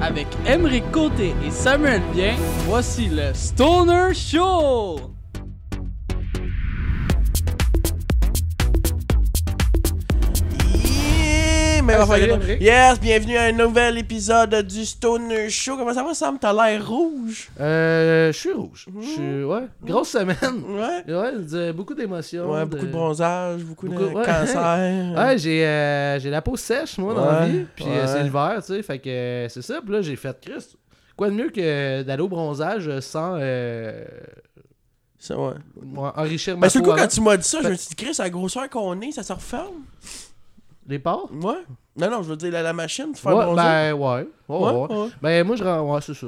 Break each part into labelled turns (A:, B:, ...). A: avec Emery Côté et Samuel Bien, voici le Stoner Show!
B: Yeah, mais
A: Ah,
B: enfin,
A: salut,
B: que-
A: André.
B: yes, bienvenue à un nouvel épisode du Stoner Show. Comment ça va, Sam? T'as l'air rouge.
C: Euh, je suis rouge. Je suis, ouais, grosse semaine.
B: Ouais.
C: Ouais, de- beaucoup d'émotions.
B: Ouais, beaucoup de
C: bronze.
B: bronzage, beaucoup, de
C: beaucoup- ouais.
B: cancer.
C: Ouais, j'ai euh, j'ai la peau sèche, moi, dans la
B: Ouais,
C: vie. Puis euh,
B: ouais.
C: c'est l'hiver, tu sais. Fait que euh, c'est ça. Puis là, j'ai fait Christ. Quoi de mieux que d'aller au bronzage sans euh,
B: Ça, ouais.
C: enrichir ma
B: Ben, c'est
C: peau
B: quoi quand
C: avant.
B: tu m'as dit ça? Je me suis dit, Chris, la grosseur qu'on est, ça se referme?
C: Les pores?
B: Ouais. Non, non, je veux dire, la, la machine, tu fais
C: Ouais,
B: bronzer.
C: ben, ouais. Ouais, ouais.
B: ouais, ouais.
C: Ben, moi, je rends. Ouais, c'est ça.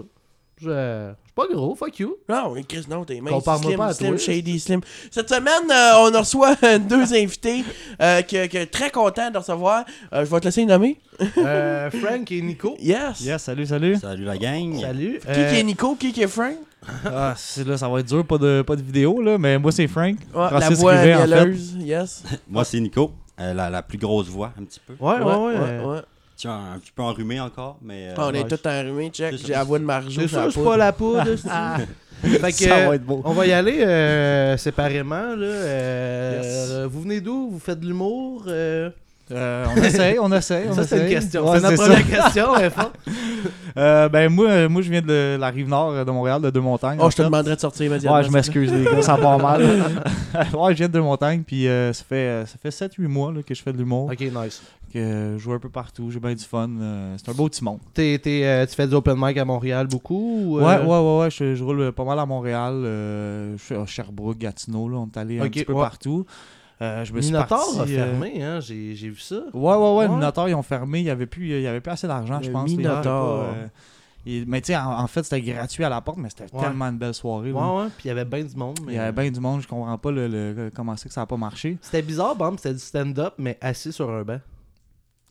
C: Je euh, je suis pas gros, fuck you.
B: Non, mais Chris, non, t'es mince.
C: Compare-moi
B: Slim,
C: pas à
B: slim,
C: toi.
B: shady, slim. Cette semaine, euh, on reçoit euh, deux invités euh, que, que très content de recevoir. Euh, je vais te laisser les nommer.
C: Euh, Frank et Nico.
B: Yes.
D: Yes, salut, salut.
E: Salut la gang.
C: Salut.
B: Qui, qui est Nico? Qui, qui est Frank?
D: Ah, c'est- là, ça va être dur, pas de, pas de vidéo, là, mais moi, c'est Frank.
B: Ouais, la
D: Francis
B: voix
D: Rivet, en fait.
B: mielleuse. Yes.
E: Moi c'est Nico, Euh, la, la plus grosse voix un petit peu.
D: Ouais, ouais, ouais.
B: ouais.
E: Tu es un, un petit peu enrhumé encore, mais euh,
B: Ah, on est
D: ouais,
B: tous enrhumés, check.
E: c'est-
B: J'ai la voix de Marjo.
C: C'est
B: sur la
C: sûr, c'est
B: poudre. Oh,
C: pas la poudre. Ah. Fait que,
D: Ça va être beau.
C: On va y aller euh, séparément. Là, Euh,
B: Yes.
C: euh, Vous venez d'où Vous faites de l'humour Euh,
D: Euh, on essaye, on essaye. on
C: Ça, c'est une
D: essaye.
C: question.
D: Ouais,
C: c'est notre
D: c'est
C: première
D: ça.
C: question, F1.
D: Euh, ben, moi, euh, moi, je viens de la rive nord euh, de Montréal, de Deux-Montagnes. en
B: Oh, je te
D: fait.
B: demanderais de sortir immédiatement.
D: Ouais, je m'excuse, les gars, ça part mal. ouais, je viens de Deux-Montagnes, puis euh, ça fait, euh, ça fait 7-8 mois là, que je fais de l'humour.
C: Ok, nice.
D: Que, euh, je joue un peu partout, j'ai bien du fun. euh, c'est un beau petit monde.
C: T'es- t'es, euh, tu fais des open mic à Montréal beaucoup ou, euh,
D: Ouais, ouais, ouais, ouais, je, je roule euh, pas mal à Montréal. euh, je suis à Sherbrooke, Gatineau, là, on est allé un
C: Ok,
D: petit peu
C: ouais.
D: partout. Euh, je me suis
C: Minotaur
D: parti,
C: a
D: euh,
C: fermé, hein, j'ai j'ai vu ça.
D: Ouais, ouais, ouais,
C: Ouais.
D: le Minotaur, ils ont fermé. Il n'y avait, plus- il y avait plus assez d'argent, je
B: Le
D: pense. là, il y avait
B: Minotaur.
D: pas, euh, il- mais tu sais, en, en fait, c'était gratuit à la porte, mais c'était
C: Ouais.
D: tellement une belle soirée.
C: Ouais,
D: là.
C: ouais, puis il y avait bien du monde.
D: Il
C: Mais...
D: y avait ben- bien du monde, je comprends pas le, le- comment c'est que ça n'a pas marché.
C: C'était bizarre, Bam, c'était du stand-up, mais assis sur un banc.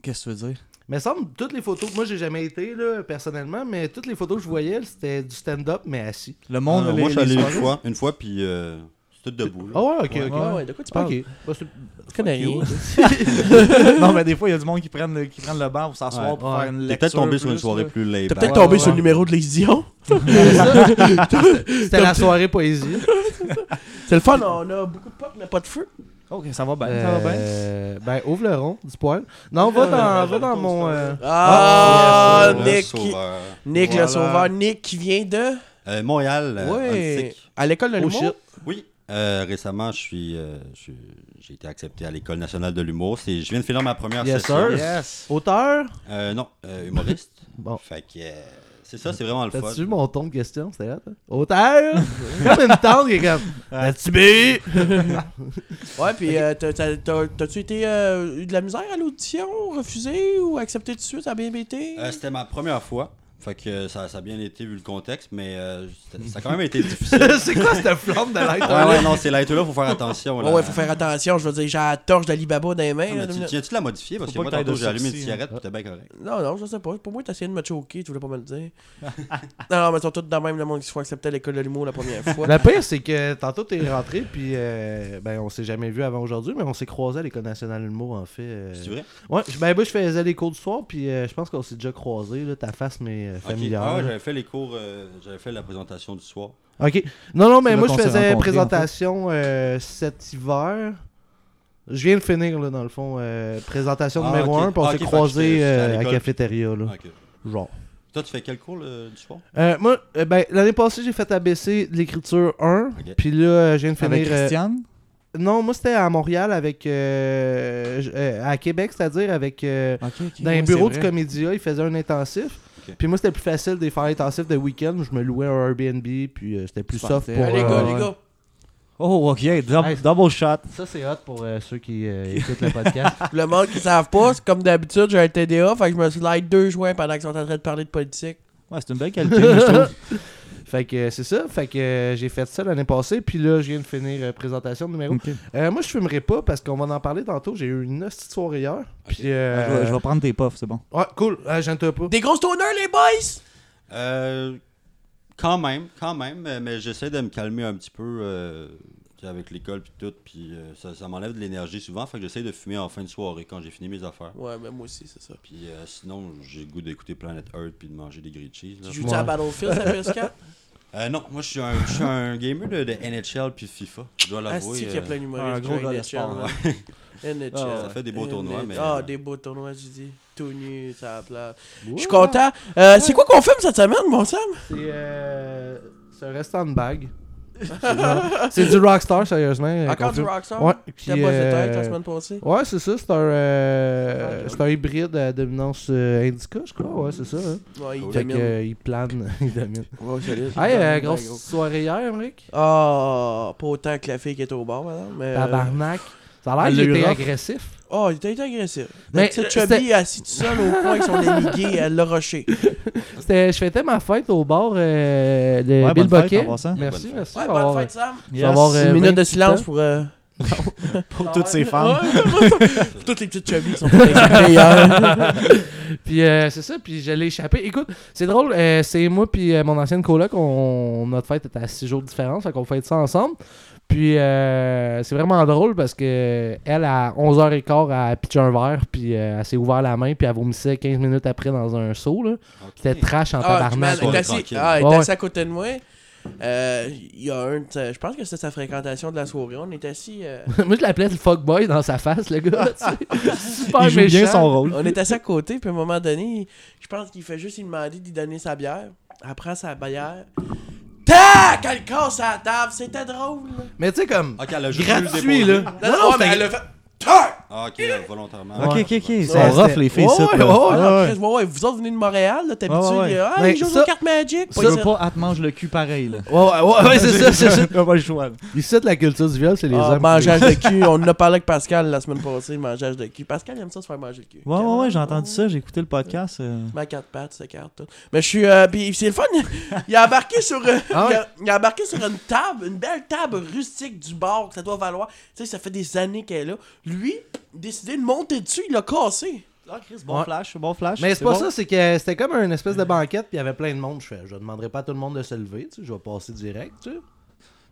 D: Qu'est-ce que tu veux dire?
C: Mais semble, toutes les photos, moi j'ai jamais été là, personnellement, mais toutes les photos que je voyais, c'était du stand-up, mais assis.
D: Le
E: non,
D: monde,
E: non,
D: les-
E: Ah, moi je suis
D: les
E: allé une
D: soirées-
E: fois, une fois puis euh, c'est tout debout.
C: Ah
E: Là.
C: ouais, ok,
D: Ouais,
C: ok.
B: Ouais, ouais, de quoi tu parles?
C: Ok. Bah, c'est-
B: Tu connais rien.
D: non, mais des fois, il y a du monde qui prennent le, qui prennent le banc pour s'asseoir, pour
C: Ouais.
D: faire une
E: T'es
D: lecture.
E: peut-être tombé sur une
D: plus,
E: soirée
D: là.
E: plus
B: T'es
E: laid. back.
B: peut-être tombé
D: ouais,
B: sur le
D: ouais.
B: numéro de l'édition.
C: C'était la soirée poésie.
B: C'est le fun, on a beaucoup de pop, mais pas de feu.
D: Ok, ça va bien, ça va bien.
C: Euh, ben, ouvre le rond du poil. Non, va dans, va dans mon. euh,
B: Ah,
E: Le
B: Nick.
E: sauveur.
B: Nick
D: Voilà.
B: le sauveur. Nick qui vient de.
E: Euh, Montréal, euh,
B: ouais.
E: Antic.
B: À l'école de
C: Oh
B: l'humour.
C: shit.
E: Oui. Euh, récemment, je suis, euh, je- j'ai été accepté à l'école nationale de l'humour. C'est, je viens de finir ma première
C: Yes,
E: session.
C: sir.
D: Yes.
C: Auteur.
E: Euh, non, euh, humoriste.
C: Bon.
E: Fait que euh, c'est ça, c'est vraiment le fun.
C: T'as-tu vu mon ton de question C'était là, Auteur. comme une tante qui est comme.
D: Euh,
C: T'as-tu bu
B: Ouais, puis euh, t'as- t'as- t'as- t'as-tu été euh, eu de la misère à l'audition, refusé ou accepté tout de suite à BBT?
E: Euh, C'était ma première fois. Fait que euh, ça, ça a bien été vu le contexte, mais euh, c'était- ça a quand même été difficile.
C: C'est quoi cette flamme de
E: ouais,
C: lighter
E: ouais, non, c'est lighter là, faut faire attention.
B: Ouais,
E: Là.
B: ouais, faut faire attention, je veux dire, j'ai la torche d'Alibaba dans les mains. là,
E: Ah, mais
B: deux
E: tu
B: minutes.
E: tiens-tu de la modifier? Parce que
D: Faut
E: moi,
D: pas que
E: tantôt,
D: t'ailles de
E: j'ai allumé une
D: sourcil, hein.
E: cigarette, puis t'es bien correct.
B: Non, non, je sais pas. Pour moi, t'as essayé de me choquer, tu voulais pas me le dire. non, non, mais ils sont tous dans le même le monde qui se font accepter à l'école de l'humour la première fois.
C: La pire, c'est que tantôt t'es rentré, puis euh, ben, on s'est jamais vu avant aujourd'hui, mais on s'est croisé à l'École nationale de l'humour en fait. euh.
E: C'est vrai?
C: Ouais, je- ben, moi je faisais les cours du soir, puis euh, je pense qu'on s'est déjà croisé, là, ta face, mais euh,
E: Ok.
C: familiale.
E: Ah ouais, j'avais fait les cours, euh, j'avais fait la présentation du soir.
C: Ok. Non, non, mais
D: C'est là
C: moi, je
D: qu'on s'est
C: faisais
D: rencontrés,
C: présentation euh, cet hiver. Je viens de finir, là, dans le fond. euh, présentation
E: Ah,
C: numéro
E: ok.
C: 1, puis on
E: Ah,
C: s'est
E: ok, fait que
C: croisés
E: j'étais- j'étais à
C: euh, à la
E: l'école.
C: cafétéria, là.
E: Ok.
C: Genre.
E: Toi, tu fais quel cours le- du soir?
C: Euh, moi, euh, ben, l'année passée, j'ai fait ABC de l'écriture 1,
E: Ok.
C: puis là, euh, je viens de finir...
D: Avec
C: euh,
D: Christiane.
C: non, moi, c'était à Montréal, avec... euh, j- euh, à Québec, c'est-à-dire avec... euh,
D: Ok, ok,
C: dans
D: ouais,
C: les bureaux
D: c'est
C: du
D: vrai.
C: Comédia, ils faisaient un intensif.
E: Ok.
C: Puis moi, c'était plus facile de faire l'intensif de week-end. Je me louais un Airbnb, puis euh, c'était plus
D: Tu
C: soft
D: partais.
C: pour...
B: Ah, les
C: euh,
B: gars,
D: ouais.
B: les gars.
D: Oh, ok, double, double shot.
C: Ça, c'est hot pour euh, ceux qui euh, écoutent le podcast.
B: Le monde qui savent pas, c'est comme d'habitude, j'ai un TDA, fait que je me slide deux joints pendant qu'ils sont en train de parler de politique.
D: Ouais, c'est une belle qualité, je trouve.
C: fait que euh, c'est ça. Fait que euh, j'ai fait ça l'année passée. Puis là, je viens de finir euh, présentation numéro.
D: Ok.
C: Euh, moi, je fumerai pas parce qu'on va en parler tantôt. J'ai eu une hostie de soirée hier. Puis.
B: Ah,
C: euh,
D: Je vais- je vais prendre tes puffs, c'est bon.
C: Ouais, cool. Euh, J'en te pas.
B: Des gros stoners, les boys!
E: Euh, quand même, quand même, euh, mais j'essaie de me calmer un petit peu. euh, tu sais, avec l'école puis tout, puis euh, ça, ça m'enlève de l'énergie souvent, fait que j'essaie de fumer en fin de soirée quand j'ai fini mes affaires.
B: Ouais, mais moi aussi, c'est ça.
E: Puis euh, sinon, j'ai le goût d'écouter Planet Earth puis de manger des grilled cheese. là.
B: Tu joues à Battlefield, la PS4
E: Euh, non, moi je suis un, je suis un gamer de, de NHL puis de FIFA. Je dois
B: Ah, c'est
E: l'avouer.
B: qu'il y a
E: euh,
B: plein
D: un
B: d'humoristes.
D: gros gars de
B: NHL,
D: sport,
B: là. NHL.
E: Ah, ça fait des beaux tournois, mais- euh,
B: Ah, des beaux tournois, j'ai dit. Tout nu, ça la plage. Je suis content. Euh, C'est quoi qu'on filme cette semaine, mon Sam
C: C'est euh, c'est un restant de bague. c'est du rockstar, sérieusement. euh,
B: Encore du
C: confirme.
B: Rockstar
C: Ouais,
B: T'as
C: puis,
B: pas fait
C: euh,
B: tête la semaine passée
C: Ouais, c'est ça, c'est un, euh,
B: Ah, ok.
C: c'est un hybride à dominance euh, indica, je crois, ouais, c'est ça. hein.
B: Ouais, il
E: cool.
C: Fait
B: domine.
C: que, euh, il plane, il domine.
B: Ouais, solide.
C: Hey,
B: Il
C: euh,
B: domine,
C: grosse
B: gros.
C: soirée hier, Rick.
B: Ah, pas autant que la fille qui était au bar, madame. Mais...
C: Tabarnak. Ça a
D: Euh, Elle
C: l'air
D: l'a
C: qu'il
D: eu
C: était
D: rough.
C: agressif.
B: Oh, il t'a été agressif.
C: Mais,
B: Mais petite
C: euh, c'était-
B: Chubby assis tout seul au coin avec son ami gay, elle l'a rushé.
C: C'était, je fêtais ma fête au bar euh, de
D: Ouais,
C: Bill
D: bonne fête,
C: Bucket.
D: en passant.
C: Merci,
E: Ouais, bonne
C: merci.
B: Ouais,
C: ça va
B: bonne
C: avoir-
B: fête, Sam.
C: ça va avoir, euh,
B: Une minute de
C: 28
B: silence
C: ans.
B: pour. euh,
D: pour toutes ces femmes.
B: pour toutes les petites chubbies qui sont pas hier.
C: Puis euh, c'est ça, puis je l'ai échappé. Écoute, c'est drôle, euh, c'est moi puis euh, mon ancienne coloc, on, notre fête était à 6 jours de différence, fait qu'on fête ça ensemble. Puis euh, c'est vraiment drôle parce que elle, à 11h15, elle a pitché un verre, puis euh, elle s'est ouvert la main, puis elle vomissait 15 minutes après dans un seau. là.
E: Ok.
C: C'était trash en
B: Ah, man,
C: tabarnak.
B: elle est
E: Ouais,
B: assis-
E: tranquille.
B: ah, elle est
C: Ouais,
B: assise à côté de moi. Euh, Il y a un. de sa- Je pense que c'était sa fréquentation de la soirée. On est assis. euh,
C: moi, je l'appelais le fuckboy dans sa face, le gars. tu sais. Super
D: Il joue
C: méchant.
D: bien son rôle.
B: On est assis à côté, puis à un moment donné, il- je pense qu'il fait juste lui demander d'y donner sa bière. Elle prend sa bière. Tac! Elle casse à la table. C'était drôle. là.
C: Mais tu sais, comme.
E: Ok, elle a juste voulu le
C: Gratuit, là.
E: déposer.
B: Non, non,
C: c'était-
B: mais elle a fait. Tac!
E: Ah, ok, là, volontairement.
D: Ok, ok, ok. Ils
B: Ouais,
D: sont rough, les filles,
C: ouais,
D: ici,
C: ouais,
D: là.
C: ouais,
B: Ah,
D: Oh, Ouais,
B: après,
D: ouais.
B: ouais, vous autres venez de Montréal, là, t'es habitué.
D: Ouais, ouais.
B: euh, Ah,
C: Mais
B: ils jouent
C: ça-
B: aux cartes Magic.
D: Ça
B: pas
D: veut
B: ici.
D: pas, elle te mange le cul pareil, là.
C: Ouais, ouais, ouais, ouais, c'est ça, c'est ça.
D: T'as pas le choix, là.
C: Ici, la culture du viol, c'est les
B: Ah,
C: hommes.
B: mangeage de cul. On en a parlé avec Pascal la semaine passée, mangeage de cul. Pascal aime ça se faire manger le cul.
D: Ouais, ouais, ouais, j'ai entendu ça, j'ai écouté le podcast. euh.
B: Ma carte pattes, sa carte, tout. Mais je suis. Euh, puis c'est le fun. Il a embarqué sur. euh,
C: Ah ouais?
B: il, a, il a embarqué sur une table, une belle table rustique du bord que ça doit valoir. Tu sais, ça fait des années qu'elle est là. Lui, décidé de monter dessus, il l'a cassé.
D: Ah, Chris,
C: bon
D: bon flash, bon flash.
C: Mais c'est pas ça, c'est que c'était comme une espèce de banquette, puis il y avait plein de monde. Je fais, je demanderai pas à tout le monde de se lever, tu sais, je vais passer direct, tu sais.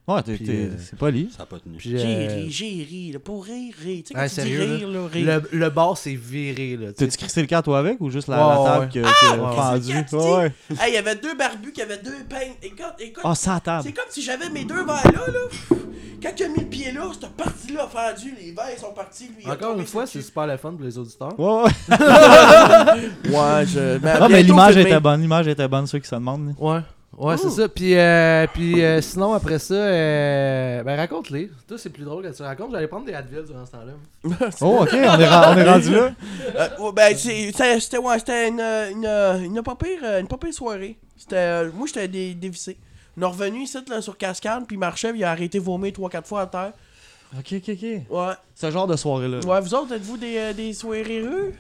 D: Ouais, t'es-
C: Puis,
D: t'es-
C: euh,
D: c'est poli.
E: Ça n'a pas tenu.
B: J'ai
C: Puis, euh,
B: ri, j'ai ri. là, pour rire, rire. Tu sais, quand
C: Ah,
B: tu
C: sérieux,
B: dis rire, là, rire.
C: le, le bar s'est viré, là, tu
D: T'as-tu
C: sais.
D: crissé le cas, toi, avec, ou juste la,
C: Ouais,
D: la table
C: ouais.
D: qui qui est
C: ouais.
B: Qu'est-ce
D: fendue?
B: que tu dis?
D: Ouais, ouais.
B: Hey, il y avait deux barbus qui avaient deux peines. Écoute, écoute.
D: Ah, ça, la table.
B: C'est comme si j'avais mes deux verres là, là. Quand tu as mis le pied là, cette partie-là fendue, les verres sont partis, lui. il a
C: Encore
B: tombé
C: une fois,
B: sur
C: c'est
B: le
C: super le fun pour les auditeurs.
D: Ouais, ouais.
B: cul. Ouais, je.
D: Ah, mais l'image était bonne, l'image était bonne, ceux qui se demandent. là.
C: Ouais. Ouais, c'est ça. Puis, euh, puis euh, sinon, après ça, euh, ben raconte-les. Toi, c'est plus drôle quand tu racontes. J'allais prendre des Advil durant ce temps-là.
B: Ah,
D: Oh, ok, on est, ra- on est rendu là.
B: Euh, ouais, ben, c'est- c'est- c'était ouais, c'était une, euh, une, euh, une pas pire, euh, une pas pire soirée. C'était, euh, moi, j'étais dé- dévissé. On est revenu ici là, sur Cascade, puis il marchait, puis il a arrêté de vomir 3-4 fois à terre.
D: Ok, ok, ok.
B: Ouais.
D: Ce genre de soirée-là.
B: Ouais, vous autres, êtes-vous des, euh, des soirées rues?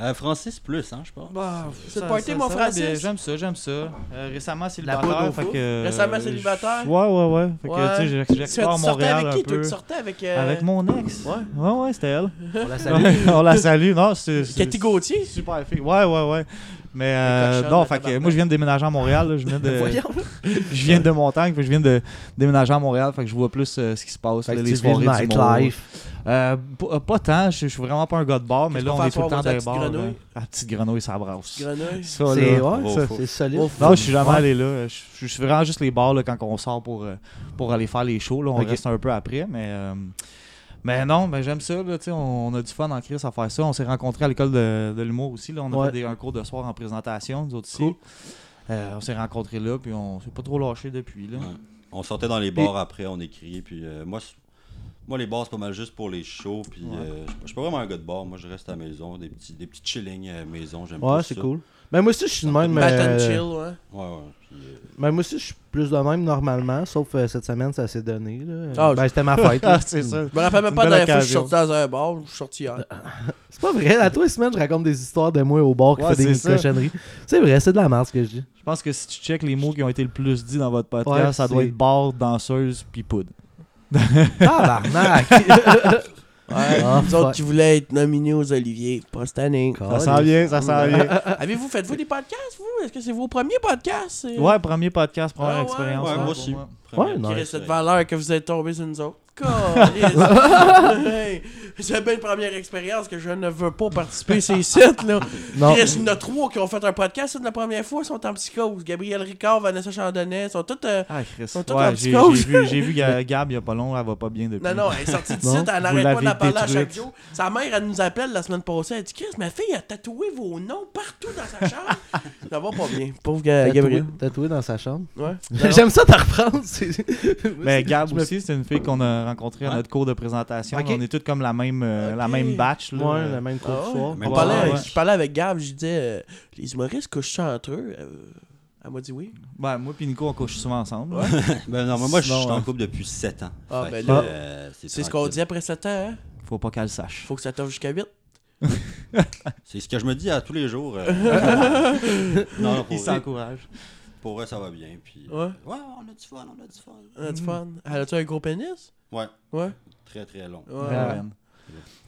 E: Euh, Francis plus, hein, je pense.
B: bah, C'est le party, mon Francis.
D: J'aime ça, j'aime ça. Euh, récemment,
B: bonne au
D: célibataire. Fait
B: four.
D: que, euh,
B: Récemment célibataire.
D: Ouais, ouais, ouais. Fait
B: Ouais.
D: que, tu sais, j'ai-
B: Tu
D: j'explore
B: sortais
D: Montréal
B: avec qui,
D: un
B: toi?
D: peu.
B: Tu sortais avec. euh,
D: Avec mon ex.
B: Ouais.
D: Ouais, ouais, c'était elle.
C: On la salue.
D: Ouais, on la salue. Non, c'est. c'est-
B: Cathy Gauthier?
D: Super fille. Ouais, ouais, ouais. Mais euh,
B: cochonne,
D: non,
B: le
D: fait que
B: tabarnak.
D: moi je viens de déménager à Montréal. là. Je viens de, je viens de montagne, puis je viens de déménager à Montréal. Fait que je vois plus euh, ce qui se passe,
C: Fait
D: là,
C: que
D: les
C: tu vis
D: soirées
C: le
D: du monde.
C: nightlife.
D: Euh, p- euh, pas tant, je, je suis vraiment pas un gars de bar, mais
B: Qu'est-ce
D: là
B: qu'on
D: on est
B: fait
D: tout le
B: à
D: temps
B: soir,
D: dans les
B: vous
D: bars.
B: êtes
D: là.
B: grenouille?
D: Ah, petite grenouille, ça brasse.
B: Grenouille.
D: Ça, là.
C: C'est ouais,
E: Au
C: ça,
E: four.
C: c'est solide.
D: Non, je suis jamais allé là. Je, je suis vraiment juste les bars là, quand on sort pour, euh, pour aller faire les shows. Là. On
C: Ok.
D: reste un peu après, mais. euh, mais non, ben j'aime ça, là, tu sais, on, on a du fun en crise à faire ça. On s'est rencontrés à l'école de, de l'humour aussi. Là. On a
C: Ouais.
D: fait des- un cours de soir en présentation, nous autres ici.
C: Cool.
D: Euh, on s'est rencontrés là, puis on s'est pas trop lâché depuis. Là.
E: Ouais. On sortait dans les bars après, on écrivait, puis euh, moi, c'est- moi, les bars, c'est pas mal juste pour les shows, puis euh, je je suis pas vraiment un gars de bar, moi, je reste à la maison, des petits, des petits chillings à la maison, j'aime
C: Ouais,
E: plus
C: c'est
E: ça.
C: cool. Ben moi aussi, je suis de même.
B: Bat and
C: euh,
B: chill, ouais.
E: Ouais, ouais, puis, euh,
C: Ben moi aussi, je suis plus de même normalement, sauf euh, cette semaine, ça s'est donné. Là.
B: Ah,
C: ben c'était ma fête. là.
D: Ah, c'est ça.
B: Je me rappelle même
D: Une
B: pas de
D: belle
B: la dernière fois que je suis sorti
D: occasion.
B: dans un bar, je suis sorti hier.
C: C'est pas vrai, à toi les semaines, je raconte des histoires de moi au bar qui
D: Ouais,
C: fait des
D: c'est
C: mille
D: ça.
C: cochonneries. C'est vrai, c'est de la merde ce que je dis.
D: Je pense que si tu checkes les mots qui ont été le plus dit dans votre podcast,
C: Ouais,
D: ça doit
C: c'est-
D: être bar, danseuse, puis poudre.
C: Tabarnak!
B: Ouais,
C: Ah,
B: les autres
C: fuck.
B: qui voulaient être nominés aux Oliviers, pas cette année.
D: Ça sent bien, ça sent bien.
B: Avez-vous faites-vous des podcasts, vous Est-ce que c'est vos premiers podcasts c'est-
D: Ouais, premier podcast, première
B: Ah ouais,
D: expérience.
E: ouais,
D: ouais,
E: moi
D: pour
E: aussi.
D: moi.
E: Première
C: Ouais,
E: petite
C: non.
B: Qui reste
E: expérience.
B: cette valeur que vous êtes tombés sur nous autres Hey, C'est bien une première expérience que je ne veux pas participer à ces sites, là.
C: Non.
B: Chris, il y en a trois qui ont fait un podcast c'est de la première fois, ils sont en psychose. Gabriel Ricard, Vanessa Chandonnet, ils sont toutes. euh,
D: Ah, Chris.
B: Sont tous en
D: Ouais, j'ai j'ai
B: psychose.
D: vu, j'ai vu Ga- Gab il y a pas long, elle va pas bien depuis.
B: Non, non, elle est sortie d'ici,
C: Non,
B: elle
D: Ah, vous
B: n'arrête pas
D: l'avez
B: d'en parler à chaque
D: détruite.
B: jour. Sa mère, elle nous appelle la semaine passée, elle dit Chris, ma fille a tatoué vos noms partout dans sa chambre. Ça va pas bien. Pauvre Ga-
C: Tatoué,
B: Gabriel.
C: tatoué dans sa chambre.
B: Ouais.
C: J'aime ça t'en reprendre. c'est-
D: Mais Gab
C: Je me-
D: aussi, c'est une fille qu'on a rencontrée à
C: Ouais.
D: notre cours de présentation.
C: Hein? Ok.
D: On est toutes comme la même, euh, la
B: Ok.
D: même batch. Là.
C: Ouais, la même cour
B: Ah
C: de
B: ouais?
C: soir.
E: Mais
B: On
E: Ouais,
B: parlait,
D: ouais.
B: Je parlais avec Gab, je disais euh, Les humoristes couchent entre eux. Euh, elle m'a dit oui.
D: Ouais, moi puis Nico, on couche souvent ensemble.
E: Ben non, mais moi, je
D: Sinon,
E: suis en
D: hein.
E: couple depuis 7 ans.
B: Ah,
E: Fait
B: ben
E: que,
B: là,
E: euh,
B: C'est ce
E: tranquille.
B: qu'on dit après 7 ans, hein?
D: Faut pas qu'elle sache.
B: Faut que ça t'offre jusqu'à 8.
E: C'est ce que je me dis à tous les jours. euh. non, non, pour,
D: Il
E: vrai,
D: s'encourage.
E: pour vrai, ça va bien. Puis, euh,
B: Ouais.
E: on a du fun, on a du fun.
B: Ah, du fun. Elle a-tu un gros pénis?
E: Ouais,
B: Ouais.
E: très très long.
B: Ouais.
D: Ben, Ouais.
B: ouais.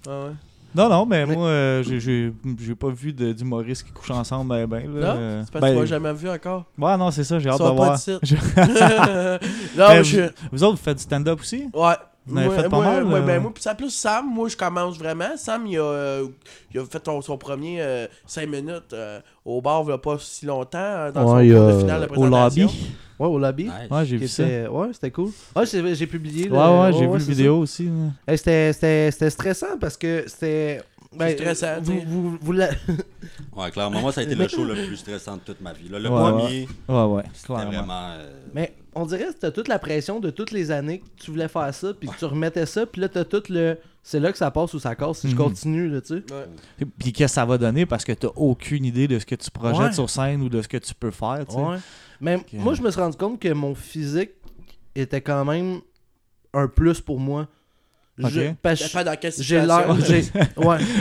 B: Ah, ouais, ouais.
D: Non, non, mais, moi, euh, j'ai- j'ai j'ai pas vu de- d'humoristes qui couchent ensemble. Ben, ben, là,
B: Non?
D: euh,
B: C'est parce que
D: ben,
B: tu m'as jamais vu encore.
D: Ouais, non, c'est ça, j'ai hâte de
B: Sors pas
D: voir.
B: d'ici.
D: Je-
B: non,
D: Ben,
B: mais je.
D: vous, vous autres, vous faites du stand-up aussi?
B: Ouais.
D: Vous en avez
B: Moi-
D: fait pas
B: moi-
D: mal,
B: ouais,
D: euh?
B: ben moi, pis ça plus Sam, moi je commence vraiment. Sam, il a, euh, il a fait son, son premier 5 minutes euh, au bar, il y a pas si longtemps, hein, dans
C: Ouais,
B: son
C: il
B: cours
C: a-
B: de finale de
D: Au
B: présentation.
D: lobby?
C: Ouais, au lobby.
E: Nice.
D: Ouais, j'ai
C: qui
D: vu ça. Ouais,
C: était- Ouais, c'était cool. Ah, j'ai j'ai publié. le-
D: ouais, j'ai vu
C: c'est
D: le
C: ça.
D: vidéo aussi. là.
C: Hey, C'était c'était- c'était stressant parce que c'était. Ben,
B: C'est stressant,
C: Vous,
B: t'sais.
C: vous, vous la-
E: Ouais, clairement, moi, ça a été le show le plus stressant de toute ma vie. là. Le
D: Ouais,
E: premier,
D: Ouais, ouais,
E: c'était
D: clairement.
E: vraiment. euh,
C: Mais on dirait que t'as toute la pression de toutes les années que tu voulais faire ça, puis que tu remettais ça, puis là t'as tout le. C'est là que ça passe ou ça casse si je
D: Mhm.
C: continue, là, tu sais.
B: Ouais.
D: Puis qu'est-ce que ça va donner parce que t'as aucune idée de ce que tu projettes
C: Ouais.
D: sur scène ou de ce que tu peux faire. tu sais.
C: Ouais. Mais moi, je me suis rendu compte que mon physique était quand même un plus pour moi. Je-
D: Ok.
C: parce
B: Ça
C: que
B: dépend dans quelle
C: j'ai
B: situation.
C: l'air. j'ai-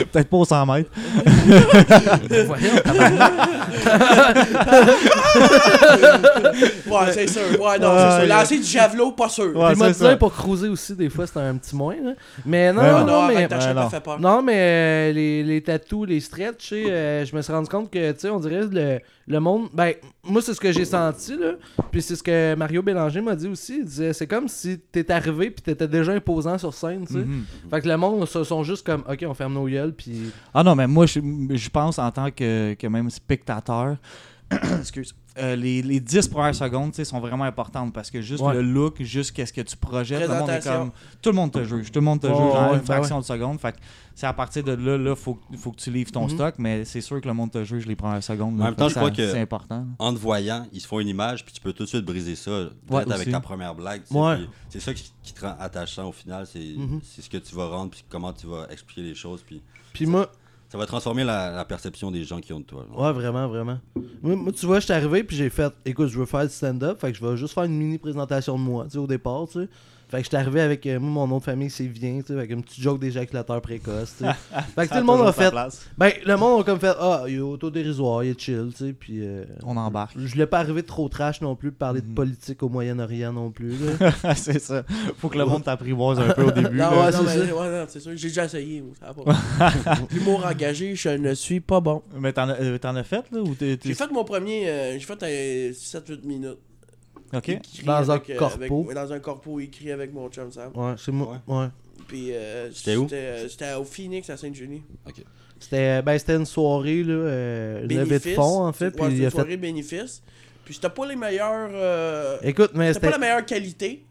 C: Ouais.
D: Peut-être pas au 100 mètres.
C: Voyons, tabarnak.
B: Ouais, c'est sûr. Ouais, non, c'est sûr. Lancer du javelot, pas sûr.
D: Ouais.
C: Puis moi,
D: c'est ça.
C: disais, pour cruiser aussi, des fois, c'était un petit moins. là. Mais non,
D: Ouais,
C: non,
B: Non,
C: non,
B: non,
C: mais.
B: avec ta chatte,
D: non.
B: ça fait peur.
C: Non, mais euh, les, les tatous, les stretch, tu sais, euh, je me suis rendu compte que, tu sais, on dirait le, le monde. Ben, moi, c'est ce que j'ai senti, là. Puis c'est ce que Mario Bélanger m'a dit aussi. Il disait, c'est comme si t'es arrivé puis t'étais déjà imposant sur scène, tu sais.
D: Mhm.
C: Fait que le monde, se sont juste comme, ok, on ferme nos gueules, puis.
D: Ah non, mais moi, je, je pense en tant que, que même spectateur, excuse, euh, les, les 10 premières secondes tu sais, sont vraiment importantes parce que juste
C: Ouais.
D: le look, juste qu'est-ce que tu projettes, le monde est
B: Présentation.
D: comme. Tout le monde te juge, tout le monde te
C: Ouais,
D: juge
C: ouais,
D: en
C: ouais,
D: une
C: ben
D: fraction de seconde. Fait que c'est à partir de là, là, faut, que- faut que tu livres ton
C: Mhm.
D: stock, mais c'est sûr que le monde te juge les premières secondes.
E: En
D: là.
E: même temps,
D: Fait
E: je
D: ça,
E: crois que-
D: C'est important.
E: en te voyant, ils se font une image, puis tu peux tout de suite briser ça
D: Ouais,
E: peut-être avec
D: aussi.
E: ta première blague. tu sais,
C: Ouais.
E: puis C'est ça qui, qui te rend attachant au final, c'est
C: Mhm.
E: c'est ce que tu vas rendre, puis comment tu vas expliquer les choses, puis
C: Puis moi,
E: ça va transformer la, la perception des gens qui ont de toi. genre.
C: Ouais, vraiment, vraiment. Moi, moi, tu vois, je suis arrivé puis j'ai fait écoute, je veux faire du stand-up, fait que je vais juste faire une mini présentation de moi, tu sais, au départ, tu sais. Fait que je suis arrivé avec euh, moi, mon nom de famille, c'est Vien, tu sais, avec une petite joke d'éjaculateur précoce, tu sais. fait que tout le monde a fait. Ben, le monde a comme fait ah, il est autodérisoire, il est chill, tu sais, puis. euh,
D: On embarque.
C: Je l'ai pas arrivé trop trash non plus, parler de politique au Moyen-Orient non plus. là.
D: c'est ça. Faut que le monde t'apprivoise un peu au début.
B: Non,
D: là.
B: ouais,
C: là.
B: non,
C: Non,
B: mais-
C: c'est
B: ouais, non, c'est sûr. J'ai déjà essayé. moi, ça va pas. L'humour engagé, je ne suis pas bon.
D: Mais t'en as, euh, t'en as fait, là? Ou t'es, t'es-
B: J'ai fait mon premier, euh, j'ai fait 7-8 minutes.
D: OK.
B: Écrit
C: Dans un
B: avec, euh,
C: corpo.
B: avec- dans un corpo écrit avec mon chum Sam.
C: Ouais, c'est moi. Ouais.
B: Puis euh,
E: C'était où?
B: euh, C'était au Phoenix à Sainte-Julie.
C: C'était ben, c'était une soirée, là, euh, une levée de fond, en fait.
B: Ouais, c'était
C: Puis il a
B: une
C: fait.
B: soirée bénéfice. Puis c'était pas les meilleurs. euh,
C: Écoute, mais
B: c'était pas
C: c'était.
B: la meilleure qualité.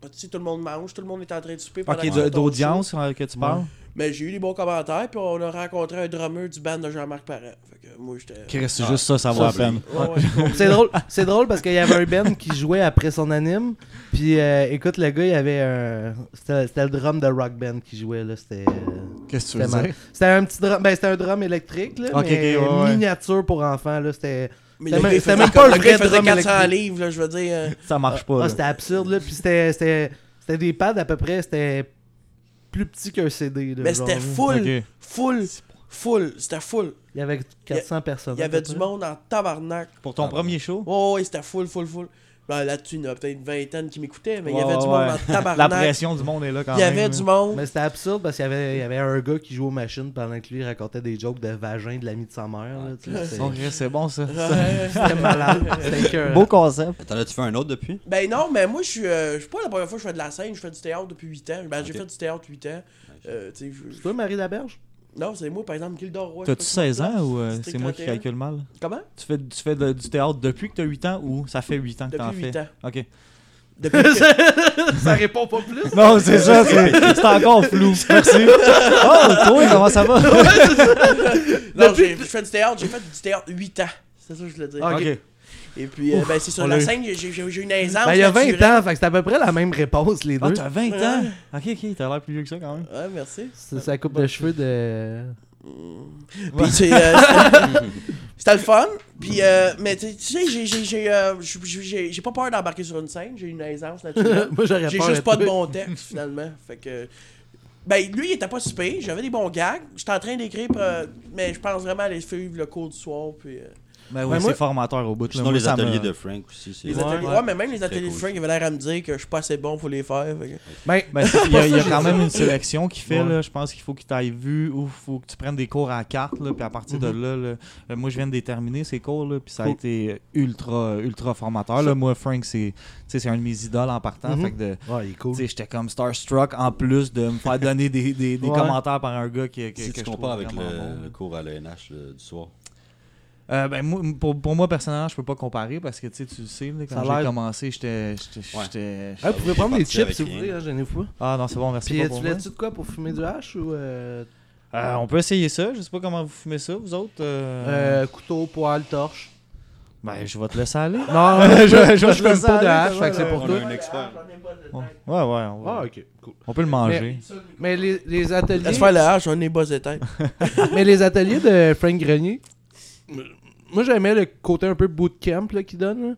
B: Parce que, tu sais, tout le monde mange, tout le monde est en train de souper pendant
D: OK,
B: qu'on
D: de-
B: fait ton
D: d'audience euh, que tu parles?
B: show. Mais j'ai eu des bons commentaires, puis on a rencontré un drummer du band de Jean-Marc Parent. Fait que moi, j'étais.
D: Chris, c'est
E: Ah,
D: juste ça, ça vaut
E: ça,
D: la
E: c'est-
D: peine.
B: Ouais, ouais.
C: C'est drôle, c'est drôle parce qu'il y avait un Ben qui jouait après son anime. Puis euh, écoute, le gars, il avait un. C'était c'était le drum de Rock Band qui jouait, là. C'était. euh,
D: Qu'est-ce
C: c'était mal. C'était un petit drum. Ben, c'était un drum électrique, là.
D: Ok,
C: mais
D: ok, ouais, ouais.
C: miniature pour enfants, là. C'était.
B: Mais
C: C'était
B: le
C: même-
B: gars, il
C: c'était
B: faisait
C: même
B: comme-
C: pas
B: le gars,
C: un
B: il
C: vrai
B: faisait
C: drum
B: 400
C: électrique.
B: livres, là, je veux dire. euh,
D: Ça marche
C: Ah,
D: pas.
C: c'était absurde, là. Puis c'était. C'était c'était des pads à peu près. C'était plus petit qu'un CD, là.
B: Mais
C: genre,
B: c'était
C: là.
B: full, full, full, c'était full.
C: Il y avait 400 personnes.
B: Il y
C: à peu
B: avait du
C: près.
B: monde en tabarnak.
D: Pour ton premier show?
B: Ouais, ouais, c'était full, full, full. Ben, Là-dessus, il y en a peut-être une vingtaine qui m'écoutaient, mais il y
D: Ouais,
B: avait du
D: ouais,
B: monde
D: ouais.
B: en
D: La
B: tabarnak.
D: pression du monde est là quand
B: Il y
D: même. hein.
B: avait
D: là.
B: du monde.
C: Mais c'était absurde parce qu'il y avait, il y avait un gars qui jouait aux machines pendant que lui racontait des jokes de vagin de l'ami de sa mère. là, tu sais, c'est-
D: Ok, C'est bon ça.
C: C'était malade. C'était écœurant.
D: Beau concept.
E: T'en as-tu fait un autre depuis
B: Ben non, mais moi, je suis euh, je suis pas la première fois que je fais de la scène, je fais du théâtre depuis 8 ans. Ben, j'ai
E: Ok.
B: fait du théâtre 8 ans. Euh, tu sais, je-
C: C'est toi, Marie Laberge?
B: Non, c'est moi, par exemple, Gildor Roy.
D: T'as-tu
B: je sais pas
D: 16 ans
B: comment-
D: ou euh,
B: District
D: c'est moi qui
B: 31.
D: calcule mal
B: hein? Comment
D: Tu fais, tu fais de- du théâtre depuis que t'as 8 ans ou ça fait 8 ans que t'en
B: Depuis 8
D: fais
B: ans.
D: Ok.
B: Depuis que-
C: Ça répond pas plus.
D: Non, c'est ça, c'est c'est encore flou. Merci. Oh, toi, comment ça va
B: Non, j'ai- je fais du théâtre, j'ai fait du théâtre 8 ans. C'est ça que je voulais dire.
C: Ah,
D: Ok.
B: Et puis, euh, ben, c'est sur
D: on
B: la
D: l'a eu.
B: scène, j'ai- j'ai j'ai une aisance.
C: Ben, il y a 20
B: naturelle.
C: ans, fait que c'est à peu près la même réponse, les
D: Ah,
C: deux.
D: t'as 20 ans Ok, ok, t'as l'air plus vieux que ça quand même.
B: Ouais, merci.
C: c'est sa coupe de cheveux de.
B: Puis, c'est, euh, c'était- c'était le fun. Puis, euh, mais tu tu sais, j'ai- j'ai- j'ai euh, j'ai- j'ai- j'ai pas peur d'embarquer sur une scène, j'ai une aisance naturelle.
C: Moi, j'aurais
B: J'ai
C: peur
B: juste
C: d'être
B: pas de
C: lui.
B: bon texte, finalement. Fait que. Ben, lui, il était pas si pire. J'avais des bons gags. J'étais en train d'écrire, euh, mais je pense vraiment aller suivre le cours du soir. Puis, euh,
C: Ben,
D: Ben oui,
C: moi-
D: c'est formateur au bout. là.
E: Sinon,
D: Moi,
E: les
D: ça me-
E: ateliers de Frank aussi. c'est-
B: les
E: Ouais.
B: ateliers.
E: Ouais.
B: Ouais, mais même les
E: Très
B: ateliers de
E: cool.
B: Frank, il avait l'air à me dire que je suis pas assez bon pour les faire. fait que-
C: Ben,
D: Ben, c'est- il y a, il y a
C: ça,
D: quand
C: j'ai
D: même une sélection qui fait,
C: Ouais.
D: là, je pense qu'il faut que tu ailles vu ou faut que tu prennes des cours à la carte, là, puis à partir de
C: Mhm.
D: là, là, euh, moi je viens de déterminer ces cours, là, puis ça a
C: Cool.
D: été ultra, ultra formateur.
C: Ça-
D: Là. Moi, Frank, c'est tu sais, c'est un de mes idoles en partant,
C: Mhm.
D: fait que de-
C: ouais, il est
D: tu
C: cool.
D: sais, j'étais comme starstruck en plus de me faire donner des, des- des
C: Ouais.
D: commentaires par un gars qui, que,
E: Si
D: que
E: tu
D: je trouve
E: compares avec
D: vraiment bon,
E: le,
D: là.
E: le cours à l'ENH le- du soir.
D: Euh, ben, moi, pour, pour moi, personnellement, je peux pas comparer parce que tu sais, tu le sais, là,
C: Ça a
D: quand j'ai
C: l'air-
D: commencé, j'étais. j'étais-
E: Ouais.
D: j'étais-
C: Ah, vous pouvez prendre des
E: parti
C: chips
E: avec
C: si vous
E: rien.
C: voulez, hein, gênez-vous pas.
D: Ah non, c'est bon, merci
C: Puis,
D: pas
C: euh, tu
D: pour moi.
C: voulais-tu de quoi pour fumer du hache ou. Euh,
D: Euh, on peut essayer ça. Je sais pas comment vous fumez ça, vous autres. euh.
C: euh, couteau, poêle, torche?
D: Ben, je vais te laisser aller.
C: Non,
D: je- je-
C: je
D: je
C: fume
D: fais
C: pas
D: ça
C: de
D: aller,
C: hache,
D: t'as
C: fait que c'est
D: mal,
C: pour
E: On
C: toi.
E: a un expert.
D: Ouais, ouais, on, va-
C: Ah, ok, cool.
D: on peut le manger.
C: Mais les, les ateliers.
B: Laisse faire le H, on est bas de tête.
C: Mais les ateliers de Frank Grenier, euh, moi j'aimais le côté un peu bootcamp là, qu'il donne. là.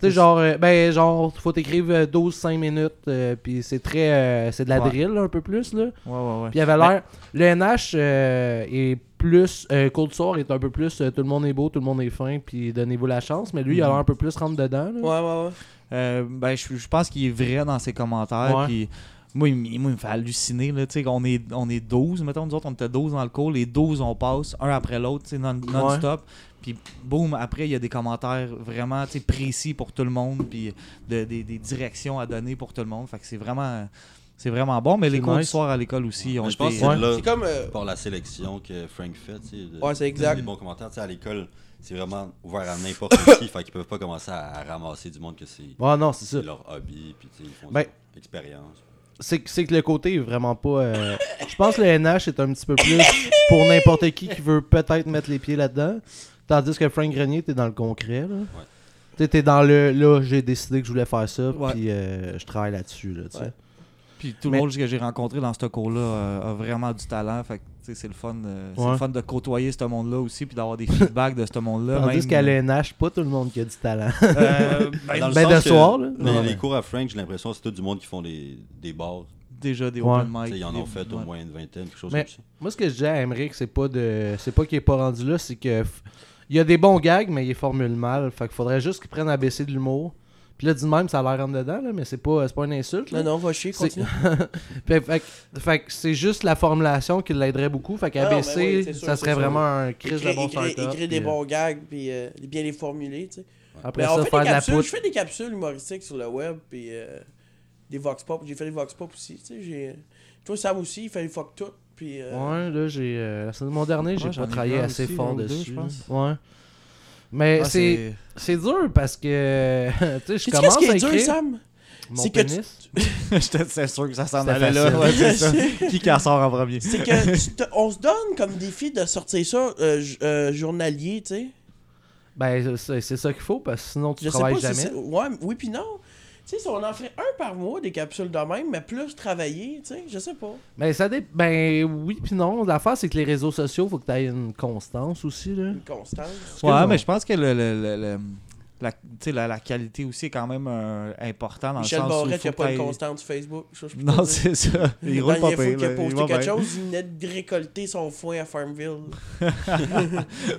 C: Tu sais, genre, euh, ben, genre, faut t'écrire 12-5 minutes, euh, puis c'est très. euh, c'est de la
D: Ouais.
C: drill là, un peu plus, là.
D: Ouais, ouais, ouais.
C: Puis il avait l'air. Le NH euh, est plus. Euh, Cold Soir est un peu plus. euh, tout le monde est beau, tout le monde est fin, puis donnez-vous la chance. Mais lui, il a l'air un peu plus rentre dedans. là.
B: Ouais, ouais, ouais.
D: Euh, ben, je, je pense qu'il est vrai dans ses commentaires.
C: Ouais.
D: Puis, moi, il, m- moi, il me fait halluciner. Là, tu sais, on, est, on est 12, mettons, nous autres, on était 12 dans le call. Les 12, on passe, un après l'autre, tu sais, non- non-stop. Puis, boum, après, il y a des commentaires vraiment tu sais, précis pour tout le monde. Puis, de- des, des directions à donner pour tout le monde. Fait que c'est vraiment. C'est vraiment bon, mais les
C: C'est
D: cours du
C: nice.
D: soir à l'école aussi, ils ont
E: Mais je pense que
D: été-
E: c'est de là,
B: C'est comme. euh,
E: par la sélection que Frank fait. tu sais, de-
B: Ouais, c'est
E: de-
B: exact.
E: Des bons commentaires. Tu sais, à l'école, c'est vraiment ouvert à n'importe qui. Fait qu'ils peuvent pas commencer à, à ramasser du monde que c'est
C: Ouais, non, c'est ça.
E: c'est leur hobby. Puis tu sais, ils font
C: Ben-
E: des expériences.
C: c'est que, c'est que le côté est vraiment pas. euh, Je pense que le NH est un petit peu plus pour n'importe qui qui veut peut-être mettre les pieds là-dedans. Tandis que Frank Grenier, t'es dans le concret. Là. T'es- T'es dans le. Là, j'ai décidé que je voulais faire ça,
D: Ouais.
C: puis euh, je travaille là-dessus. Là, tu sais.
B: Ouais.
D: Puis tout
C: Mais-
D: le monde que j'ai rencontré dans ce cours-là euh, a vraiment du talent. Fait que tu sais, c'est le fun. euh, c'est
C: Ouais.
D: le fun de côtoyer ce monde-là aussi, puis d'avoir des feedbacks de ce monde-là.
C: Tandis
D: même,
C: qu'à l'NH, pas tout le monde qui a du talent.
D: euh, ben,
E: Dans le
C: ben,
E: sens
C: de
E: que
C: soir, là.
E: les-
C: Non,
E: les
C: mais-
E: cours à Frank, j'ai l'impression que c'est tout du monde qui font des, des bars.
D: déjà des
C: Ouais.
D: open
E: Tu
D: mic.
E: sais, Ils en ont
D: des-
E: fait au
D: ouais.
E: moins une vingtaine, quelque chose
C: Mais-
E: comme ça.
C: Moi, ce que je dis à Emmerich, c'est pas de. C'est pas qu'il est pas rendu là, c'est que. f- Il y a des bons gags, mais il formule mal. Fait qu'il faudrait juste qu'il prenne à baisser de l'humour. Puis là, dit de même, ça a l'air en dedans, là, mais c'est pas, c'est pas une insulte. là.
B: Non, non, va chier,
C: C'est-
B: continue.
C: Fait, fait que- fait que c'est juste la formulation qui l'aiderait beaucoup. Fait
B: Ah,
C: qu'ABC,
B: ben oui, c'est sûr,
C: ça
B: c'est
C: serait
B: sûr.
C: vraiment un crise de
B: Écris,
C: bon
B: écris,
C: start-up,
B: écris des
C: puis,
B: bons gags, puis euh, bien les formuler, tu sais.
C: euh, Après
B: Mais on
C: ça,
B: fait
C: faire
B: des
C: de la
B: capsules, je
C: poutre.
B: fais des capsules humoristiques sur le web, puis euh, des vox pop. J'ai fait des vox pop aussi, tu sais. j'ai- Toi, Sam aussi, il fait des fuck tout, puis... euh,
C: Ouais, là, j'ai. euh, la semaine- mon dernier, j'ai
D: Ouais, j'en
C: pas
D: ai
C: travaillé
D: un
C: assez
D: aussi,
C: fort
D: là, ou deux,
C: dessus.
D: je
C: là.
D: pense.
C: ouais. Mais
D: Ah,
C: c'est
D: c'est-
C: c'est dur parce que. tu sais,
B: Tu
C: je
B: sais qu'est-ce
C: commence
B: qui
C: à
B: est dur,
C: écrire.
B: Sam?
C: mon
B: C'est que tu-
C: pénis.
D: J'étais c'est sûr que ça s'en
C: C'était
D: allait là.
C: facile.
D: ouais, c'est ça. Qui qui en sort en premier
B: C'est que tu te- on se donne comme défi de sortir ça euh, j- euh, journalier, tu sais.
C: Ben, c'est c'est ça qu'il faut parce que sinon tu
B: Je sais
C: travailles
B: pas si
C: jamais.
B: c'est- ouais, mais- oui puis non. Tu sais, si on en ferait un par mois, des capsules de même, mais plus travailler, tu sais, je sais pas.
C: Ben, ça dé... ben oui, puis non. L'affaire, c'est que les réseaux sociaux, faut que tu aies une constance aussi. là.
B: Une constance.
D: Ouais,
C: Excuse-moi.
D: mais je pense que le, le, le- le- la, tu sais, la, la qualité aussi est quand même euh, importante dans
B: Michel
D: le sens où
B: Barrette, il
D: faut
B: n'y a pas
D: que
B: de
D: t'ailles-
B: constance sur Facebook. ça, je peux te
D: Non,
B: dire.
D: c'est ça. Il roule pas
B: La dernière fois
D: pire,
B: qu'il a
D: là. Il
B: posté
D: va
B: quelque
D: bien.
B: chose, il venait de récolter son foin à Farmville.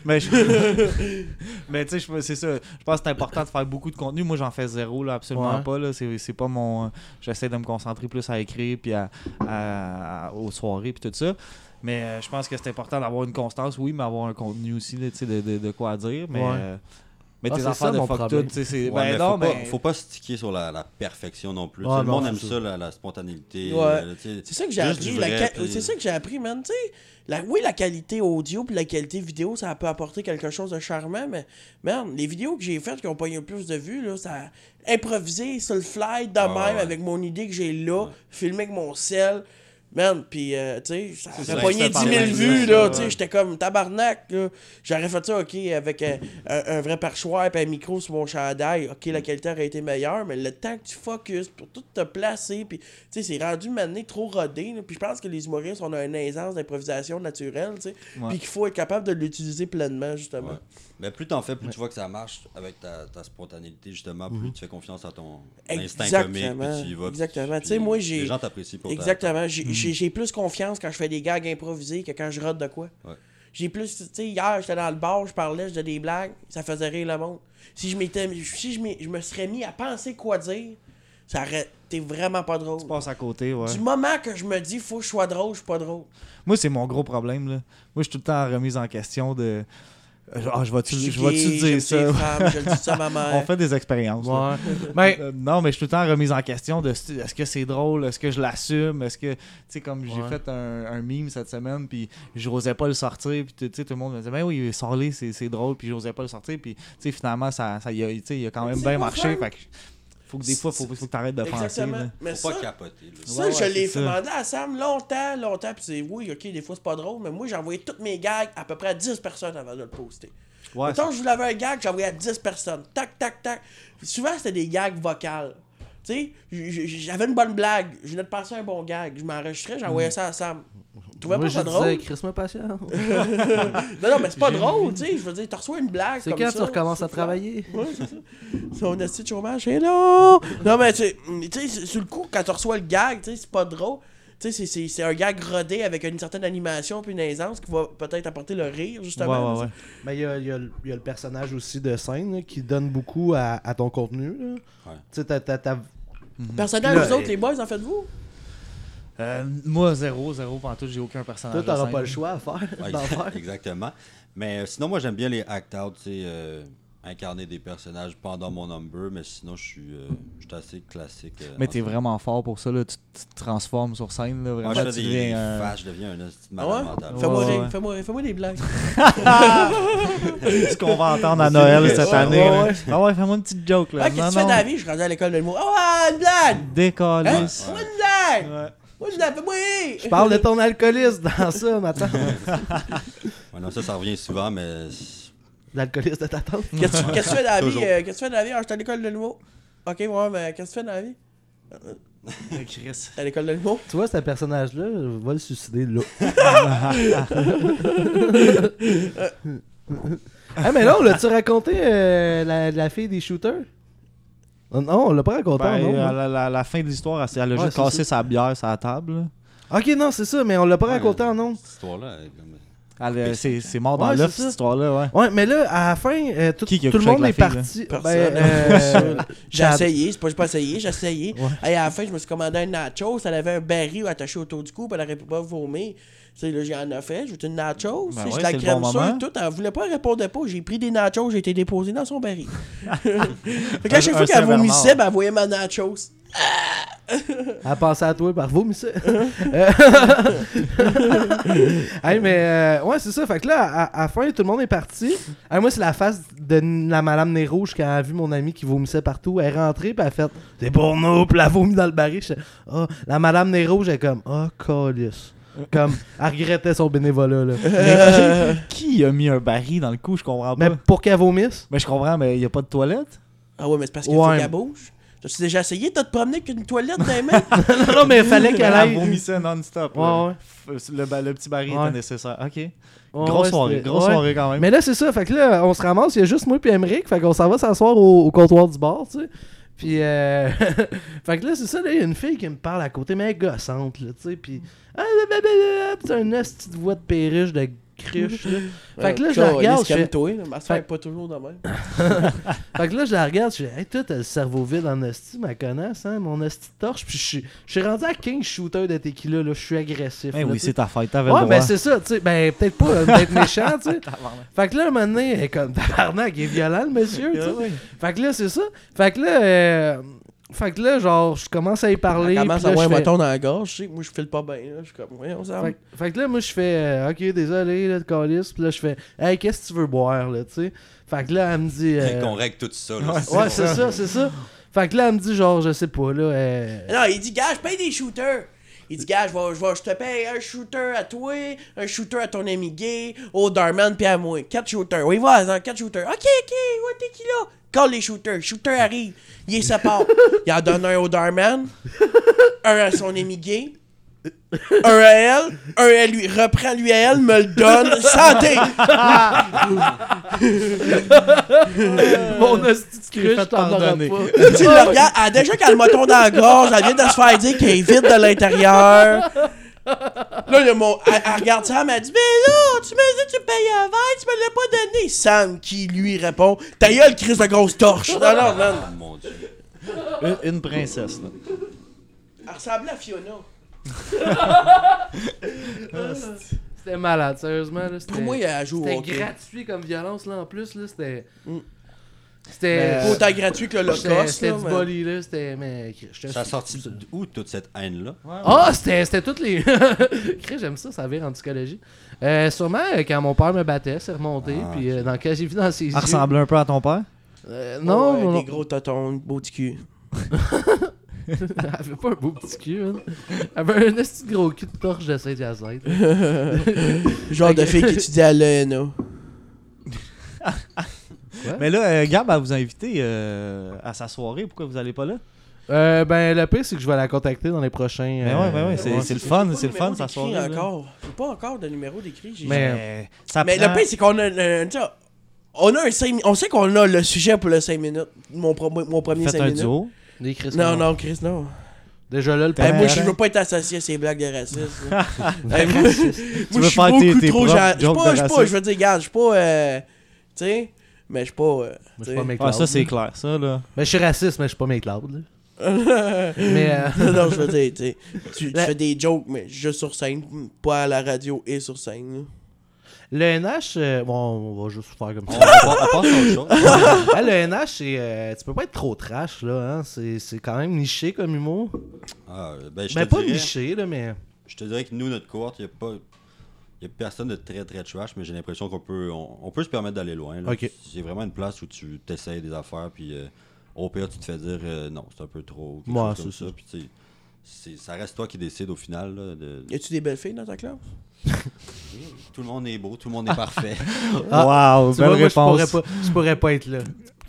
D: Mais, je- mais tu sais, je- c'est ça. Je pense que c'est important de faire beaucoup de contenu. Moi, j'en fais zéro, là, absolument
C: Ouais.
D: pas. Là. C'est, c'est pas mon. J'essaie de me concentrer plus à écrire, puis à, à- à- aux soirées, puis tout ça. Mais euh, je pense que c'est important d'avoir une constance, oui, mais avoir un contenu aussi, là, tu sais, de, de, de quoi dire. Mais,
C: Ouais.
D: euh, mais
C: Ah,
D: tes
C: c'est
D: affaires
C: ça,
D: de
C: mon
D: fuck tout,
C: problème.
D: tu sais, c'est.
E: Ouais,
D: ben
E: mais
D: non,
E: faut,
D: mais.
E: Pas, faut pas sticker sur la, la perfection non plus.
B: Ah
C: Ouais,
E: Tu sais, le
C: non,
E: monde
C: c'est
E: aime
C: ça.
E: ça, la, la spontanéité.
B: Ouais.
E: euh, tu sais,
B: C'est ça que j'ai
E: Juste
B: appris.
E: du
B: la
E: vrai,
B: ca-
E: puis-
B: C'est ça que j'ai appris, man. Tu sais, la... oui, la qualité audio puis la qualité vidéo, ça peut apporter quelque chose de charmant, mais, man, les vidéos que j'ai faites qui ont pogné le plus de vues, là, ça improvisé sur le fly de
E: Ouais,
B: même
E: Ah, ouais.
B: avec mon idée que j'ai là,
E: Ouais.
B: filmé avec mon sel. Man, pis euh, tu sais, ça
E: C'est
B: a
E: ça,
B: pogné
E: c'est
B: 10 000
E: pareil,
B: vues,
E: ça,
B: là,
E: ouais.
B: tu sais, j'étais comme tabarnak, là. J'aurais fait ça, ok, avec euh, un, un vrai perchoir et un micro sur mon chandail, ok, la qualité aurait été meilleure, mais le temps que tu focuses pour tout te placer, puis tu sais, c'est rendu maintenant trop rodé, là, puis je pense que les humoristes, on a une aisance d'improvisation naturelle, tu sais,
D: Ouais.
B: puis qu'il faut être capable de l'utiliser pleinement, justement.
E: Ouais. Mais plus t'en fais, plus tu vois que ça marche avec ta, ta spontanéité, justement, plus tu fais confiance à ton instinct comique,
B: Mhm. Exactement.
E: puis tu y vas. puis-
B: Exactement.
E: puis
B: Tu sais, moi, j'ai-
E: Les gens t'apprécient pour ta-
B: Exactement. J'ai
D: Hmm.
B: j'ai- j'ai plus confiance quand je fais des gags improvisés que quand je rate de quoi.
E: Ouais.
B: J'ai plus. Tu sais, hier, j'étais dans le bar, je parlais, je faisais des blagues, ça faisait rire le monde. Si je m'étais. Si je, m'é- je me serais mis à penser quoi dire, ça aurait été vraiment pas drôle.
D: Tu passes à côté, ouais.
B: Du moment que je me dis, faut que je sois drôle, je suis pas drôle.
D: Moi, c'est mon gros problème. Là. Moi, je suis tout le temps en remise en question de. euh, Ah, je vais-tu
B: Je suis
D: je vais-tu
B: gay, j'aime
D: dire
B: les
D: ça?
B: femmes, je le dis ça à ma
D: On
B: mère.
D: fait des expériences. là.
C: Ouais. Ben, Mais
D: Euh, non, mais je suis tout le temps remise en question de stu- est-ce que c'est drôle, est-ce que je l'assume, est-ce que, tu sais, comme j'ai
C: Ouais.
D: fait un, un meme cette semaine, puis je n'osais pas le sortir, puis tu tu sais, tout le monde me disait, ben oui, sors-le, c'est c'est drôle, puis j'osais pas le sortir, puis tu sais, finalement, ça, ça y a, tu sais, il a quand même
B: C'est
D: bien
B: pas
D: marché,
B: fun.
D: fait que faut que des fois, faut, faut que t'arrêtes de penser.
B: Exactement.
D: là.
B: Mais
E: Faut
B: ça,
E: pas capoter. là.
B: Ça,
D: Ouais,
B: je
D: ouais,
B: l'ai
D: c'est ça.
B: demandé à Sam longtemps, longtemps, puis c'est oui, ok, des fois c'est pas drôle, mais moi j'envoyais toutes mes gags à peu près à 10 personnes avant de le poster.
D: Ouais,
B: Mettons, je voulais avoir un gag, j'envoyais à 10 personnes. Tac, tac, tac. Souvent, c'était des gags vocales. Tu sais, j- j- j'avais une bonne blague, je venais de passer un bon gag, je m'enregistrais, j'envoyais ça à Sam. Tu trouvais
C: Mm. moi,
B: pas
C: je
B: ça
C: disais,
B: drôle?
C: Chris-moi patience.
B: Non, non, mais c'est pas drôle, tu sais. Je veux dire, t'as reçu une blague.
C: C'est
B: comme
C: quand
B: ça,
C: tu recommences
B: sur
C: à
B: le fly.
C: travailler?
B: Son assis de chômage, hello! Non, mais tu tu sais, c'est- sur le coup, quand tu reçois le gag, tu sais, c'est pas drôle. Tu sais, c'est- c'est- c'est un gag rodé avec une certaine animation puis une aisance qui va peut-être apporter le rire, justement.
D: ouais, ouais.
C: Mais il y a, il y a le- il y a le personnage aussi de scène là, qui donne beaucoup à, à ton contenu. là.
E: Ouais.
C: Tu sais, t'as- t'as- t'as-
B: Personnage,
C: Là,
B: vous autres,
C: et-
B: les boys, en faites-vous?
D: Euh, moi, zéro, zéro, pantoute, j'ai aucun personnage.
C: toi,
D: de
C: t'auras
D: scène.
C: pas le choix à faire.
E: Ouais,
C: d'en faire.
E: Exactement. Mais euh, sinon, moi, j'aime bien les act-out, tu sais, euh, incarner des personnages pendant mon number, mais sinon, je suis euh, je suis assez classique. euh,
D: Mais
E: en
D: t'es vraiment fort pour ça, là. Tu tu te transformes sur scène, là. Vraiment,
E: Moi, je fais
D: tu
E: des,
D: deviens,
E: des
D: euh,
E: faces, je deviens un esti de
B: Ah
E: malade mental.
B: ouais?
D: Ouais,
B: Fais-moi
D: ouais,
B: rire,
D: ouais.
B: fais-moi fais-moi des blagues.
D: ce qu'on va entendre à Noël cette
B: Ouais,
D: année.
B: ouais,
D: là.
B: ouais.
D: Ah ouais, fais-moi une petite joke, là.
B: Ah, qu'est-ce que tu fais dans la vie? Je suis rendu à l'école de l'humour. Ah, ouais, une blague! Hein?
D: Décalisse.
B: Moi, une
C: Hein?
B: blague!
D: Ouais.
B: Moi, une blague, fais-moi rire!
C: Je parle de ton alcoolisme dans ça, maintenant.
E: Ouais, non, ça, ça revient souvent, mais. c'est-
C: L'alcoolisme de ta tante.
B: Qu'est-ce que tu- qu'est-ce que tu fais dans la vie?
E: Toujours.
B: euh, Qu'est-ce que tu fais dans la vie? Ah, je suis à l'école de l'humour. Ok, ouais, mais qu'est-ce que tu fais dans la vie?
D: Chris.
B: T'es à l'école de l'humour?
C: Tu vois, ce personnage-là, va le suicider là. ah, mais là, on l'a-tu raconté euh, la, la fille des shooters Oh, Non, on l'a pas raconté.
D: Ben,
C: non,
D: à
C: non.
D: la, la- la fin de l'histoire, elle, elle a
C: Ouais,
D: juste
C: c'est
D: cassé
C: ça.
D: sa bière sur la table. là.
C: Ok, non, c'est ça, mais on l'a pas raconté en nom.
E: Cette histoire-là, elle est comme-
D: Elle, euh, c'est, c'est mort dans
C: Ouais,
D: l'œuf,
C: c'est
D: cette
C: ça.
D: histoire-là, ouais.
C: Ouais, mais là, à la fin, euh, tout,
D: Qui qui a
C: tout le
D: couché
C: monde est
D: avec la
C: parti.
B: Personne. hein.
C: euh,
B: J'ai
C: Chad.
B: essayé, c'est pas j'ai pas essayé, j'ai essayé.
C: Ouais.
B: Et à la fin, je me suis commandé un nachos, elle avait un baril attaché autour du cou, puis elle aurait pu pas vomir. Tu sais, là, j'en ai fait, j'ai eu une nachos, tu
D: Ben
B: sais,
D: ouais,
B: je la
D: c'est le
B: crème
D: bon
B: sûre,
D: moment.
B: tout, elle voulait pas, elle répondait pas. J'ai pris des nachos, j'ai été déposé dans son baril. fait que
D: Un-
B: à chaque
D: un
B: fois qu'elle
D: Saint-Bernard.
B: vomissait, ben, elle voyait ma nachos.
C: À penser à toi par vous, mais ça. hey, mais euh, ouais, c'est ça. Fait que là, à, à la fin, tout le monde est parti. Hey, moi, c'est la face de n- la Madame Nez Rouge quand elle a vu mon ami qui vomissait partout. Elle est rentrée, puis elle a fait C'est pour nous, puis elle a vomi dans le baril. J'étais, Ah, la Madame Nez Rouge, elle est comme Oh, calice. Comme, elle regrettait son bénévolat. Là.
D: Mais qui, qui a mis un baril dans le cou, je comprends pas.
C: Mais
D: Mais,
C: pour qu'elle vomisse,
D: je comprends, mais il n'y a pas de toilette.
B: Ah ouais, mais c'est parce qu'il
C: Ouais.
B: faut qu'elle bouge. T'as-tu déjà essayé de te promener avec une toilette dans les mains?
C: non, non, mais il fallait qu'elle
D: Elle
C: aille.
D: vomissait non-stop.
C: Ouais,
D: là.
C: ouais.
D: F- euh, Le, ba- le petit baril
C: Ouais.
D: était nécessaire. Ok.
C: Ouais,
D: grosse
C: ouais,
D: soirée,
C: c'était-
D: grosse
C: ouais.
D: soirée quand même.
C: Mais là, c'est ça. Fait que là, on se ramasse. Il y a juste moi et Emmerich. Fait qu'on s'en va s'asseoir au, au comptoir du bar, tu sais. Puis, euh... fait que là, c'est ça. Là, il y a une fille qui me parle à côté, mais elle est gossante, là, tu sais. Puis, ah, blablabla, puis c'est une petite voix de perruche, de cruche, là. Fait que là, je la regarde. je fais-
B: Euh, Calme-toi, là, ma soeur
C: Fait-
B: est pas toujours de même.
C: Fait que là, je la regarde, je fais, hey, toi, t'as le cerveau vide en hostie, ma connasse, hein, mon hostie de torche. Puis je suis- je suis rendu à 15 shooters de tequila, là, je suis agressif.
D: Eh
C: là,
D: oui,
C: tu sais.
D: c'est ta fête, t'avais
C: Ouais,
D: le
C: ben
D: droit.
C: c'est ça, tu sais. Ben, peut-être pas, euh, peut-être méchant, tu sais. fait que là, un moment donné, elle est comme tabarnak, il est violent, le monsieur,
B: Ah
C: tu sais. Fait que là, c'est ça. Fait que là, euh, fait que là, genre, je commence à y
B: Elle
C: parler.
B: commence
C: puis
B: à
C: là,
B: avoir un
C: je fais-
B: bâton dans la gorge, je sais que moi je file pas bien, là. Je suis comme, ouais, on s'en
C: Fait, fait que là, moi, je fais euh, Ok, désolé, là, de calice. Puis là, je fais Hey, qu'est-ce que tu veux boire, là, tu sais. Fait que là, elle me dit. euh,
E: Qu'on règle tout ça. là,
C: Ouais, c'est ça, c'est ça. Fait que là, elle me dit, genre, je sais pas, là. euh,
B: Non, il dit, gars, je paye des shooters. Il dit, gars, je, vais- je, vais- je te paye un shooter à toi, un shooter à ton ami gay, au Darman puis à moi. Quatre shooters. Oui, vas-y, quatre shooters. Ok, ok, ouais, t'es qui là? Call les shooters. Shooter arrive. Il est sépare. Il en donne un au Darman, un à son ami gay, un à elle, un à lui. Reprends lui à elle, me le donne. Santé! Euh,
C: Mon hostie de cruche,
D: fait
C: t'en auras
D: pardonner.
C: pas.
B: tu le regardes, elle a déjà qu'elle a le moton dans la gorge, elle vient de se faire dire qu'elle est vide de l'intérieur. Là, le mon, elle, elle regarde Sam, elle dit Mais là, tu me dis, tu payes un verre, tu me l'as pas donné. Sam qui lui répond Ta gueule, crise de grosse torche. Non, non, non.
E: Ah, mon Dieu.
D: Une, une princesse, là.
B: Elle ressemblait à Fiona.
C: C'était malade, sérieusement, là. c'était-
B: Pour moi, elle joue au
C: C'était
B: hockey.
C: gratuit comme violence, là, en plus, là. C'était.
B: Mm.
C: C'était.
B: Pas autant gratuit que le
C: euh, C'était
B: Locoste.
C: c'était du body, là. C'était. Mais. j'étais-
E: Ça a sorti d'où toute cette haine-là
C: Ah, c'était c'était toutes les. Chris, j'aime ça, ça vire en psychologie. Euh, sûrement, euh, quand mon père me battait, c'est remonté.
E: Ah,
C: puis, euh, dans quand j'ai vu dans ses yeux.
D: Elle ressemblait un peu à ton père.
C: Euh, non, non, non.
B: Des gros totons, beau petit cul.
C: Elle avait pas un beau petit cul, hein. Elle avait un petit gros cul de torche de Saint-Hyacinthe.
B: Genre de fille qui étudie à l'ENA.
D: Mais là, euh, Gab, elle vous a invité euh, à sa soirée. Pourquoi vous allez pas là?
C: Euh, ben, le pire, c'est que je vais la contacter dans les prochains.
D: Mais
C: euh,
D: Ben ouais, ouais, ouais, c'est c'est le
B: J'ai
D: fun,
B: pas
D: c'est le
B: numéro
D: fun, Euh, sa
B: d'écrit
D: soirée. là.
B: encore. J'ai pas encore de numéro d'écrit. j'ai-
C: Mais-
D: Mais, ça
B: Mais
D: prend-
B: le pire, c'est qu'on a. euh, tu sais, on a un 5 On sait qu'on a le sujet pour le 5 minutes. Mon, pro- mon premier
D: Faites
B: 5
D: un
B: minutes.
D: duo.
C: Des Chris
B: Non,
C: Noir.
B: non, Chris, non.
C: Déjà là, le
B: Hey,
D: Euh,
B: moi, je
D: attends.
B: veux pas être associé à ces blagues de racisme. là. Hey, moi, moi, je suis
D: faire tes-
B: beaucoup
D: tes
B: trop.
D: propres
B: gen- Je suis
D: jokes
B: pas,
D: de
B: je suis pas,
D: racisme.
B: je veux dire, regarde, je suis pas. euh, tu sais, mais je suis pas. euh,
C: Mais
B: tu
C: je suis
B: sais.
C: pas McLeod.
D: Ah, ça, c'est clair, ça, là.
C: Mais Ben, je suis raciste, mais je suis pas McLeod. là. mais. euh,
B: non, non, je veux dire, tu sais, tu, tu
C: La-
B: fais des jokes, mais juste sur scène, pas à la radio et sur scène. là.
C: Le NH, euh, bon, on va juste faire comme
E: On
C: ça.
E: on passe à autre chose.
C: Ouais, le NH, c'est, euh, tu peux pas être trop trash, là. Hein? C'est, c'est quand même niché comme humour.
E: Ah, ben, je
C: Ben,
E: te
C: pas
E: dirais,
C: niché, là, mais.
E: je te dirais que nous, notre cohorte, il n'y a pas. y a personne de très très trash, mais j'ai l'impression qu'on peut, on, on peut se permettre d'aller loin. là.
C: Ok.
E: C'est vraiment une place où tu t'essayes des affaires, puis euh, au pire, tu te fais dire euh, non, c'est un peu trop. quelque
C: Ouais,
E: chose comme
C: c'est
E: ça.
C: ça.
E: Puis, tu sais, c'est- ça reste toi qui décide au final. là, de-
B: Y a-tu des belles filles dans ta classe?
E: Tout le monde est beau, tout le monde est parfait.
D: Waouh,
C: Tu vois,
D: belle
C: moi, je pourrais,
D: réponse.
C: pas, je pourrais pas être là.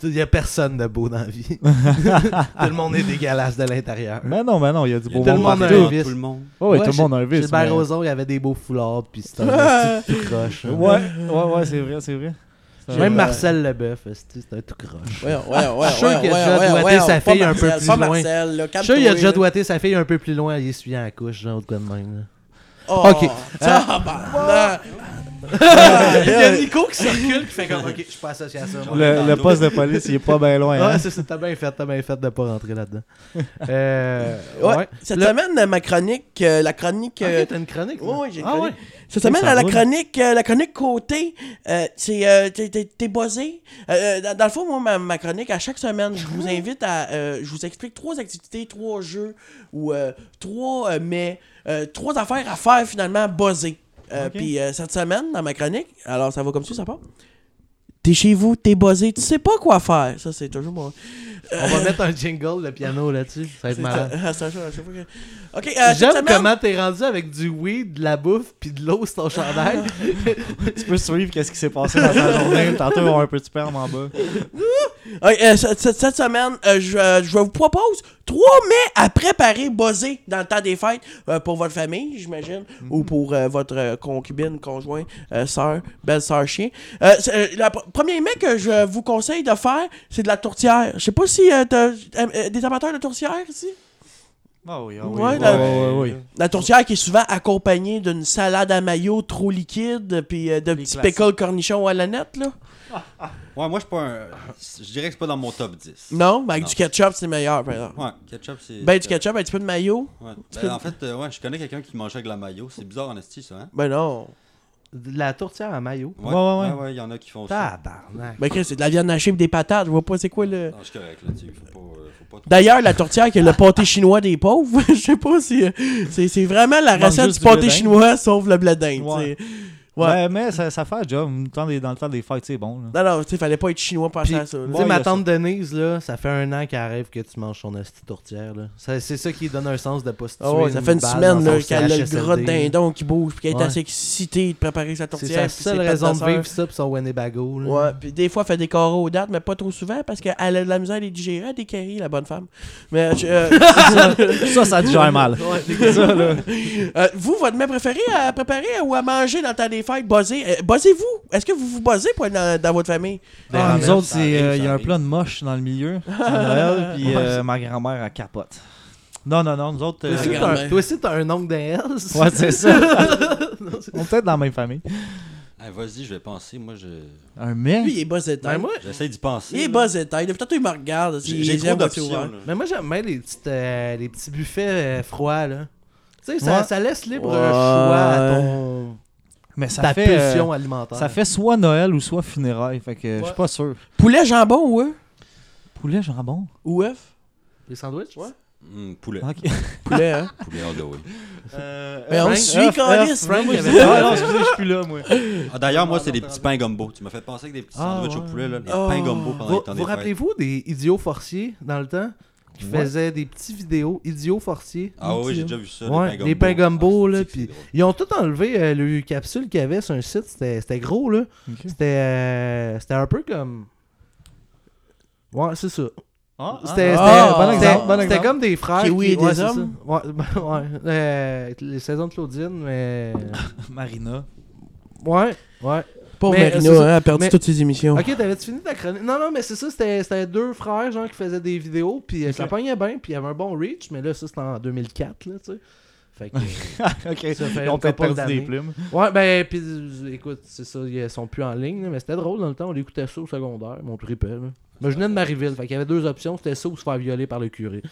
C: Il y a personne de beau dans la vie. Tout le monde est dégueulasse de l'intérieur.
D: Mais Ben non, mais non, il y a du
E: Il y a
D: beau
E: tout le
D: monde
E: monde
D: partout.
E: devant
C: vice.
E: tout le monde.
D: Ouais, ouais, tout le monde a un vice.
C: Gilbert
D: mais-
C: Rozon, il avait des beaux foulards, puis c'était un petit tout croche. hein.
D: Ouais, ouais, ouais, c'est vrai, c'est vrai. C'est
C: Même
D: un-
C: Marcel Leboeuf, euh, c'était c'était un tout croche.
B: Ouais, ouais, ouais. ouais,
C: suis sûr
B: ouais,
C: qu'il a
B: ouais,
C: déjà
B: ouais,
C: doigté
B: ouais,
C: sa
B: pas
C: fille un
B: Marcel,
C: peu plus
B: pas
C: loin.
B: Marcel, là,
C: Je suis sûr, il a déjà
B: calme-toi, là.
C: doigté sa fille un peu plus loin, il est suivi en couche, genre, de quoi de même. là.
B: Oh,
C: Ok. Euh,
B: tabarnak.
C: Il y a Nico qui circule qui fait comme Ok, je suis pas associé à ça. moi.
D: Le, le poste de police, il est pas bien loin.
C: Ouais,
D: hein.
C: c'est ça, t'as bien fait, t'as bien fait de pas rentrer là-dedans. Euh,
B: Ouais.
C: ouais.
B: Cette
C: Le- Ah,
B: semaine, euh, ma chronique, euh, la chronique. euh,
C: Ok, t'as une chronique. toi.
B: ouais, ouais, j'ai une
C: Ah
B: chronique.
C: ouais.
B: Cette semaine,
D: ça
B: à la
D: roule.
B: chronique, euh, la chronique côté, euh, c'est euh, t'es- t'es t'es buzzé. Euh, euh, dans, dans le fond, moi, ma, ma chronique, à chaque semaine, je
C: Ah.
B: vous invite à, euh, je vous explique trois activités, trois jeux ou euh, trois euh, mais euh, trois affaires à faire finalement buzzées. Euh,
D: Ok.
B: Puis euh, cette semaine, dans ma chronique, alors ça va comme suit, ça part. T'es chez vous, t'es buzzé, tu sais pas quoi faire. Ça, c'est toujours moi.
C: On va mettre un jingle, le piano là-dessus. Ça va être malade.
B: Ah, c'est un jeu, je sais pas que- Ok, euh, cette
C: J'aime
B: semaine-
C: comment t'es rendu avec du weed, de la bouffe, puis de l'eau sur ton chandail.
D: Tu peux suivre qu'est-ce qui s'est passé dans ta journée. Tantôt, on a un petit sperme en bas.
B: Ouais, euh, cette, cette- cette semaine, euh, je, euh, je vous propose trois mets à préparer, buzzer dans le temps des fêtes euh, pour votre famille, j'imagine,
C: Mhm.
B: ou pour euh, votre euh, concubine, conjoint, euh, sœur, belle-sœur, chien. Euh, c'est, euh, le pr- premier mets que je vous conseille de faire, c'est de la tourtière. Je sais pas si euh, t'as euh, euh, des amateurs de tourtière ici.
D: Ah oui, ah
B: oui.
D: oui.
B: Ouais, la- La tourtière qui est souvent accompagnée d'une salade à mayo trop liquide, puis euh, de
D: Les
B: petits
D: classiques.
B: pickles cornichons à la nette, là.
E: Ouais, moi, je suis pas un. Je dirais que c'est pas dans mon top 10.
B: Non, mais avec
E: Non.
B: du ketchup, c'est meilleur, par exemple.
E: Ouais, ketchup, c'est.
B: Ben, du ketchup, un petit peu de mayo.
E: Ouais. Ben, en fait, euh, ouais, je connais quelqu'un qui mangeait avec la mayo. C'est bizarre en esti, ça, hein?
B: Ben non.
C: De la tourtière à maillot.
E: Ouais,
D: Ouais, ouais, ouais.
E: ouais. il y en a qui font ça.
C: Tabarnak.
B: Ben Chris, c'est de la viande hachée et des patates, je vois pas c'est quoi le...
E: Non, je suis correct, là, tu sais, Faut pas. euh, faut pas trop-
B: D'ailleurs, la tourtière qui est le pâté chinois des pauvres, je sais pas si... euh, C'est c'est vraiment la
D: Manque
B: recette
D: juste
B: du
D: du
B: pâté
D: blé d'Inde.
B: chinois sauf le blé d'Inde,
D: Ouais.
B: tu sais. Ouais.
D: Ouais, Ben, mais ça, ça fait un job. Dans, les- dans le temps des fêtes, c'est bon. Là.
B: Non, non, tu sais, fallait pas être chinois pour acheter
C: Puis,
B: ça. là.
C: tu
D: Ouais,
C: sais, ma
D: il y a
C: tante Denise, là, ça fait un an qu'elle rêve que tu manges son asti tourtière, là. Ça- C'est ça qui donne un sens de pas se tuer
B: Ah ouais, ça
C: une
B: fait une
C: balle
B: semaine
C: dans
B: là,
C: son
B: qu'elle a le
C: CHSLD,
B: gros
C: là.
B: dindon qui bouge puis qu'elle est
C: Ouais.
B: assez excitée de préparer sa
C: C'est
B: tourtière.
C: sa
B: puis ses
C: seule
B: pâtes
C: raison de
B: sœur.
C: vivre ça pis son Winnebago, là.
B: Ouais, puis des fois, elle fait des carreaux aux dates, mais pas trop souvent parce qu'elle a de la misère à les digérer, elle décarie, la bonne femme. Mais je- euh,
D: Ça, ça digère mal. ça, là.
B: Euh, vous, votre mets préféré à préparer ou à manger dans le temps des fêtes, buzzer, euh, buzzez-vous. Est-ce que vous vous buzzez pour être dans, dans votre famille?
C: Des
D: Ah,
C: ramen,
D: nous autres,
E: ça
D: c'est,
E: arrive,
D: euh,
E: ça
D: il y a un
E: arrive.
D: plat de moche dans le milieu à Noël, puis euh, ma grand-mère, elle capote. Non, non, non, nous autres... euh,
C: Toi aussi,
B: Ouais,
C: t'as un-
B: mais-
C: Toi aussi, t'as un oncle d'Els.
D: ouais, c'est ça. On est peut-être dans la même famille.
E: Hey, Vas-y, je vais penser. Moi, je.
D: Un mec?
B: Lui, il est buzzé de
C: Ben, moi,
E: J'essaie d'y penser.
B: Il est
E: là.
B: buzzé de tête. Depuis tantôt, il me regarde.
E: J'ai
B: Il
E: j'ai
B: les
E: trop
B: aime, tu
E: d'options,
B: vois.
E: là.
C: Mais ben, moi j'aime bien les, petites, euh, les petits buffets euh, froids là. Tu sais, ça,
D: Ouais.
C: ça laisse libre
B: Ouais.
C: choix à ton,
D: Mais ça
C: ta
D: fait, euh,
C: pulsion alimentaire.
D: ça fait soit Noël ou soit funérailles, fait que euh, je suis pas sûr.
B: Poulet, jambon ou œuf?
D: Poulet, jambon?
B: Ou œuf?
C: Les sandwichs? Ouais.
E: Hum, poulet.
D: Ah, Ok.
B: Poulet, hein?
E: Poulet all the way.
B: Mais Ben, on
C: Frank,
B: suit,
C: Frank,
B: câlisse,
C: Frank,
B: moi,
C: il y avait-
D: Ah non, excusez, je suis plus là, moi.
E: Ah, D'ailleurs, moi, c'est des petits pains gumbo. Tu m'as fait penser avec des petits
D: Ah,
E: sandwichs au
D: ouais.
E: poulet, là. Des
B: Oh.
E: pains gumbo
D: Ah,
E: pendant
C: Vous,
E: les
C: vous
E: temps des fêtes.
C: rappelez-vous des idiots forciers dans le temps qui
D: Ouais.
C: faisaient des petites vidéos idiots forciers?
E: Ah oui, j'ai
C: Idiots.
E: déjà vu ça.
C: Ouais, les pains gumbo,
E: gumbo Ah,
C: là, puis ils ont tout enlevé euh, le capsule qu'il y avait sur un site, c'était c'était gros là. C'était euh, c'était un peu comme Ouais, c'est ça.
D: Ah, ah,
C: C'était
B: Ah,
C: c'était-
B: bon
C: c'était-
B: exemple, bon
C: c'était
D: exemple.
C: comme des frères.
B: Kiwi et
C: ouais,
B: des
C: c'est ça.
B: hommes?
C: Ouais, ben, ouais. Euh, les saisons de Claudine, mais.
D: Marina.
C: Ouais, ouais.
B: Pour
C: Mais,
B: Marina,
C: euh, c'est
B: hein,
C: ça.
B: elle a perdu
C: Mais-
B: toutes ses émissions.
C: Ok, t'avais-tu fini ta chronique Non, non, mais c'est ça, c'était c'était deux frères, genre, qui faisaient des vidéos, puis euh, ça pognait bien, puis il y avait un bon reach, mais là, ça, c'était en 2004, là, tu sais. Fait que. euh,
D: ok,
C: Ça fait
D: ils ont
C: une
D: peut-être
C: couple
D: perdu des
C: d'années.
D: plumes.
C: ouais, ben, puis euh, écoute, c'est ça, ils sont plus en ligne, là, mais c'était drôle dans le temps, on écoutait ça au secondaire, mon tripel. là. Mais je venais de Marieville, fait qu'il y avait deux options, c'était ça ou se faire violer par le curé.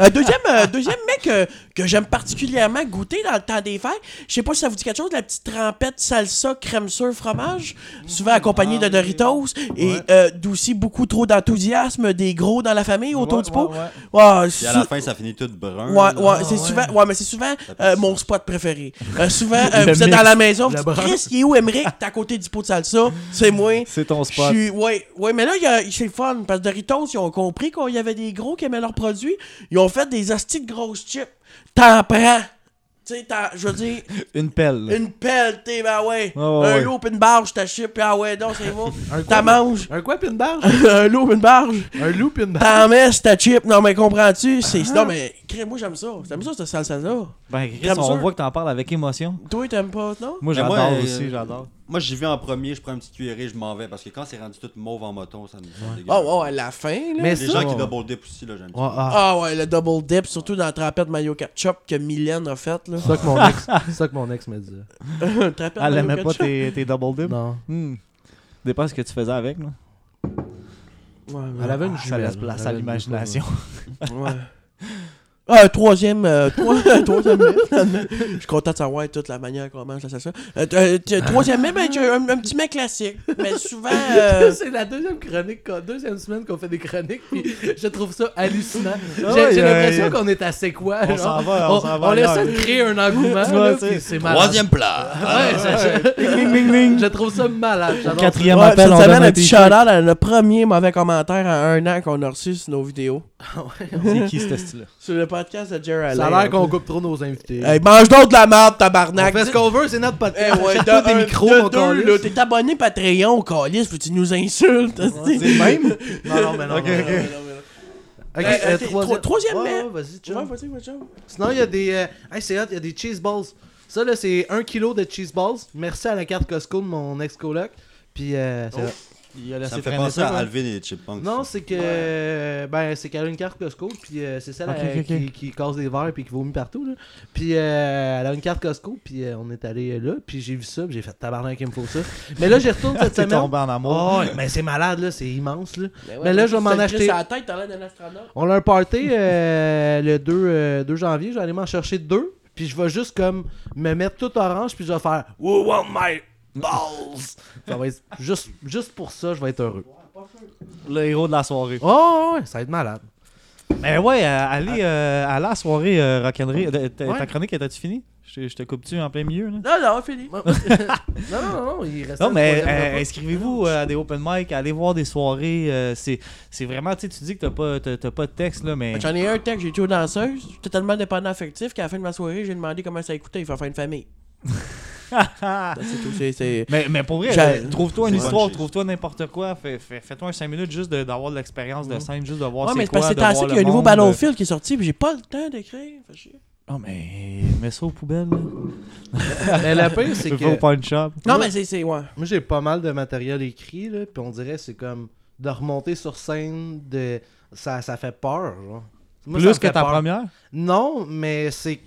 B: Euh, deuxième, euh, deuxième mec euh, que j'aime particulièrement goûter dans le temps des fêtes, je sais pas si ça vous dit quelque chose, la petite trempette salsa crème sur fromage, souvent accompagnée de
D: Ah oui.
B: Doritos et
D: Ouais.
B: euh, d'aussi beaucoup trop d'enthousiasme des gros dans la famille autour
D: Ouais,
B: du pot.
D: ouais, ouais. Ah,
B: Ouais,
E: Puis à
B: sou-
E: la fin, ça finit tout brun.
B: Ouais,
E: là.
B: ouais, c'est
D: ouais.
B: souvent, ouais, mais c'est souvent euh, mon spot préféré. Euh, souvent, euh,
D: Le
B: vous êtes
D: mix,
B: dans la maison, vous
C: la
B: dites,
C: brosse.
B: Chris, il est où Emmerich? T'es à côté du pot de salsa, c'est moi.
D: C'est ton
B: Je
D: spot.
B: suis- ouais, ouais, mais là, il y a- c'est le fun, parce que Doritos, ils ont compris qu'il y avait des gros qui aimaient leurs produits. Ils ont fait des hosties de grosses chips. T'en prends. Tu sais, t'en- je veux dire,
D: Une pelle. là.
B: une pelle, t'es, ben ouais.
D: Ouais, ouais,
B: un
D: ouais.
B: loup pis une barge, ta chip, pis ah ouais, non, c'est bon. T'en manges.
C: Un quoi, puis une barge
B: un loup pis une barge.
C: Un loup, puis une barge
B: T'en mets, c'est ta chip. Non, mais comprends-tu? C'est, non, mais, crème, moi, j'aime ça. J'aime ça, cette salsa-là.
D: Ben, Chris,
B: Crème
D: on
B: sûre.
D: voit que t'en parles avec émotion.
B: Toi, t'aimes pas, non?
D: Moi,
E: Mais moi,
D: j'adore
E: euh,
D: aussi, j'adore.
E: Moi, j'y vais en premier, je prends une petite cuillerée, je m'en vais. Parce que quand c'est rendu tout mauve en moton, ça me ça me dégueule.
B: Oh, oh, à la fin, là.
C: Mais
E: Les
C: ça-
E: gens qui double dip aussi, là, j'aime
C: Ouais,
E: ça.
C: ah,
B: Ah ouais, le double dip, surtout dans la trapette mayo ketchup que Mylène a faite, là.
C: C'est ça que mon ex, c'est ça que mon ex me disait.
B: Trapette
D: Elle
B: mayo
D: aimait pas
B: ah, ketchup.
D: tes, tes double dips?
C: Non.
D: Hmm. Dépend ce que tu faisais avec, là.
B: Ouais, ouais.
C: Elle avait une
D: Ça
C: jumelle.
D: laisse place
C: Elle
D: à
C: avait une
D: l'imagination.
B: Ouais. Ah, troisième, euh, trois- troisième mets, finalement. Je suis content de savoir toute la manière qu'on mange la salsa. Euh, t- euh, t- troisième mets, ben, j'ai un, un petit mets classique. Mais souvent. euh,
C: C'est la deuxième chronique, qu'on- deuxième semaine qu'on fait des chroniques, puis je trouve ça hallucinant. J'ai
D: ouais,
C: j'ai
D: y a-
C: l'impression
D: y a-
C: qu'on est assez quoi.
D: On
C: genre.
D: s'en va, on
C: On-
D: s'en va
C: On laisse ça
D: ailleurs.
C: créer un engouement, là,
D: Tu vois, tu sais.
C: puis c'est malade.
E: Troisième plat.
C: Ouais, ça-
D: Ding, ding, ding, ding.
C: je trouve ça malade. j'adore
D: Quatrième
B: ouais,
D: appel,
B: cette
D: on
B: semaine,
D: donne
B: un
D: un
B: petit
D: t-shirt.
B: shout-out à le premier mauvais commentaire en un an qu'on a reçu sur nos vidéos.
D: C'est qui ce style-là?
B: Sur le podcast de Jerry Allen.
C: Ça a l'air qu'on coupe trop nos invités.
B: Hey, mange donc de la merde, tabarnak!
C: on fait ce qu'on veut, c'est notre
B: Eh
C: podcast.
B: ouais,
C: Achète-toi
B: de
C: des
B: un,
C: micros,
B: de
C: mon
B: deux,
C: câlisse.
B: là, T'es abonné Patreon, Calis, puis tu nous insultes. hostie. Ah,
C: C'est le même? Non, non, mais non.
D: Ok,
C: non,
D: ok.
C: non.
B: Hey, Eh,
C: Ok, euh,
B: ok,
C: troisième.
B: tro- troisième
C: Ouais,
B: mais-
C: ouais, vas-y,
B: Ouais,
C: chum.
B: vas-y, vas-y, chum.
C: Sinon, il y a des. euh, hey, c'est hot, il y a des cheese balls. Ça, là, c'est 1 kg de cheese balls. Merci à la carte Costco de mon ex-coloc. Puis, euh,
D: Oh.
C: c'est hot.
D: Il a laissé
E: Ça me fait
D: traîner
E: penser à
D: ouais.
E: Alvin et les Chipmunks.
C: Non, c'est que. Ben, c'est qu'elle a une carte Costco, puis euh, c'est celle
D: Ok,
C: euh,
D: ok,
C: Qui, qui casse des verres puis qui vomit partout, là. Puis euh, elle a une carte Costco, puis euh, on est allé euh, là, puis j'ai vu ça, puis j'ai fait tabarnak, il me faut ça. Mais là, j'y retourne cette
D: T'es
C: semaine.
D: tombé en amour.
C: Oh, mais c'est malade, là, c'est immense, là.
B: Ben
C: Mais
B: ouais,
C: là, je vais m'en
B: tu te
C: acheter.
B: crisses à la tête, t'as l'air d'un astronaute.
C: On a un party euh, le 2, euh, 2 janvier, je vais aller m'en chercher deux, puis je vais juste comme me mettre tout orange, puis je vais faire We want my balls! ça va être juste, juste pour ça, je vais être heureux.
D: Le héros de la soirée.
C: Oh, ouais, ça va être malade.
D: Mais ouais, euh, allez euh, allez à la soirée euh, rock'n'roll. Euh, Ta
C: Ouais.
D: ta chronique, était-tu finie? Je te- je te coupe-tu en plein milieu, là?
B: Non, non, fini.
C: Non, non, non, il reste
D: Non, mais
C: un troisième
D: euh,
C: repas.
D: inscrivez-vous euh, à des open mic, allez voir des soirées. euh, c'est c'est vraiment, tu sais, tu dis que t'as pas, t'as- t'as pas de texte, là, mais.
B: J'en ai un texte, j'ai été aux danseuses. Je suis totalement dépendant affectif qu'à la fin de ma soirée, j'ai demandé comment ça écoutait. Il faut faire une famille.
D: Ah!
B: C'est tout, c'est- c'est.
D: mais, mais pour vrai,
B: J'ai-
D: euh, trouve-toi une
E: C'est
D: histoire,
E: punché.
D: trouve-toi n'importe quoi. Fais- fais- Fais-toi un 5 minutes juste de- d'avoir de l'expérience de scène, juste de voir
B: Mm. Ouais, mais
D: c'est
B: c'est parce que
D: quoi, de
B: c'est assez
D: voir
B: qu'il
D: le
B: y a un nouveau
D: monde. euh.
B: Battlefield qui est sorti, puis j'ai pas le temps d'écrire. Fait chier.
D: Ah, mais mets ça aux poubelles, là.
C: Mais le pire, c'est
D: Tu
C: que.
D: pas une shop.
B: Non,
C: Ouais.
B: mais c'est. c'est- Ouais.
C: Moi, j'ai pas mal de matériel écrit, là, puis on dirait que c'est comme de remonter sur scène, de ça, ça fait peur. genre. Moi, ça me
D: Plus que
C: fait
D: ta
C: peur.
D: première?
C: Non, mais c'est.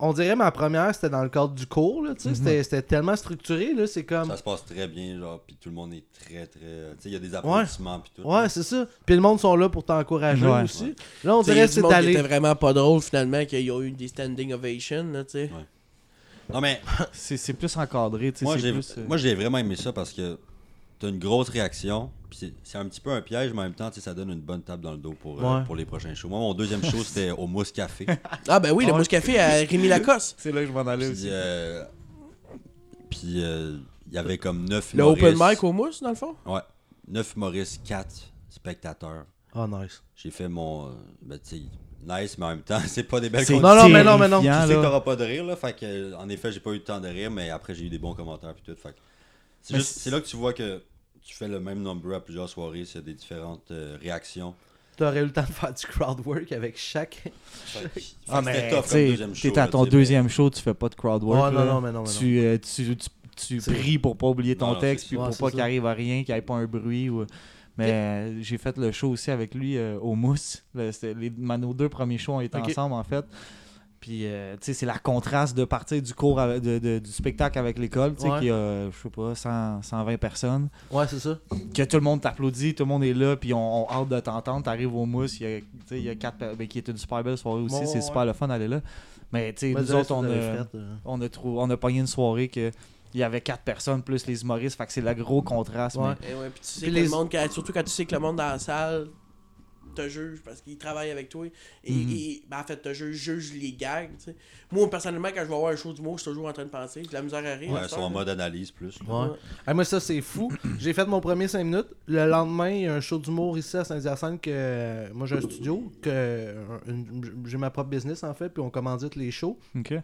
C: On dirait ma première, c'était dans le cadre du cours, là, tu
D: Mhm.
C: sais, c'était- c'était tellement structuré, là, c'est comme.
E: Ça se passe très bien, genre, puis tout le monde est très, très. euh, Tu sais, il y a des applaudissements, puis tout.
C: Ouais, c'est ça. Puis le monde sont là pour t'encourager
D: Ouais.
C: aussi. Là, on
B: Tu sais, il y
C: dirait
B: a
C: que
B: du
C: c'est
B: monde qui
C: allé.
B: était vraiment pas drôle finalement qu'il y a eu des standing ovations, là, tu sais.
E: Non, mais
D: C'est c'est plus encadré, tu sais.
E: moi,
D: c'est
E: j'ai
D: plus, euh,
E: moi, j'ai vraiment aimé ça parce que t'as une grosse réaction, puis c'est- c'est un petit peu un piège, mais en même temps, tu sais, ça donne une bonne tape dans le dos pour, euh,
C: Ouais.
E: pour les prochains shows. Moi, mon deuxième show, c'était au Mousse Café.
B: Ah, ben oui, le mousse café à Rémi Lacoste.
D: C'est là que je m'en allais
E: Puis,
D: aussi.
E: euh, puis, euh, il y avait comme neuf
B: Le
E: humoristes.
B: open mic au mousse, dans le fond.
E: Ouais. Neuf humoristes, quatre spectateurs.
C: Oh, nice.
E: J'ai fait mon. euh, Ben, tu sais, nice, mais en même temps, c'est pas des belles
D: C'est
E: conditions.
C: Non, non, mais non, mais non.
D: terrifiant,
E: Tu sais que
D: Hein, là.
E: t'auras pas de rire, là. Fait que, euh, en effet, j'ai pas eu le temps de rire, mais après, j'ai eu des bons commentaires, puis tout. Fait que c'est
D: Mais
E: juste,
D: c'est-
E: c'est là que tu vois que tu fais le même nombre à plusieurs soirées, s'il y a des différentes euh, réactions.
C: T'aurais eu le temps de faire du crowd work avec chaque.
E: Fait que- fait que
D: Ah, mais
E: c'était tough
D: tu
E: comme
D: sais,
E: deuxième show.
D: t'es à
E: là,
D: ton
E: tu sais, mais-
D: deuxième show, tu fais pas de crowd
C: Ah Ouais,
D: work.
C: non,
D: là.
C: non, mais non, mais non.
D: Tu, euh, tu, tu, tu
C: C'est-
D: pries pour pas oublier ton
E: Non, non,
D: texte,
E: c'est
D: puis
C: sûr. Ouais,
D: pour
C: c'est
D: pas
C: ça.
D: qu'il arrive à rien, qu'il n'y ait pas un bruit. ou- Mais euh, j'ai fait le show aussi avec lui euh, au Mousse. Le- c'était les- ma- nos deux premiers shows, on était
C: Ok.
D: ensemble, en fait. Puis, euh, tu sais, c'est la contraste de partir du cours, avec- de- de- du spectacle avec l'école, tu sais,
C: Ouais.
D: qui a, je sais pas, 100, 120 personnes
C: Ouais, c'est ça.
D: que tout le monde t'applaudit, tout le monde est là, puis on, on hâte de t'entendre, t'arrives au mousse, il y a, tu sais, il y a quatre, per- ben, qui est une super belle soirée aussi,
C: Bon,
D: c'est
C: ouais.
D: super le fun d'aller là. Mais tu sais,
C: Moi, je
D: nous
C: dirais
D: autres,
C: que
D: on
C: t'aurais
D: a,
C: fait, euh,
D: on, a trou- on a pogné une soirée que il y avait quatre personnes plus les humoristes, fait que c'est le gros contraste.
C: Ouais.
D: mais-
B: Et Eh ouais, puis tu sais
C: Puis
B: que
C: les-
B: le monde, quand- surtout quand tu sais que le monde dans la salle te juge parce qu'il travaille avec toi. Et,
D: Mhm.
B: et- ben, en fait, te juge, juge les gags. tu sais. Moi, personnellement, quand je vais voir un show d'humour, je suis toujours en train de penser. J'ai de la misère à rire.
E: Ouais,
B: à
E: ils
B: cette
E: sont en
B: heure, là.
E: mode analyse plus. là.
C: Ouais. Ah, moi, ça, c'est fou. J'ai fait mon premier 5 minutes. Le lendemain, il y a un show d'humour ici à Saint-Hyacinthe que. euh, Moi, j'ai un studio. que euh, une- J'ai ma propre business, en fait, puis on commandite les shows.
D: Ok.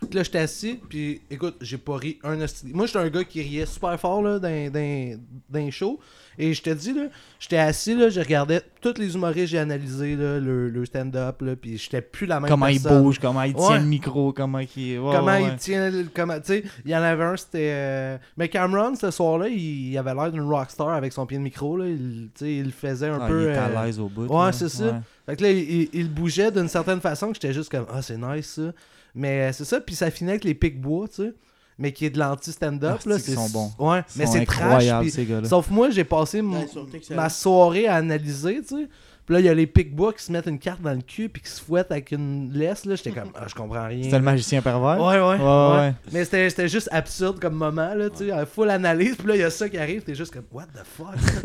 C: Puis là, j'étais assis, puis écoute, j'ai pas ri un hostie. Moi, j'étais un gars qui riait super fort, là, d'un- d'un d'un show. Et je te dis, là, j'étais assis, là, je regardais tous les humoristes, j'ai analysé, là, le, le stand-up, là, puis j'étais plus la même
D: Comment il
C: personne.
D: bouge, comment il tient
C: Ouais.
D: le micro, comment il. ouais,
C: Comment
D: ouais,
C: il
D: ouais.
C: tient le- comment tu sais il y en avait un c'était euh, mais Cameron ce soir-là il, il avait l'air d'une rockstar avec son pied de micro là il, tu sais, il le faisait un
D: Ah,
C: peu
D: il est
C: euh,
D: à l'aise au bout.
C: ouais,
D: là.
C: c'est ça. fait que là il, il- il bougeait d'une certaine façon que j'étais juste comme ah c'est nice ça mais euh, c'est ça puis ça finit avec les pics bois tu sais mais qui est de l'anti stand-up
D: Ah,
C: là
D: c'est qu'ils sont bons.
C: ouais
D: Ils
C: mais
D: sont
C: c'est trash
D: incroyables,
C: puis-
D: ces gars-là.
C: sauf moi j'ai passé mon-
B: Ouais, ils sont excellents.
C: ma soirée à analyser tu sais puis là, il y a les pics bois qui se mettent une carte dans le cul puis qui se fouettent avec une laisse. là. J'étais comme, ah, je comprends rien.
D: C'était le magicien pervers.
C: Ouais, ouais.
D: ouais, ouais.
C: Mais c'était c'était juste absurde comme moment, là, tu sais, un full analyse, puis là, il y a ça qui arrive, t'es juste comme, what the fuck?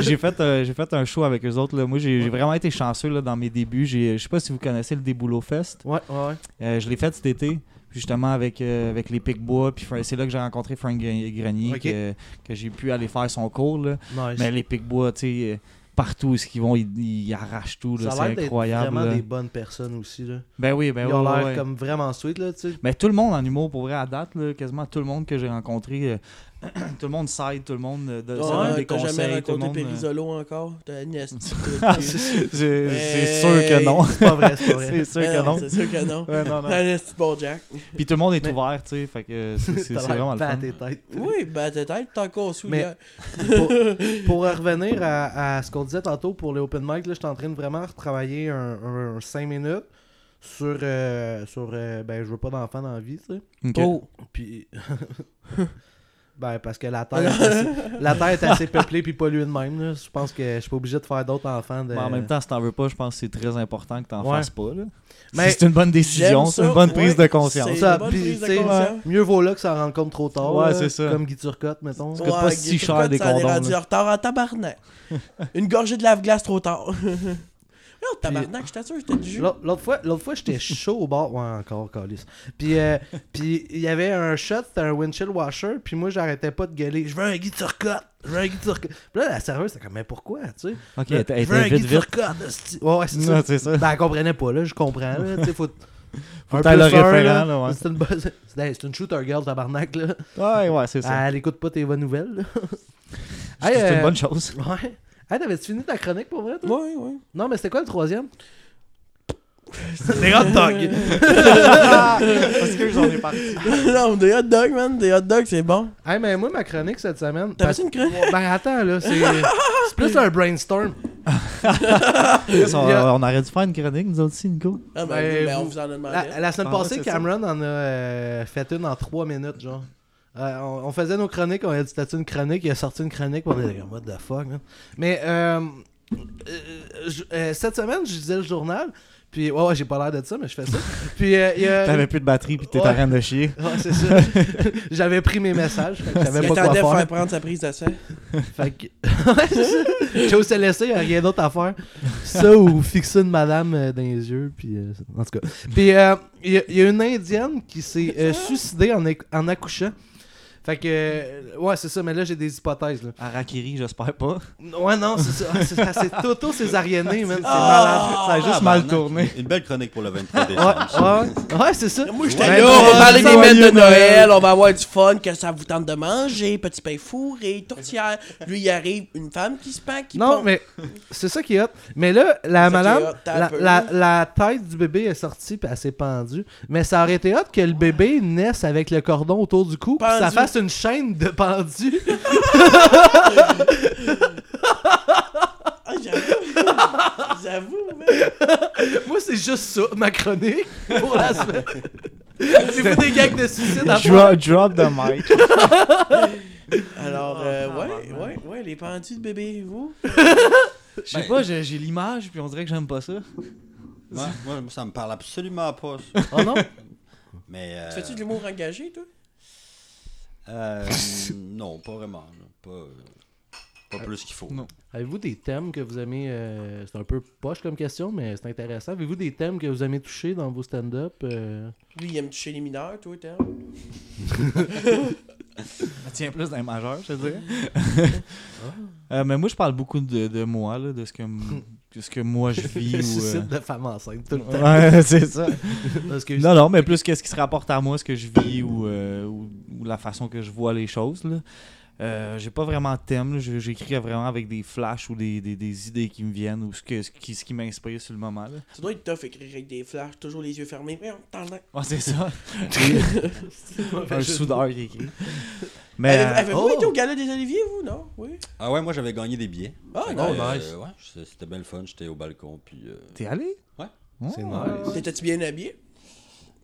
D: j'ai fait euh, j'ai fait un show avec eux autres là. moi j'ai j'ai vraiment été chanceux là, dans mes débuts j'ai je sais pas si vous connaissez le déboulot fest
C: ouais, ouais, ouais.
D: Euh, je l'ai fait cet été justement avec euh, avec les Picbois puis Fra- c'est là que j'ai rencontré Frank Gre- Grenier
C: Ok.
D: que, que j'ai pu aller faire son cours là.
C: Nice.
D: mais les Picbois tu sais euh, partout où ce qu'ils vont, ils, ils arrachent tout. là,
C: Ça a l'air
D: C'est
C: d'être
D: incroyable.
C: vraiment
D: là.
C: des bonnes personnes aussi. Là.
D: Ben oui, ben
C: Ils
D: oui.
C: ont
D: ouais,
C: l'air
D: ouais.
C: comme vraiment sweet. Là, tu sais.
D: Mais tout le monde en humour, pour vrai, à date, là, quasiment tout le monde que j'ai rencontré, euh, tout le monde s'aide, tout le monde euh, de- ça donne
B: Ouais,
D: des
B: T'as
D: conseils.
B: jamais
D: tout le
B: rencontré
D: monde, euh,
B: Périsolo encore? T'as une astuce de
D: Ah,
B: cul.
D: c'est c'est- c'est
B: Hey.
D: sûr que non.
C: C'est pas vrai, c'est pas vrai.
D: c'est sûr
B: Ah
D: que
B: non,
D: non.
B: C'est sûr que non.
D: Ouais, non, non.
B: Un esti de bon Jack.
D: Puis tout le monde est
C: Mais-
D: ouvert, tu sais. Fait que euh, c'est c'est-
C: T'as
D: c'est
C: l'air
D: vraiment le
C: pas à
D: fun.
C: tes têtes.
B: Oui, ben t'es t'es encore sous.
C: Mais-
B: hier.
C: pour, pour en revenir à, à ce qu'on disait tantôt pour les open mic, là, je suis en train de vraiment retravailler un, 5 minutes sur, euh, sur euh, ben, je veux pas d'enfant dans la vie, tu sais.
D: Ok.
C: Oh! Puis. ben, parce que la Terre, est assez, la terre est assez peuplée puis polluée de même, là. Je pense que je suis pas obligé de faire d'autres enfants. De...
D: Mais en même temps, si t'en veux pas, je pense que c'est très important que t'en
C: euh, Ouais.
D: fasses pas. Là.
C: Mais-
D: Si c'est une bonne décision,
B: J'aime
D: c'est une
B: ça,
D: bonne
B: ouais.
D: prise de conscience.
B: C'est-
C: Ça,
B: une bonne
C: puis,
B: prise de
C: tu sais,
B: conscience.
C: mieux vaut là que ça rende compte trop tard.
D: Ouais,
C: là,
D: c'est ça.
C: Comme Guy Turcotte, mettons.
D: coûte pas si cher,
B: Turcotte,
D: des
B: ça en est
D: condoms,
B: rendu
D: là.
B: en retard en tabarnak. Une gorgée de lave-glace trop tard. Non, tabarnak, je t'assure, je te jure.
C: L'autre l'autre fois, l'autre fois j'étais chaud au bord. Ouais, encore, calice. Puis, euh, puis il y avait un shot, c'était un windshield washer. Puis moi, j'arrêtais pas de gueuler. Je veux un Guy Turcotte. Je veux un Guy Turcotte. Puis là, la serveuse, c'était comme, mais pourquoi, tu sais?
D: Ok,
C: Là,
D: elle
C: je veux un
D: était vite,
C: Guy
D: vite.
C: Turcotte. hostie. Ouais, ouais, c'est
D: Non,
C: ça.
D: C'est ça.
C: Ben, elle comprenait pas, là. Je comprends, là. Tu sais, faut.
D: Faut
C: un
D: que t'ailles
C: plus
D: le
C: un,
D: référent, là, ouais.
C: C'est une, bonne- c'est- hey, c'est une shooter girl, tabarnak, là.
D: Ouais, ouais, c'est ça.
C: Elle écoute pas tes bonnes nouvelles, là.
D: C'est
C: Hey,
D: une
C: Ah, euh,
D: bonne chose.
C: Ouais. Hey, t'avais-tu fini ta chronique pour vrai, toi?
B: Oui, oui.
C: Non, mais c'était quoi le troisième? Des hot dogs!
D: Ah! Parce que j'en ai parti.
B: non, des hot dogs, man. Des hot dogs, c'est bon.
C: Hey, mais moi, ma chronique cette semaine.
B: T'avais
C: parce-
B: une chronique?
C: Ben attends, là, c'est. C'est plus un brainstorm.
D: On,
C: Il y a-
D: on aurait dû faire une chronique, nous autres aussi, Nico.
B: Ah, ben,
C: Ben,
B: ben, on
C: vous-
B: vous en a demandé.
C: La, la semaine
D: Ah,
C: passée,
D: c'est ça.
C: Cameron en a euh, fait une en trois minutes, genre. Euh, on, on faisait nos chroniques, on a dit c'était une chronique, il a sorti une chronique, puis on était comme what the fuck, man. Mais euh, euh, je- euh, cette semaine, je disais le journal, puis ouais, ouais, j'ai pas l'air de ça, mais je fais ça. Puis euh, il y a.
D: T'avais plus de batterie, puis t'es en
C: Ouais.
D: train de chier.
C: Ouais, c'est ça. J'avais pris mes messages, fait que je savais
B: Il
C: pas quoi
B: attendait de
C: faire.
B: faire prendre sa prise de sang.
C: Fait que. Ouais, c'est ça. Joe s'est laissé, il a rien d'autre à faire. Ça ou fixer une madame euh, dans les yeux, puis. euh, en tout cas. Puis, euh, il y, a- il y a une Indienne qui s'est euh, suicidée en, éc- en accouchant. Fait que. euh, ouais, c'est ça, mais là, j'ai des hypothèses, là.
D: Arakiri, j'espère pas.
C: Ouais, non, c'est ça. Ah, c'est- ah, c'est auto-césarienné, man. C'est malade.
B: Ah!
D: Ça a juste mal tourné.
E: Une belle chronique pour le 23 décembre.
C: Ouais,
E: ça.
C: ouais, ouais, c'est ça.
B: Moi, j'étais
C: Ouais,
B: là,
C: mais-
B: on va parler des mètres de
D: joyeux Noël.
B: Noël, on va avoir du fun, que ça vous tente de manger, petit pain fourré, tourtière. Lui, il arrive, une femme qui se pend, qui
C: Non,
B: pompe.
C: mais c'est ça qui est hot. Mais là, la
B: C'est ça qui est
C: madame,
B: hot, t'as un
C: la,
B: peu,
C: la-
B: là.
C: la tête du bébé est sortie puis elle s'est pendue. Mais ça aurait été hot que le bébé naisse avec le cordon autour du cou puis que ça
B: Pendu.
C: fasse une chaîne de pendu.
B: Ah, j'avoue, j'avoue, man.
C: Moi, c'est juste ça, ma chronique pour la semaine. C'est vous des gags de suicide à
D: Drop, drop the mic.
C: Oh,
B: Alors, euh, ouais, ouais, ouais, les pendus de bébé, vous?
C: Euh.
D: Je
C: Ben,
D: sais pas, j'ai j'ai l'image, puis on dirait que j'aime pas ça.
E: Ouais, moi, ça me parle absolument pas. ça.
C: Oh non?
E: Mais. euh,
B: Tu Fais-tu de l'humour engagé, toi?
E: euh, non, pas vraiment. là. Pas, euh, pas plus qu'il faut.
D: Euh, Non.
C: Avez-vous des thèmes que vous aimez euh, C'est un peu poche comme question, mais c'est intéressant. Avez-vous des thèmes que vous aimez toucher dans vos stand-up euh?
B: Lui, il aime toucher les mineurs, toi, t'aimes?
D: Ça tient plus dans les majeurs, je veux dire. Euh, mais moi, je parle beaucoup de, de moi, là, de, ce que, m- de ce que moi je vis.
C: Le
D: ou, euh,
C: suicide de femme enceinte tout le temps.
D: Ouais, c'est ça.
C: Parce que
D: Non, non, mais plus qu'est-ce qui se rapporte à moi, ce que je vis ou, euh, ou, ou la façon que je vois les choses. Là. Euh, j'ai pas vraiment de thème. là. Je- J'écris vraiment avec des flashs ou des, des, des idées qui me viennent ou ce, que, ce qui, ce qui m'inspire sur le moment. Là.
B: Ça doit être tough écrire avec des flashs, toujours les yeux fermés. Mais on t'en a.
D: Ouais, c'est ça. un soudeur qui écrit. Mais, euh,
B: Avez-vous
C: oh!
B: été au gala des Oliviers, vous, non? Oui.
E: Ah ouais, moi j'avais gagné des billets.
B: Ah,
E: Fait que,
B: non.
E: euh,
C: nice.
E: ouais, c'est- c'était bien le fun. J'étais au balcon, puis. euh,
D: t'es allé?
E: Ouais.
D: Oh.
C: C'est nice.
B: T'étais-tu bien habillé?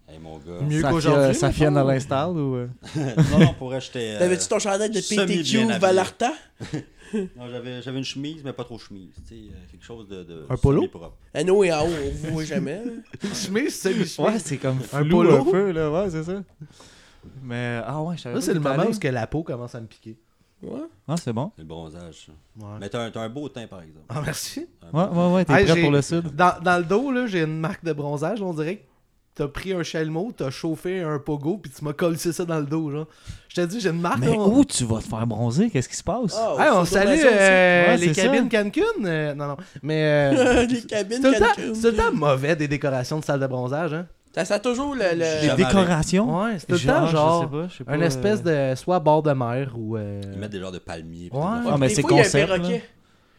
E: hey, mon gars.
C: Mieux
D: Safia-
C: qu'aujourd'hui,
D: Safia
C: mettons.
D: à l'install ou. euh?
E: non, non, pour euh, acheter.
C: Euh,
B: T'avais-tu ton chandail de
E: semi-bien
B: PTQ
E: habillé.
B: Valarta?
E: Non, j'avais j'avais une chemise, mais pas trop chemise. Tu sais, euh, quelque chose de. de
C: Un polo?
E: semi-propre.
B: Anneau Ah, et en haut, on vous voit jamais.
C: chemise, semi-chemise.
D: Ouais, c'est comme flou
C: Un
D: un,
C: polo.
D: peu, là. Ouais, c'est ça. Mais, ah ouais, je savais
C: Là,
D: pas
C: c'est
D: que
C: le
D: t'étais
C: moment où
D: allé.
C: ce que la peau commence à me piquer.
B: Ouais.
D: Ah, c'est bon.
E: C'est le bronzage. ça.
C: Ouais.
E: Mais t'as un, t'as un beau teint, par exemple.
C: Ah, merci.
E: Un beau-
D: Ouais, ouais, ouais, t'es
C: Hey,
D: prêt
C: j'ai-
D: pour le sud.
C: Dans, dans le dos, là, j'ai une marque de bronzage, on dirait. t'as pris un chalmo, t'as chauffé un pogo, puis tu m'as collé ça dans le dos, genre. Je te dis, j'ai une marque.
D: Mais
C: là, on-
D: où tu vas te faire bronzer? Qu'est-ce qui se passe?
B: Ah,
C: Hey, on
B: c'est une
C: salue
B: formation
C: euh,
D: Ouais,
C: les
D: c'est
C: cabines Cancun. euh, non, non. Mais.
B: aussi.
C: euh,
B: les cabines
C: c'est tout le temps-
B: Cancun.
C: c'est tout le temps mauvais des décorations de salles de bronzage, hein.
B: Ça sent toujours le. le-
E: Jamais
D: Les décorations?
C: Ouais, c'est tout le
D: Genre,
C: temps,
D: je sais
C: genre.
D: pas, je sais pas,
C: Un
D: euh,
C: espèce de. soit bord de mer ou. euh,
E: Ils mettent des genres de palmiers.
C: Ouais.
E: Ouais.
D: Ah, mais
B: Des
D: c'est
B: fois, il y a un
D: concept, là.
B: perroquet.
D: euh,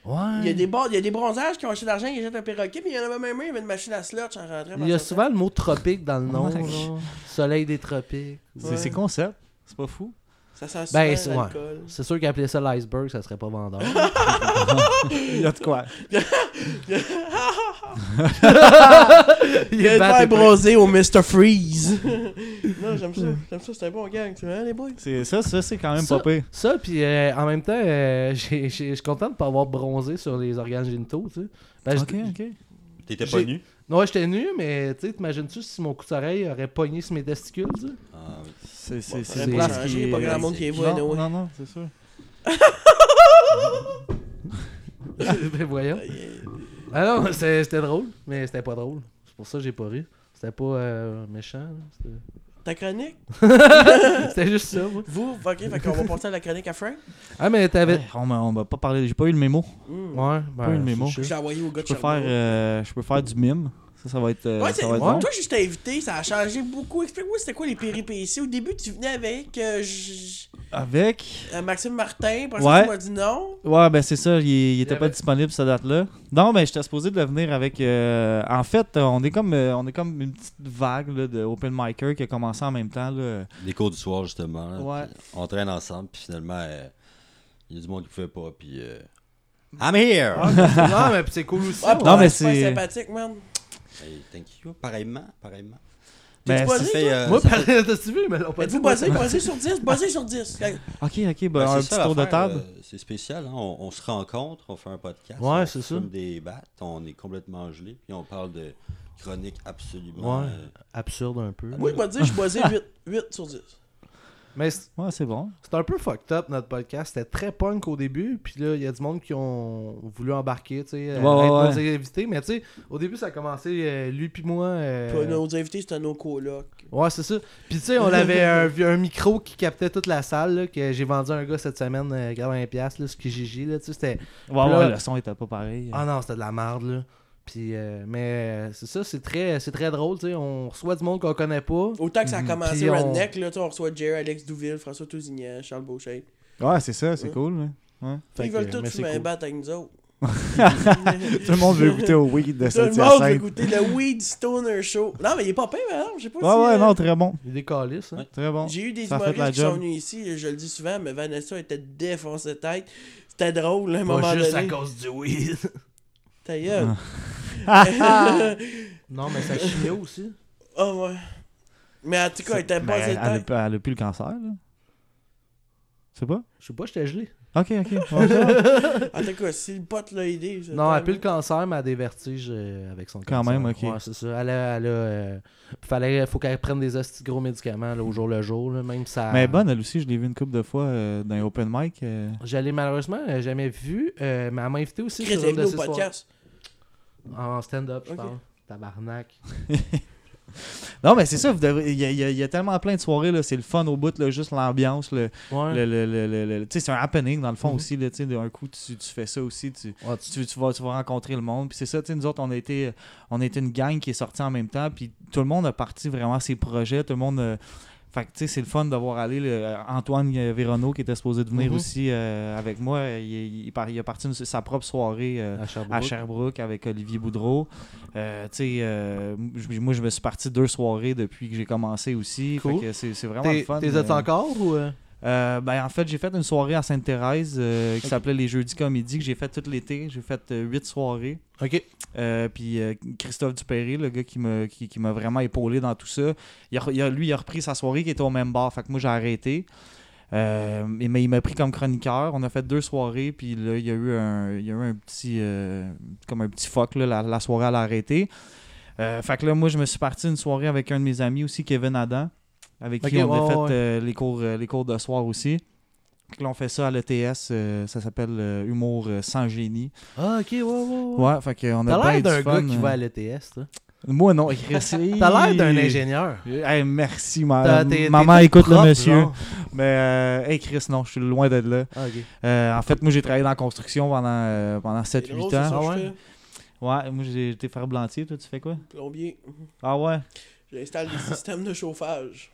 C: Ouais.
B: Il y a des bord- il y a des bronzages qui ont acheté de l'argent, ils jettent un perroquet, puis il y en avait même un, il y avait une machine à slot, j'en rentrais.
C: Il y a souvent le mot tropique dans le nom,
D: Ouais.
C: genre. Soleil des tropiques.
D: C'est c'est concept. C'est pas fou.
B: Ça sent
C: Ben,
B: souvent
C: c'est-
B: l'alcool.
C: C'est sûr qu'appeler ça l'iceberg, ça serait pas vendeur.
D: Il y a de quoi.
C: Il
B: Il y a
C: est
B: le
C: batté
B: verre
C: pour-
B: bronzé au Mr. Freeze. non, j'aime ça. J'aime ça, c'est un bon gang, tu vois, hein, les boys.
D: C'est- Ça, ça c'est quand même
C: Ça-
D: pas pire.
C: Ça, puis euh, en même temps, euh, j'ai- j'ai- je suis content de pas avoir bronzé sur les organes génitaux, tu sais. Ben, je-
D: Ok, ok.
E: T'étais pas
C: J'ai-
E: nu?
C: Non, ouais, j'étais nu, mais tu sais, t'imagines-tu si mon coup d'oreille aurait pogné sur mes testicules, tu sais?
E: Ah, oui.
D: C'est
B: Bon,
D: c'est- euh,
B: ça
D: c'est
B: aurait
D: une
B: pas
D: place
B: changé,
D: qui est-
B: hein, pas grand monde qui les voit,
D: Non,
B: anyway.
D: non, non, c'est sûr.
C: ben voyons. Ah non, c'est- c'était drôle, mais c'était pas drôle. C'est pour ça que j'ai pas ri. C'était pas euh, méchant. là. C'était-
B: Ta chronique
C: C'était juste ça, moi.
B: Vous, ok, fait qu'on va passer à la chronique à Frank.
C: Ah, mais t'avais.
D: Ouais, on m'a on m'a pas parlé, j'ai pas eu le mémo.
B: Hmm.
C: Ouais,
D: Pas eu
C: ben.
D: le mémo.
B: Je l'ai envoyé au gars de
D: Je peux faire,
B: Sherbrooke.
D: euh, je peux faire du mime. Ça, ça va être, euh,
B: Ouais, c'est-
D: ça va être
B: toi,
D: bon.
B: je t'ai invité, ça a changé beaucoup. Explique-moi, c'était quoi les péripéties. Au début, tu venais avec euh, j-
D: Avec.
B: euh, Maxime Martin, parce
D: Ouais.
B: que tu m'as dit non.
D: Ouais, ben c'est ça, il, il était
C: Il y
D: pas
C: avait-
D: disponible cette date-là. Non, mais j'étais supposé de le venir avec. euh, en fait, euh, on est comme euh, on est comme une petite vague là, de Open Micer qui a commencé en même temps. Là.
E: Les cours du soir, justement. là.
D: Ouais.
E: On traîne ensemble, puis finalement, euh, il y a du monde qui pouvait pas, puis... euh, I'm here!
C: non, Ah, mais c'est cool aussi.
B: Ah, Ouais,
D: Non, mais
B: pas
D: c'est-
B: sympathique, man.
E: Hey, thank you. Pareillement, pareillement.
B: T'es-tu
D: Ben,
E: Ça
B: buzzé,
E: fait...
B: toi?
E: euh,
C: Moi,
E: ça
C: par t'as-tu vu, mais l'ont pas
B: Êtes-vous
C: dit.
B: buzzé? Buzzé sur 10? Buzzé sur 10.
D: Ok, ok, ben,
E: Ben,
D: un
E: c'est
D: petit
E: ça
D: tour de
E: l'affaire,
D: table.
E: euh, c'est spécial, hein, on, on se rencontre, on fait un podcast.
C: Ouais,
E: on
C: c'est
E: se
C: ça.
E: fume des battes, on est complètement gelé, puis on parle de chronique absolument.
C: Ouais.
E: euh,
C: Absurde un peu.
B: Moi, je vais te dire, je suis buzzé 8, 8 sur 10.
C: Mais c'est
D: Ouais, c'est bon.
C: c'est un peu fucked up notre podcast. C'était très punk au début. Puis là, il y a du monde qui ont voulu embarquer, tu sais, euh,
D: Ouais, ouais,
C: être nos invités. Mais tu sais, au début, ça a commencé euh, lui puis moi. euh,
B: Pas nos invités, c'était nos colocs.
C: Ouais, c'est ça. Puis tu sais, on avait un, un micro qui captait toute la salle, là, que j'ai vendu à un gars cette semaine, euh, 80$, là, ce qui Gigi, là, tu sais, c'était...
D: Ouais,
C: Là-
D: ouais, le son était pas pareil.
C: Ah non, c'était de la merde, là. Puis, euh, mais euh, c'est ça, c'est très, c'est très drôle, tu sais, on reçoit du monde qu'on connaît pas.
B: Autant que ça a commencé
C: Mhm. Puis on-
B: Redneck, là, tu sais, on reçoit Jerry, Alex Douville, François Tousignan, Charles Beauchamp.
D: Ouais, c'est ça, c'est cool. hein.
C: Fait
B: Ils veulent
C: que,
B: tous
C: mais
B: fumer
C: c'est
B: un
C: cool.
B: bat avec nous autres.
D: Tout le monde veut goûter au weed de
B: Tout le
D: cette
B: monde veut
D: hyacinthe
B: goûter le Weed Stoner Show. Non, mais il est pas pire, par exemple, Je sais pas
D: Ouais,
B: si,
D: ouais,
B: euh,
D: non, très bon.
C: Il est décalé, ça.
D: Très bon.
B: J'ai eu des
D: Ça a fait
B: humoristes
D: la
B: qui
D: job.
B: sont venus ici, je le dis souvent, mais Vanessa était défoncée de tête. C'était drôle, là, à un moment
C: Pas juste à
B: donné.
C: cause du weed.
B: Ta gueule.
D: Ah.
C: non, mais ça chimio aussi.
B: Ah ouais. Mais en tout cas, elle était
D: Mais
B: passée
D: Ben, elle,
B: de
D: elle a,
B: tête.
D: plus- elle a plus le cancer, là. Je sais pas.
C: Je sais pas, j'étais gelé.
D: Ok, ok. Ouais, ça va.
B: En tout cas, si le pote l'a aidé. c'est
C: Non, elle
B: tant
C: a plus
B: mieux.
C: le cancer, mais elle a des vertiges euh, avec son
D: Quand
C: cancer.
D: même, ok.
C: Ouais, c'est ça. Elle a. Elle a euh, fallait, faut qu'elle prenne des hosties de gros médicaments là, au jour le jour, là, même ça.
D: Mais Ben, bonne, elle aussi, je l'ai vu une couple de fois euh, dans les open mic. euh.
C: J'allais malheureusement euh, jamais vu, euh, mais elle m'a invité aussi
B: Chris
C: sur
B: est
C: une de
B: venu au
C: ses soirées.
B: podcast.
C: En stand-up, je
B: Ok.
C: parle. Tabarnak.
D: Non, mais c'est ça, vous devrez- il y, a- il y a- il y a tellement plein de soirées, là, c'est le fun au bout, là, juste l'ambiance. Le,
C: Ouais. Mhm.
D: le, le- le- le- le- tu sais, c'est un happening dans le fond aussi. Là, tu sais, d'un coup, tu, tu fais ça aussi. Tu,
C: Ouais, tu-
D: tu, tu vas, tu vas rencontrer le monde. Puis c'est ça, tu sais, nous autres, on a, été, on a été une gang qui est sortie en même temps. Puis tout le monde a parti vraiment ses projets. Tout le monde. euh, fait que, tu sais, c'est le fun d'avoir allé. le- Antoine euh, Véronneau, qui était supposé de venir
C: Mhm.
D: aussi euh, avec moi, euh, il, il par- il a parti une- sa propre soirée. euh,
C: à Sherbrooke.
D: à Sherbrooke avec Olivier Boudreau. Euh, tu sais, euh, j- moi, je me suis parti deux soirées depuis que j'ai commencé aussi. Fait
C: Cool.
D: que c'est c'est vraiment le
C: T'es
D: fun.
C: t'es
D: euh.
C: autres encore ou. euh?
D: Euh, ben, en fait, j'ai fait une soirée à Sainte-Thérèse euh, qui s'appelait les Jeudis Comédie, que j'ai fait tout l'été. J'ai fait euh, huit soirées.
C: Ok.
D: Euh, puis euh, Christophe Dupéré, le gars qui m'a qui, qui m'a vraiment épaulé dans tout ça, il a re- il a- lui, il a repris sa soirée qui était au même bar. Fait que moi, j'ai arrêté. Euh, et- mais il m'a pris comme chroniqueur. On a fait deux soirées, puis là, il y a eu un, il y a eu un petit. euh, comme un petit fuck, là, la, la soirée, elle a arrêté. Euh, fait que là, moi, je me suis parti une soirée avec un de mes amis aussi, Kevin Adam, avec qui
C: Ok,
D: on a
C: ouais,
D: fait
C: ouais.
D: euh, les, cours, euh, les cours de soir aussi. Fait que Là, on fait ça à l'ETS, euh, ça s'appelle euh, Humour euh, sans génie.
C: Ah, ok, ouais, ouais. ouais.
D: Ouais, fait que on a
C: T'as
D: bien
C: l'air
D: du
C: d'un
D: fun,
C: gars qui
D: euh.
C: va à l'ETS, toi.
D: Moi, non. Chris,
C: T'as l'air d'un
D: hey.
C: ingénieur.
D: Hey, merci,
C: T'as-
D: ma...
C: t'es- t'es
D: Euh, maman.
C: tout
D: Écoute
C: propre,
D: le monsieur.
C: genre.
D: Mais, euh, hey, Chris, non, je suis loin d'être là.
C: Ah, ok.
D: Euh, en fait, moi, j'ai travaillé dans la construction pendant, euh, pendant 7-8
B: Gros,
D: ans.
B: c'est ça que
D: ouais.
B: je fais.
D: Ouais, moi, j'ai été ferblantier. Toi, tu fais quoi?
B: Plombier.
D: Ah ouais?
B: J'installe des systèmes de chauffage.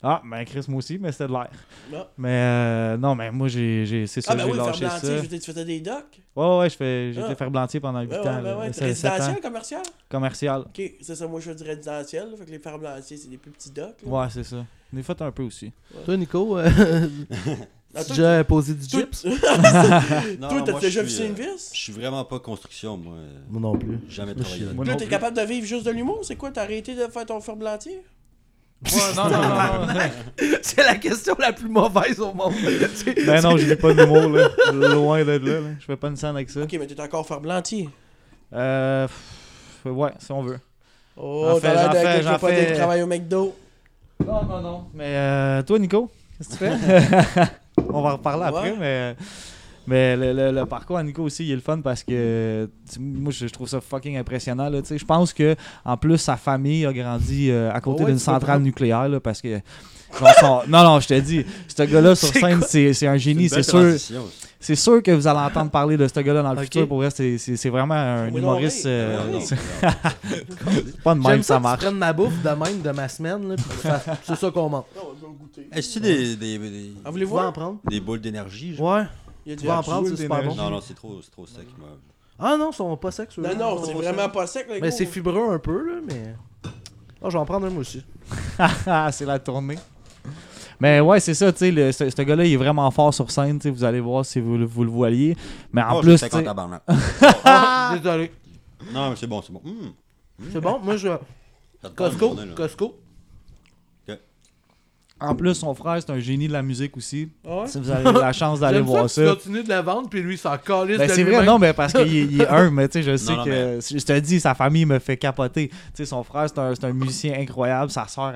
D: Ah, ben Chris, moi aussi, mais c'était de l'air.
B: Non.
D: Mais euh, non, mais moi, j'ai, j'ai- c'est ça,
B: Ah, ben
D: j'ai
B: oui, faire
D: lâché ça.
B: blanchir, je veux dire, tu faisais des docks.
D: Ouais, ouais, je fais- j'ai
B: Ah.
D: été ferblantier pendant 8
B: Ouais, ouais,
D: ans.
B: ouais,
D: là,
B: ouais.
D: sept- sept ans.
B: Résidentiel, commercial
D: Commercial.
B: Ok, c'est ça, moi je fais du résidentiel. là, Fait que les faire blanchir, c'est des plus petits docks. là.
D: Ouais, c'est ça. J'ai fait un peu aussi.
C: Toi, Nico, euh,
B: Ah,
C: tu
B: toi,
C: as posé du
B: toi-
C: chips?
E: Non,
B: Toi, t'as
E: moi,
B: déjà
E: je
B: vu
E: suis,
B: une
E: euh,
B: vis
E: Je suis vraiment pas construction, moi. euh,
C: Moi non plus.
E: Jamais
C: Moi, je
E: travaillé
C: suis-
E: là-dedans.
D: Moi
B: Là,
D: non
B: t'es
D: plus.
B: capable de vivre juste de l'humour C'est quoi T'as arrêté de faire ton ferblantier
D: Ouais, non, non, non, non.
C: C'est la question la plus mauvaise au monde.
D: Ben non, j'ai pas d'humour, là. Loin d'être là, là. Je fais pas une scène avec ça.
B: Ok, mais t'es encore ferblantier.
D: Euh, pff, ouais, si on veut.
B: Oh,
D: J'en fais,
B: t'as l'air
D: j'en
B: d'un gars
D: fais,
B: qui
D: j'en
B: veut pas aller
D: fais.
B: travailler au McDo.
D: Non, non, non. Mais euh, toi, Nico, qu'est-ce que tu fais? On va en reparler après,
B: Ouais.
D: mais... Mais le, le- le parcours à Nico aussi, il est le fun parce que tu- moi, je, je trouve ça fucking impressionnant. là, tu sais. Je pense que en plus, sa famille a grandi euh, à côté
C: Ouais,
D: d'une
C: tu peux
D: centrale nucléaire là, parce que... genre, son- non, non, je te dis, ce gars-là sur
C: C'est
D: scène, c'est c'est un génie,
E: une
D: c'est
E: belle
D: sûr.
E: transition, ça.
D: C'est sûr que vous allez entendre parler de ce gars-là dans le
C: Ok.
D: futur. Pour vrai, c'est- c'est c'est vraiment un
B: Oui, non,
D: humoriste.
B: oui.
D: euh,
E: Non, non,
D: c'est
E: non.
D: pas de même,
C: J'aime ça,
D: ça
C: que
D: marche.
C: tu prennes ma bouffe de même de ma semaine, là, puis que tu fasses- c'est ça qu'on mange.
B: Non, je vais goûter.
E: Est-ce que des, des, des,
B: Ah,
C: Tu vas
B: voulez-vous
C: en prendre?
E: des boules d'énergie? genre?
C: Ouais,
B: Il y a du
C: tu vas en prendre, c'est super bon.
E: Non, non, c'est trop, c'est trop sec. moi.
C: Ah non, ils sont pas secs, ceux-là.
B: Non, non, c'est
C: Ils sont
B: vraiment
C: secs.
B: pas sec. là,
C: Mais c'est
B: gros.
C: fibreux un peu, là, mais... Ah, je vais en prendre un, moi aussi.
D: Ah, c'est la tournée. Mais ouais, c'est ça, tu sais, le- ce ce gars-là, il est vraiment fort sur scène, tu sais, vous allez voir si vous, le- vous le voyez. Mais en
E: Oh,
D: plus,
E: je suis
D: tu sais-
E: sec en tabarnak.
C: Ah, Désolé.
E: Non, mais c'est bon, c'est bon. Hum,
C: C'est bon, moi, je...
E: ça te prend une
C: Costco,
E: journée, Ah, là.
C: Costco.
D: en plus, son frère, c'est un génie de la musique aussi.
B: Ah ouais?
D: Si vous avez la chance d'aller
C: J'aime ça
D: voir
C: que
D: ça.
C: tu continues de la vendre, puis lui, il s'en calisse
D: Ben,
C: de
D: c'est vrai,
C: lui-même.
D: non, mais parce qu'il est- il est un, mais tu sais, je sais
E: non,
D: que. Je te dis, sa famille me fait capoter. Tu sais, son frère, c'est un, c'est un musicien incroyable. Sa soeur,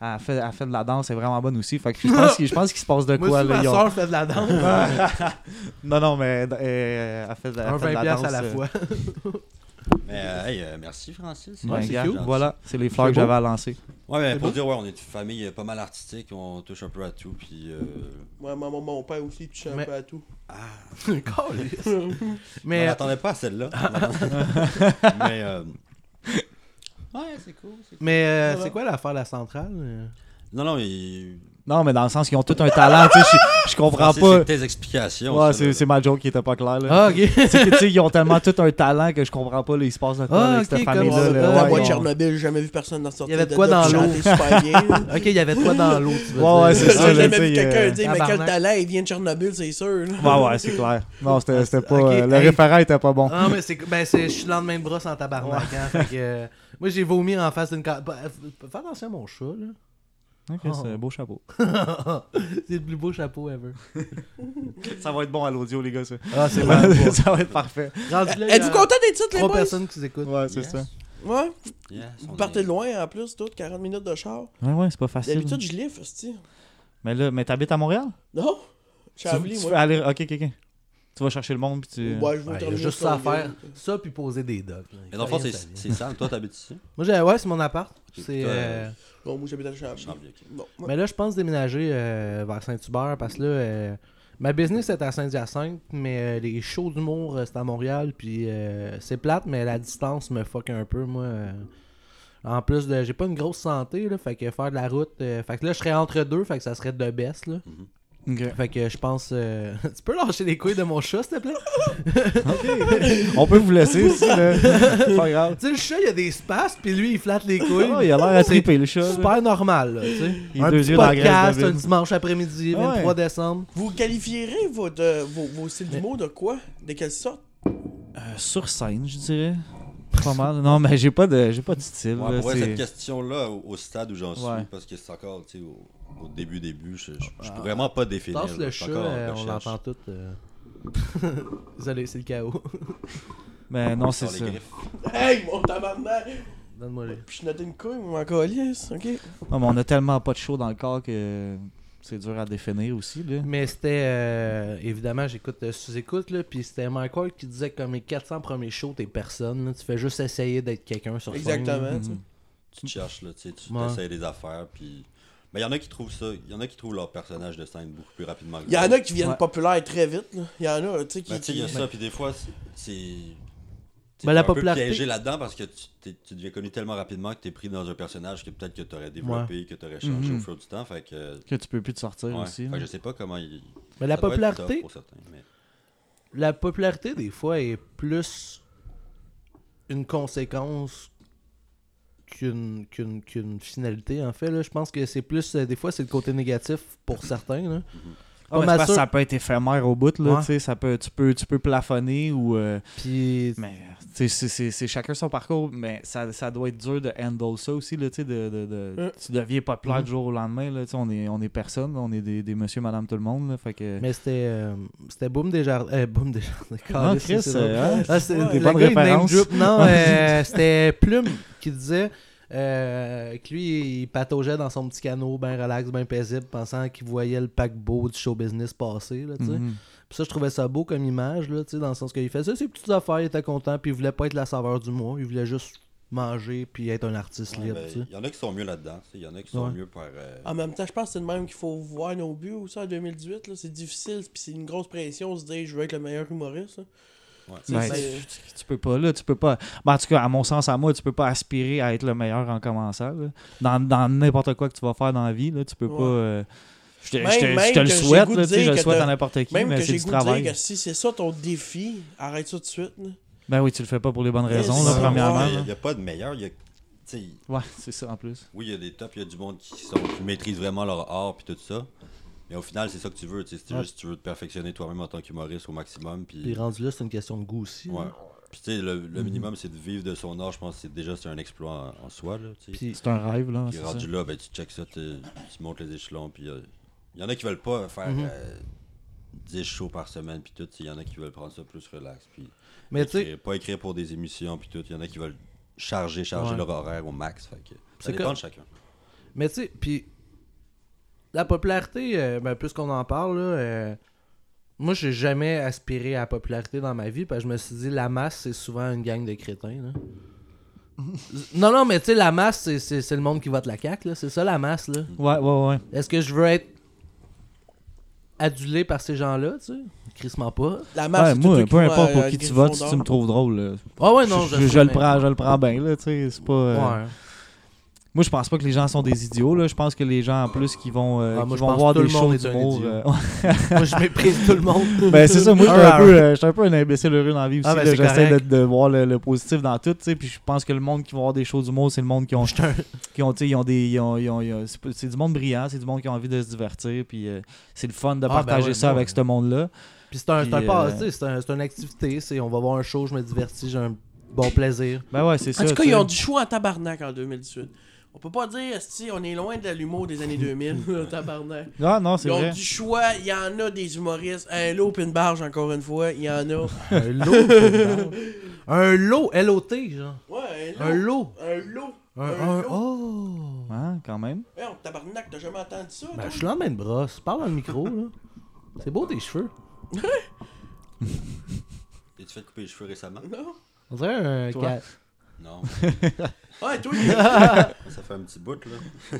D: a, fait, elle fait de la danse, elle est vraiment bonne aussi. Fait que je pense qu'il je pense qu'il se passe de
C: Moi
D: quoi,
C: aussi,
D: là.
C: ma
D: ils ont-
C: soeur fait de la danse.
D: Non, non, mais euh, elle fait de, elle
C: Un
D: fait de
C: 20$
D: la danse.
C: piastres à la
D: euh,
C: fois.
E: Mais euh, hey, euh, merci, Francis.
D: ben,
C: Ouais, c'est
D: gars,
C: cute.
D: Voilà, c'est les fleurs que
C: beau.
D: j'avais à lancer.
E: Ouais, mais
C: C'est
E: pour
C: beau.
E: dire, ouais, on est une famille euh, pas mal artistique, on touche un peu à tout, puis... euh,
B: Ouais, mon, mon- mon père aussi, tu un
C: Mais-
B: peu à tout.
D: euh.
C: Calisse.
E: On
C: Mais... euh,
E: n'attendait pas à celle-là. mais... euh, Ouais, c'est cool, c'est cool.
C: Mais euh,
B: Voilà.
C: c'est quoi l'affaire la centrale? euh?
E: Non, non, il...
D: Non, mais dans le sens qu'ils ont tout un talent, tu sais, je- je comprends
E: Francis,
D: pas.
E: c'est tes explications.
D: Ouais,
E: ça,
D: c'est
E: là.
D: c'est ma joke qui était pas claire, là.
C: Ah, ok.
D: C'est que, tu sais, ils ont tellement tout un talent que je comprends pas, là, il se passe de quoi
C: Ah,
D: avec
C: ok,
D: cette
C: comme
D: famille-là.
C: ça,
D: là.
C: comme
D: Ouais,
B: Oh, la boîte
D: ils ont-
B: Tchernobyl, j'ai jamais vu personne en sortir
C: Il y avait de quoi dans
B: là, puis
C: l'eau?
B: chanter super bien. là.
C: Ok, il y avait de quoi dans l'eau, tu veux
D: Ouais, ouais,
C: dire.
D: c'est ça,
B: J'ai
D: là,
B: jamais
D: tu
B: vu
D: sais,
B: quelqu'un
D: euh,
B: dire, mais quel
C: tabarnak.
B: talent, il vient de Tchernobyl, c'est sûr. là.
D: Ouais, ouais, c'est clair. Non, c'était c'était pas.
C: Ok,
D: euh, le
C: hey.
D: référent était pas bon.
C: Ah, mais c'est. Ben, c'est. Je suis le lendemain de brosse en tabarnak, hein. Fait que. euh, moi, j'ai vomi en face d'une. ca- Bah, f- Fais attention à mon chat,
D: Ok, c'est un beau chapeau.
C: là. c'est le plus beau chapeau ever.
D: Ça va être bon à l'audio, les gars, ça.
C: Ah, c'est vrai.
D: ça va être parfait.
C: Rendu là, il y a
B: Êtes-vous content d'être titres, les
C: Trois
B: boys?
C: personnes qui nous écoutent.
D: Ouais, c'est
E: Yes.
D: ça.
B: Ouais.
E: Yes, on
B: Vous
E: est-
B: partez de loin en plus, tout, 40 minutes de char.
D: Ouais, ouais, c'est pas facile.
B: D'habitude, je l'ai, hostie.
D: Mais là, mais t'habites à Montréal?
B: Non? Je suis à
D: Tu-
B: Avly,
D: tu
B: moi.
D: fais aller- Ok, ok, ok. Tu vas chercher le monde, puis
B: Ouais, je
D: tu.
B: vais
C: Ouais, il y a
B: terminer
C: juste
B: sur
C: ça à
B: le-
C: faire. Ça, puis poser des docs. là. Il
E: Mais dans le
C: fait
E: fond,
C: rien
E: c'est
C: de sa vie.
E: c'est sale. Toi, t'habites ici?
C: Moi, j'ai. Ouais, c'est mon appart. C'est.
E: Putain.
C: euh,
B: Bon, moi, j'habite à Chambly.
E: Chambly, ok.
B: Bon, Ah, ouais.
C: Mais là, je pense déménager euh, vers Saint-Hubert parce que là, euh, ma business est à Saint-Hyacinthe, mais euh, les shows d'humour, euh, c'est à Montréal. Puis euh, c'est plate, mais la distance me fuck un peu, moi. euh. En plus, de- j'ai pas une grosse santé, là, fait que faire de la route. euh, fait que là, je serais entre deux, fait que ça serait de baisse, là.
D: Ok.
C: Fait que je pense. euh, tu peux lâcher les couilles de mon chat, s'il te plaît?
D: On peut vous laisser ici, là. C'est pas grave.
C: tu sais, le chat, il a des espaces, puis lui, il flatte les couilles.
D: Oh, il a l'air à
C: C'est
D: triper, le chat. là.
C: Super normal, là, tu sais.
D: Il a
C: Un
D: deux
C: petit
D: yeux dans la graisse
C: podcast,
D: de
C: un
D: vide.
C: dimanche après-midi,
D: Ah ouais.
C: 23 décembre.
B: Vous qualifierez votre, euh, vos, vos styles d'humour de quoi? De quelle sorte?
D: Euh, sur scène, je dirais. Pas mal. Non, mais j'ai pas de, j'ai pas de style.
E: Ouais,
D: là,
E: pour vrai,
D: c'est-
E: cette question-là, au, au stade où j'en suis,
D: Ouais.
E: parce que c'est encore, tu sais, au, au début, début, je, je, je peux vraiment pas définir.
C: Tasse le
E: C'est
C: chat,
E: encore en
C: euh, on
E: recherche.
C: l'entend tout. euh. Désolé, c'est le chaos.
D: Mais non, c'est
E: Sors les
D: ça.
E: griffes.
B: Hey, mon tabarnak!
C: Donne-moi les.
B: Puis je notais une couille, mon calice, ok?
D: Non, mais on a tellement pas de chaud dans le corps que. C'est dur à définir aussi. Là.
C: Mais c'était, euh, évidemment, j'écoute euh, sous-écoute, là, puis c'était Mike Ward qui disait que comme les 400 premiers shows, t'es personne, là, tu fais juste essayer d'être quelqu'un sur scène.
B: Exactement. tu sais.
E: tu te cherches, là, tu sais, tu
C: Ouais.
E: essaies des affaires, puis... Mais il y en a qui trouvent ça, il y en a qui trouvent leur personnage de scène beaucoup plus rapidement que
B: Il y en
E: d'autres.
B: a qui viennent
D: Ouais.
B: populaires très vite. là. Il y en a, tu sais, qui.
E: Ben, tu sais, il y a
B: qui-
E: ça, puis des fois, c'est- c'est... t'es
C: Ben, la
E: un peu
C: popularité-
E: piégé là-dedans parce que tu, t'es- tu deviens connu tellement rapidement que t'es pris dans un personnage que peut-être que t'aurais développé, que t'aurais changé au
D: Mhm.
E: fur du temps, fait que...
D: Que tu peux plus te sortir
E: ouais.
D: aussi.
E: Fait que
D: là.
E: je sais pas comment il...
C: Mais la
E: ça doit être tough
C: popularité,
E: pour certains, mais-
C: la popularité, des fois, est plus une conséquence qu'une, qu'une, qu'une finalité, en fait. Là. Je pense que c'est plus, euh, des fois, c'est le côté négatif pour certains. Là.
D: Ah,
C: Pas
D: mais
C: mal
D: c'est parce que
C: sûr.
D: ça peut être éphémère au bout, là,
C: Ouais.
D: tu sais, ça peut, tu, peux, tu peux plafonner ou... euh,
C: Puis,
D: mais tu sais, c'est- c'est c'est chacun son parcours, mais ça, ça doit être dur de handle ça aussi, là, tu sais, de, de, de-
B: Euh.
D: tu deviens populaire
C: Mhm.
D: du jour au lendemain, là, tu sais, on est, on est personne, on est des, des monsieur, madame, tout le monde, là, fait que...
C: mais c'était, euh, c'était Boom Desjardins. Euh, Boom Desjardins.
D: Ah,
C: Caliste,
D: Chris,
C: c'est drôle.
D: euh, hein?
C: Ah, c'est
D: Des
C: le
D: bonnes
C: gars, il name
D: références.
C: drop. Non, euh, c'était Plume qui disait euh, que lui, il pataugeait dans son petit canot, bien relax, bien paisible, pensant qu'il voyait le paquebot du show business passer. Là, tu sais.
D: Mhm.
C: Puis ça, je trouvais ça beau comme image, là, tu sais, dans le sens qu'il faisait ses petites affaires, il était content, puis il voulait pas être la saveur du mois, il voulait juste manger puis être un artiste
E: Ouais,
C: libre.
E: ben,
C: tu sais.
E: il y en a qui sont mieux là-dedans. tu sais, Il y en a qui sont
C: Ouais.
E: mieux par. euh,
B: En même temps, je pense que c'est le même qu'il faut voir nos buts aussi en 2018. là. C'est difficile, puis c'est une grosse pression de se dire je veux être le meilleur humoriste. là.
E: ouais.
B: Tu sais,
D: Ouais.
B: c'est-
D: Tu peux pas, là, tu peux pas... Ben, en tout cas, à mon sens, à moi, tu peux pas aspirer à être le meilleur en commençant, là. Dans dans n'importe quoi que tu vas faire dans la vie, là, tu peux
B: Ouais.
D: pas... euh, Je te,
B: Même-
D: je te- je
B: même
D: te le
B: que j'ai
D: souhaite,
B: goût de
D: là, tu sais,
B: dire
D: je le
B: que
D: souhaite
B: t'as-
D: à n'importe qui,
B: Même
D: mais
B: que
D: c'est
B: j'ai
D: du
B: goût de
D: travail.
B: dire que si c'est ça ton défi, arrête ça tout de suite. là.
D: Ben oui, tu le fais pas pour les bonnes raisons,
B: c'est
D: là,
B: ça.
D: premièrement.
E: Il
D: là.
E: n'y a pas de meilleur. il y a- tu sais,
D: Ouais, c'est ça en plus.
E: oui, il y a des tops, il y a du monde qui, sont, qui maîtrisent vraiment leur art puis tout ça. Mais au final, c'est ça que tu veux. tu sais, C'est juste tu veux te perfectionner toi-même en tant qu'humoriste au maximum.
C: Puis
E: Puis,
C: rendu là, c'est une question de goût aussi. là.
E: ouais. Mhm. Puis, tu sais, le, le minimum, c'est de vivre de son art. Je pense que c'est déjà c'est un exploit en, en soi. Là, tu sais.
C: Puis-
D: C'est un rêve, là.
E: Puis
D: c'est
E: rendu
D: ça.
E: là, ben, tu checkes ça, t'es- tu montes les échelons. Puis euh, il y en a qui veulent pas faire euh, 10 shows par semaine. Puis tout, tu sais, il y en a qui veulent prendre ça plus relax. Puis
C: Mais tu sais,
E: Écrire- pas écrire pour des émissions puis tout. Il y en a qui veulent charger, charger
C: Ouais.
E: leur horaire au max. Fait que ça
C: C'est
E: dépend
C: comme-
E: de chacun.
C: mais tu sais, puis la popularité, euh, ben, plus qu'on en parle, là, euh, moi, j'ai jamais aspiré à la popularité dans ma vie parce que je me suis dit, la masse, c'est souvent une gang de crétins. là. non, non, mais tu sais, la masse, c'est- c'est c'est le monde qui vote la cac là. C'est ça, la masse, là.
D: Ouais, ouais, ouais.
C: Est-ce que je veux être adulé par ces gens-là, tu sais? Crissement pas.
B: La
D: Ouais,
B: masse, c'est tous
D: moi,
B: ceux qui euh,
D: peu
B: vont
D: importe
B: à-
D: pour
B: à
D: qui tu votes, si tu
B: Gryffondor.
D: me trouves drôle, là.
C: Ah ouais, non,
D: je,
C: je,
D: je-
C: le
D: je
C: sais,
D: le
C: mais-
D: prends, je le prends bien, là, tu sais. C'est pas. euh,
C: Ouais.
D: Moi, je pense pas que les gens sont des idiots, là. Je pense que les gens, en plus, qui vont, euh,
C: Ah, moi,
D: qui
C: je
D: vont
C: pense
D: voir
C: que tout
D: des
C: le monde
D: shows
C: est un
D: d'humour.
C: idiot.
D: euh,
C: moi, je méprise tout le monde.
D: ben, c'est ça, moi, je suis
C: Un
D: un,
C: à
D: peu, euh, j'étais un peu un imbécile heureux dans la vie aussi.
C: Ah, ben,
D: là.
C: c'est
D: J'essaie de,
C: correct.
D: de voir le, le positif dans tout, tu sais. Puis je pense que le monde qui va voir des shows d'humour, c'est le monde qui ont. qui ont, tu sais, ils ont des. ils ont- ils ont- ils ont- c'est pas- c'est du monde brillant, c'est du monde qui a envie de se divertir. Puis euh, c'est le fun de
C: ben
D: partager
C: ouais,
D: ça
C: ouais.
D: avec ce monde-là.
C: Puis c'est un,
D: Puis,
C: c'est un
D: euh,
C: passe, tu sais, c'est un- c'est une activité, c'est on va voir un show, je me divertis, j'ai un bon plaisir.
D: Ben ouais, c'est ça.
B: En tout cas,
D: tu
B: ils ont
D: sais.
B: du choix en tabarnak en 2018. On peut pas dire, si on est loin de l'humour des années 2000, là, tabarnak.
D: Ah non, c'est
B: Ils ont
D: vrai.
B: du choix, il y en a des humoristes. Un lot pis une barge, encore une fois, il y en a.
C: Un lot. pour- un lot, L-O-T, genre.
B: Ouais,
C: Un lot.
B: Un lot.
C: Un, un-
B: lot.
C: oh.
D: Hein, quand même.
B: Hey, on- tabarnak, t'as jamais entendu ça?
C: Ben,
B: toi?
C: je suis là en main de brosse, parle dans le micro, là. C'est beau tes cheveux.
E: Et tu fais couper les cheveux récemment
B: Non?
C: On dirait un...
D: Toi.
C: ca-
E: Non.
B: Ouais, toi,
E: ça fait un petit bout, là.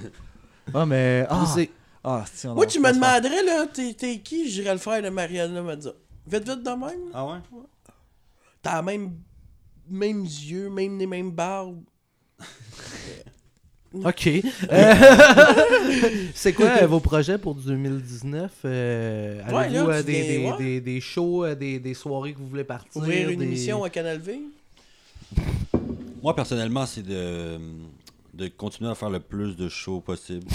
D: Ah, mais. Ah,
C: Tu sais,
D: ah, si, on en
B: moi, tu me
D: repasse pas.
B: demanderais, là, t'es t'es qui? J'irais le faire de Mariana Mazza. Vite, vite, de même. là.
E: Ah ouais
B: T'as la même. Même yeux, même les mêmes barbes.
C: Ok. Euh, c'est quoi euh, vos projets pour 2019? Euh,
B: Ouais,
C: Avez-vous
B: là,
C: euh,
B: tu
C: des,
B: viens
C: des,
B: voir.
C: des- des shows, euh, des, des soirées que vous voulez partir?
B: Ouvrir une
C: des-
B: émission à Canal V.
E: Moi, personnellement, c'est de, euh, de continuer à faire le plus de shows possible.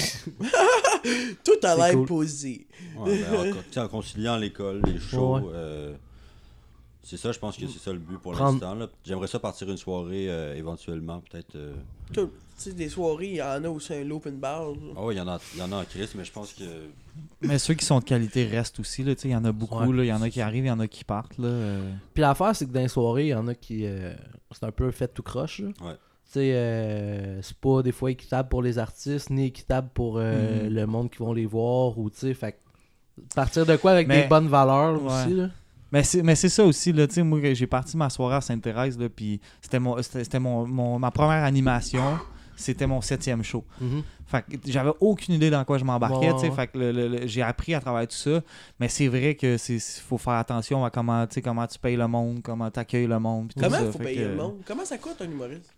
B: Tout à
C: C'est
B: l'air
C: cool.
B: posé.
E: Ouais, ben, en, co- tu sais, en conciliant l'école, les shows.
C: Ouais, ouais.
E: euh, c'est ça, je pense que c'est ça le but pour
C: Prendre-
E: l'instant. là. J'aimerais ça partir une soirée euh, éventuellement, peut-être. euh,
B: Tout- Tu sais, des soirées, il y en a aussi un lot pis une barge. là.
E: Ah ouais, il y, en a- il y en a en crise, mais je pense que
D: Mais ceux qui sont de qualité restent aussi, là. Tu sais, il y en a beaucoup,
C: Ouais.
D: là. Il y en a qui arrivent, il y en a qui partent, là. euh.
C: Puis l'affaire, c'est que dans les soirées, il y en a qui. euh, c'est un peu fait tout croche. là.
E: Ouais.
C: Tu sais, euh, c'est pas des fois équitable pour les artistes, ni équitable pour
D: Mhm.
C: euh, le monde qui vont les voir. Ou, tu sais, fait que partir de quoi avec
D: Mais-
C: des bonnes valeurs
D: Ouais.
C: aussi, là.
D: Mais c'est, mais c'est ça aussi, là, tu sais, moi, que j'ai parti ma soirée à Sainte-Thérèse, là, puis c'était, mon, c'était, c'était mon, mon- ma première animation, c'était mon septième show.
C: Mhm.
D: Fait que j'avais aucune idée dans quoi je m'embarquais,
C: Ouais,
D: tu sais,
C: ouais.
D: fait que le- le- le- j'ai appris à travers tout ça, mais c'est vrai que c'est, c'est- faut faire attention à comment, tu sais, comment tu payes le monde, comment tu accueilles le monde. puis tout
B: Comment
D: ça,
B: faut
D: fait
B: payer
D: que-
B: le monde? Comment ça coûte un humoriste?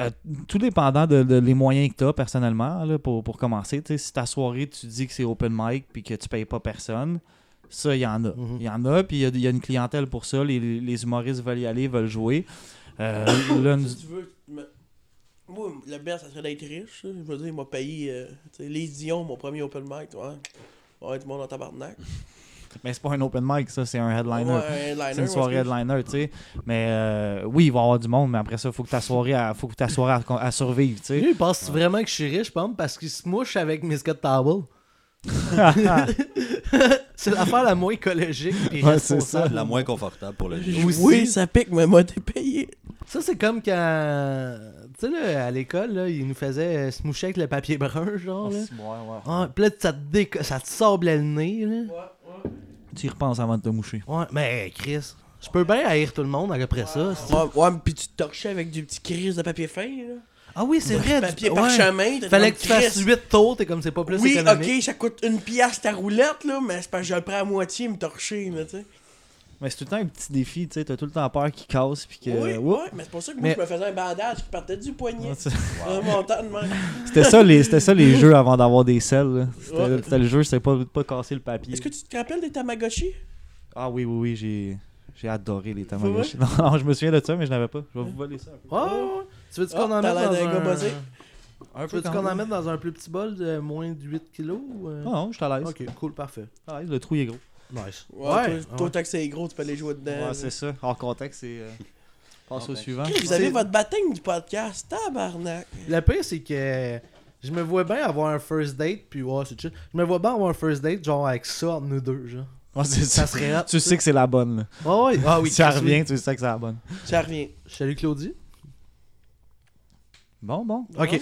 D: Euh, tout dépendant de, de- les moyens que tu as personnellement, là, pour, pour commencer. tu sais, si ta soirée, tu dis que c'est open mic puis que tu payes pas personne, ça, il y en a. Il
C: Mhm.
D: y en a, puis il y a- il y, a une clientèle pour ça. Les, les humoristes veulent y aller, veulent jouer. Euh, là, nous-
B: Si tu veux, me- moi, le best, ça serait d'être riche. là. Je veux dire, il m'a payé euh, tu sais, les Dion, mon premier open mic. Ouais. Ouais, tout le monde en tabarnak.
D: mais c'est pas un open mic, ça, c'est un headliner.
B: Ouais, un liner,
D: C'est une soirée
B: ouais, c'est-
D: headliner, tu sais. Mais euh, oui, il va y avoir du monde, mais après ça, il faut que ta soirée, elle- faut que ta soirée elle- elle survive, tu sais.
C: Lui, il pense vraiment que je suis riche, pomme, parce qu'il se mouche avec mes Scott Towel. c'est l'affaire la moins écologique et
D: Ouais, c'est ça.
C: responsable.
E: La moins confortable pour le jeu.
C: Aussi.
B: Oui, ça pique, mais moi, t'es payé.
C: Ça, c'est comme quand. Tu sais, là, à l'école, là, ils nous faisaient euh, se moucher avec le papier brun,
D: Ah,
C: genre. Là. Ah, pis là, ça te, déco- ça te sablait le nez, là.
D: Tu y repenses avant de te moucher.
C: Ouais, mais Chris, je peux bien haïr tout le monde après ça. c'est-
B: Ouais, ouais, mais pis tu te torchais avec du petit crise de papier fin, là.
C: Ah oui, c'est vrai. du-
B: Papier
C: ouais.
B: parchemin. t'es
C: Fallait
B: comme
C: que tu fasses
B: Christ.
C: 8 tours, t'es comme c'est pas plus
B: Oui,
C: économique.
B: ok, ça coûte une pièce ta roulette, là, mais c'est parce que je le prends à moitié, me torcher, là, tu sais.
D: Mais c'est tout le temps un petit défi, tu sais. T'as tout le temps peur qu'il casse, puis que.
B: Oui,
D: Oups.
B: ouais, mais c'est pour ça que
C: Mais-
B: moi, je me faisais un bandage qui partait du poignet.
D: Ah, tu-
B: Un montant de manque.
D: C'était ça, les, c'était ça les jeux avant d'avoir des selles. là. C'était,
B: Ouais.
D: c'était le jeu, c'était pas, pas casser le papier.
B: Est-ce que tu te rappelles des Tamagotchi?
D: Ah oui, oui, oui, j'ai, j'ai adoré les Tamagotchi. Non, non, je me souviens de ça, mais je n'avais pas. Je vais vous voler ça un peu.
C: Ouais, ouais, ouais. Tu veux-tu
B: Ah,
C: qu'on en
B: t'as
C: mette
B: l'air d'un gars
C: dans
B: bossé.
C: un...
D: Un
C: Tu veux-tu qu'on en mette dans un plus petit bol de moins de 8 kilos? ou, euh?
D: Non, non, je suis à l'aise.
C: Ok, cool, parfait.
D: À l'aise, le trou il est gros.
C: Nice.
B: Ouais, toi, toi, tant que c'est gros, tu peux aller jouer
C: Euh,
B: dedans.
D: Ouais,
B: là.
D: c'est ça. Hors contexte, c'est. euh, Passe au suivant.
B: Chris, Vous avez votre baptême du podcast, tabarnak.
C: Le pire, c'est que je me vois bien avoir un first date, puis ouais, c'est chill. Je me vois bien avoir un first date, genre avec ça entre nous deux, genre.
D: Ouais, c'est
C: Ça serait hot.
D: Tu sais que c'est la bonne. Là.
C: Ouais, ouais. Ah oui,
D: si tu
C: Chris,
D: reviens, tu sais que c'est la bonne.
B: Ça revient.
C: oui. Salut Claudie.
D: Bon, bon.
C: Ok.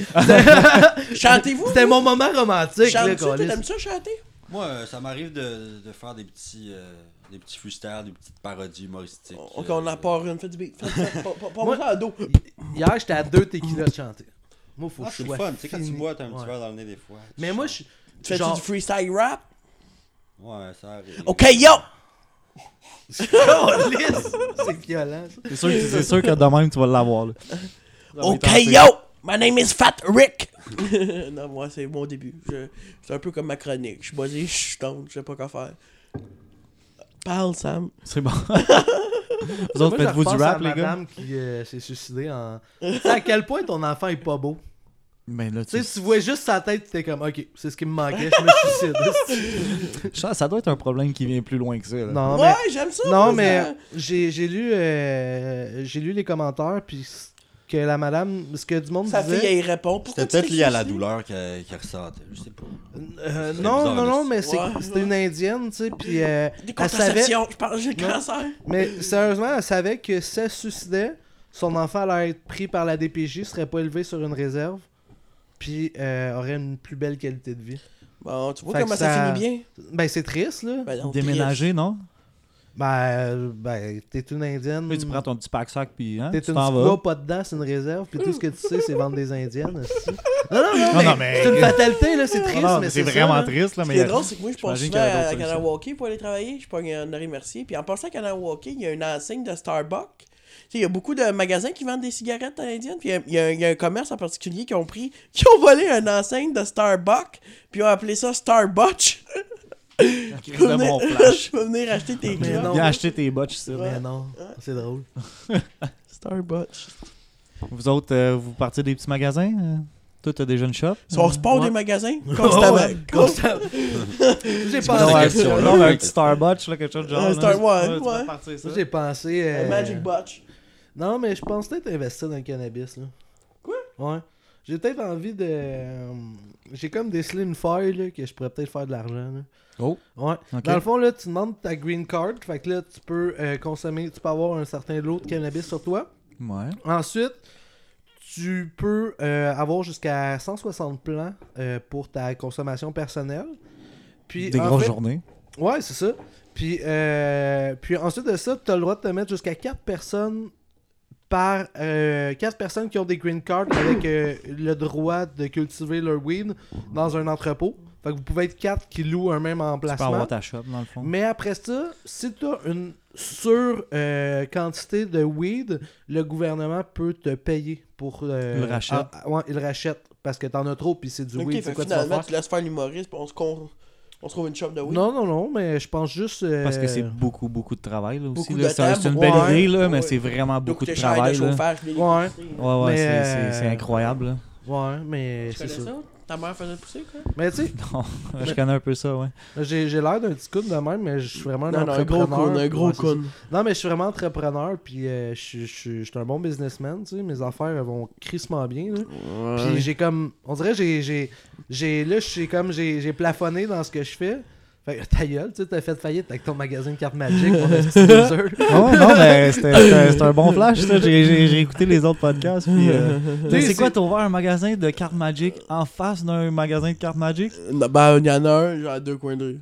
B: Chantez-vous?
C: C'était mon moment romantique, là,
B: Chante-tu? Toi,
C: câlisse.
B: T'aimes ça chanter?
E: Moi, euh, ça m'arrive de, de faire des petits, euh, des petits freestyles, des petites parodies humoristiques.
B: Ok,
E: euh,
B: on en part une. Fais du beat. Fais- fais- pas- pas- Pas-moi
C: Moi-
B: ça à dos.
C: Hier, j'étais à deux tequilas de chanter. Moi, faut
E: Ah,
C: que je
E: c'est
C: sois
E: le fun, tu sais, quand tu
C: fini.
E: bois, t'as un petit
C: Ouais.
E: verre dans le nez des fois. tu
C: Mais moi, je
E: chantes.
B: Tu fais-tu
C: genre-
B: du freestyle rap?
E: Ouais, ça arrive.
B: Ok, yo!
C: Câlisse! C'est violent, ça.
D: C'est sûr, que- c'est sûr que demain, tu vas l'avoir. là.
B: Ok,
D: tenter.
B: yo! My name is Fat Rick! non, moi, c'est mon début. Je- C'est un peu comme ma chronique. Je suis basé, je suis tonte, je sais pas quoi faire. Parle, Sam.
D: C'est bon. vous autres,
C: Moi, je
D: faites-vous du
C: repense à
D: rap, les gars?
C: madame qui euh, s'est suicidée en. Tu sais, à quel point ton enfant est pas beau.
D: Ben là, tu
C: Tu sais, tu vois juste sa tête, tu t'es comme, ok, c'est ce qui me manquait, je me suicide.
D: Ça, ça doit être un problème qui vient plus loin que ça. là.
C: non,
B: ouais,
C: mais.
B: j'aime ça.
C: Non,
B: moi,
C: mais
B: ça.
C: j'ai j'ai lu, euh, j'ai lu les commentaires, puis ce que la madame. Ce que du monde
B: Sa
C: disait.
B: fille, elle répond. Pourquoi
E: C'était
B: tu t'es
E: peut-être lié à la
B: suicidé?
E: douleur qu'elle qu'elle ressentait, je sais pas.
C: Euh,
E: C'est
C: non,
E: bizarre,
C: non, non,
E: mais
C: mais c'est-
B: Ouais.
C: c'était une indienne, tu sais, puis. euh,
B: Des
C: elle savait.
B: contraceptions, je pense, j'ai le
C: Non.
B: cancer.
C: Mais sérieusement, elle savait que si elle se suicidait, son enfant allait être pris par la DPJ, serait pas élevé sur une réserve, puis euh, aurait une plus belle qualité de vie.
B: Bon, tu vois
C: Fait
B: comment
C: que
B: ça...
C: ça-
B: finit bien?
C: Ben, c'est triste, là.
B: Ben, non,
D: Déménager, non?
C: Ben, euh, ben t'es une indienne.
D: Là, tu prends ton petit pack-sac, puis hein,
C: T'es
D: tu
C: une petite
D: t'en vas.
C: voix pas dedans, c'est une réserve, puis tout ce que tu sais, c'est vendre des indiennes. aussi. Non, non, non,
D: Non,
C: mais,
D: non, mais-
C: c'est une fatalité, là, c'est triste,
D: Non, non,
C: mais
D: c'est
C: ça,
D: vraiment
C: là.
D: triste, là,
B: Ce
D: mais...
B: qui est drôle, c'est que moi, je pense
D: J'imagine
B: souvent
D: qu'il y a
B: à
D: d'autres
B: Kanawaki pour aller travailler. Je pogne un Henri Mercier. Puis en passant à Kanawaki, il y a une enseigne de Starbucks. Tu sais, Il y a beaucoup de magasins qui vendent des cigarettes indiennes. Puis il y a- il y, a un- il y a un commerce en particulier qui ont pris, qui ont volé une enseigne de Starbucks, puis ont appelé ça Starbucks.
D: Chris
B: Je
D: de
B: peux venir-
D: mon flash.
B: je peux venir acheter tes
C: Mais
B: clubs.
C: non.
D: Viens acheter tes botches, ça.
C: Mais non, c'est drôle.
B: Starbucks.
D: Vous autres, euh, vous partez des petits magasins? euh? Toi, t'as des jeunes shops?
B: Son sport
C: Ouais.
B: des magasins, constamment.
C: Ouais, constamment. J'ai
D: Non,
C: pensé,
D: un
E: la
D: petit-
E: question, là.
D: non, un petit Starbucks, là, quelque chose de genre.
B: Un
D: là.
B: Euh, Star- ouais,
D: tu vas
B: ouais.
D: partir ça.
C: moi, j'ai pensé. euh,
B: Magic Botch.
C: Non, mais je pense peut-être investir dans le cannabis, là.
B: Quoi?
C: Ouais. J'ai peut-être envie de. euh, J'ai comme décelé une feuille, là, que je pourrais peut-être faire de l'argent, là.
D: Oh.
C: Ouais.
D: Ok.
C: Dans le fond, là, tu demandes ta green card. Fait que là, tu peux euh, consommer, tu peux avoir un certain lot de cannabis sur toi.
D: Ouais.
C: Ensuite, tu tu peux euh, avoir jusqu'à 160 plans euh, pour ta consommation personnelle. Puis,
D: Des
C: en
D: grosses
C: fait-
D: journées.
C: Ouais, c'est ça. Puis, euh, puis ensuite de ça, tu as le droit de te mettre jusqu'à 4 personnes par euh, quatre personnes qui ont des green cards avec euh, le droit de cultiver leur weed dans un entrepôt. Fait que vous pouvez être 4 qui louent un même
D: Tu peux avoir
C: emplacement.
D: ta shop, dans le fond.
C: Mais après ça, si tu as une sur euh, quantité de weed, le gouvernement peut te payer pour euh,
D: Il le rachète.
C: ah, ah, ouais, il le rachète parce que t'en as trop puis c'est du
B: Ok,
C: weed.
B: fait
C: C'est
B: que
C: quoi tu vas
B: finalement,
C: faire?
B: tu laisses faire l'humoriste, puis on se, con- on se trouve une shop de weed.
C: Non non non, mais je pense juste euh,
D: Parce que c'est beaucoup, beaucoup de travail. Là, aussi,
B: Beaucoup de
D: là. C'est un-
B: temps,
D: c'est une
B: beaucoup-
D: belle idée, là,
B: ouais, ouais.
D: mais c'est vraiment beaucoup de
B: Coûtait cher
D: travail.
B: de
D: là.
B: chauffage, puis
C: Ouais.
B: l'électricité.
D: Ouais, ouais,
C: Mais,
D: c'est- c'est c'est
C: euh,
D: incroyable. là.
C: Ouais, mais
B: Tu
C: c'est
B: connais
C: ça.
B: ça? Ta mère faisait pousser, quoi?
C: Mais tu sais,
D: Non, je connais un peu ça, ouais.
C: j'ai j'ai l'air d'un petit couple de même, mais je suis vraiment un
B: Non, non, un
C: entrepreneur.
B: gros con, un gros
C: Ouais, c'est
B: con.
C: ça. Non, mais je suis vraiment entrepreneur, puis euh, je suis- je suis je suis un bon businessman, tu sais. Mes affaires elles vont crissement bien, là. Puis j'ai comme. On dirait, j'ai. j'ai, j'ai là, je suis comme. J'ai, j'ai plafonné dans ce que je fais. Fait que ta gueule, tu sais, t'as fait faillite avec ton magazine Carte Magic pour les petits losers.
B: Ah
D: Non, Oh, non, mais c'était- c'était c'était un bon flash, ça. J'ai- J'ai j'ai écouté les autres podcasts. Puis, euh,
C: sais,
D: c'est quoi,
C: c'est-
D: t'as ouvert un magasin de cartes Magic en face d'un magasin de cartes Magic?
B: Non, Ben, il y en a un, genre à deux coins de rue.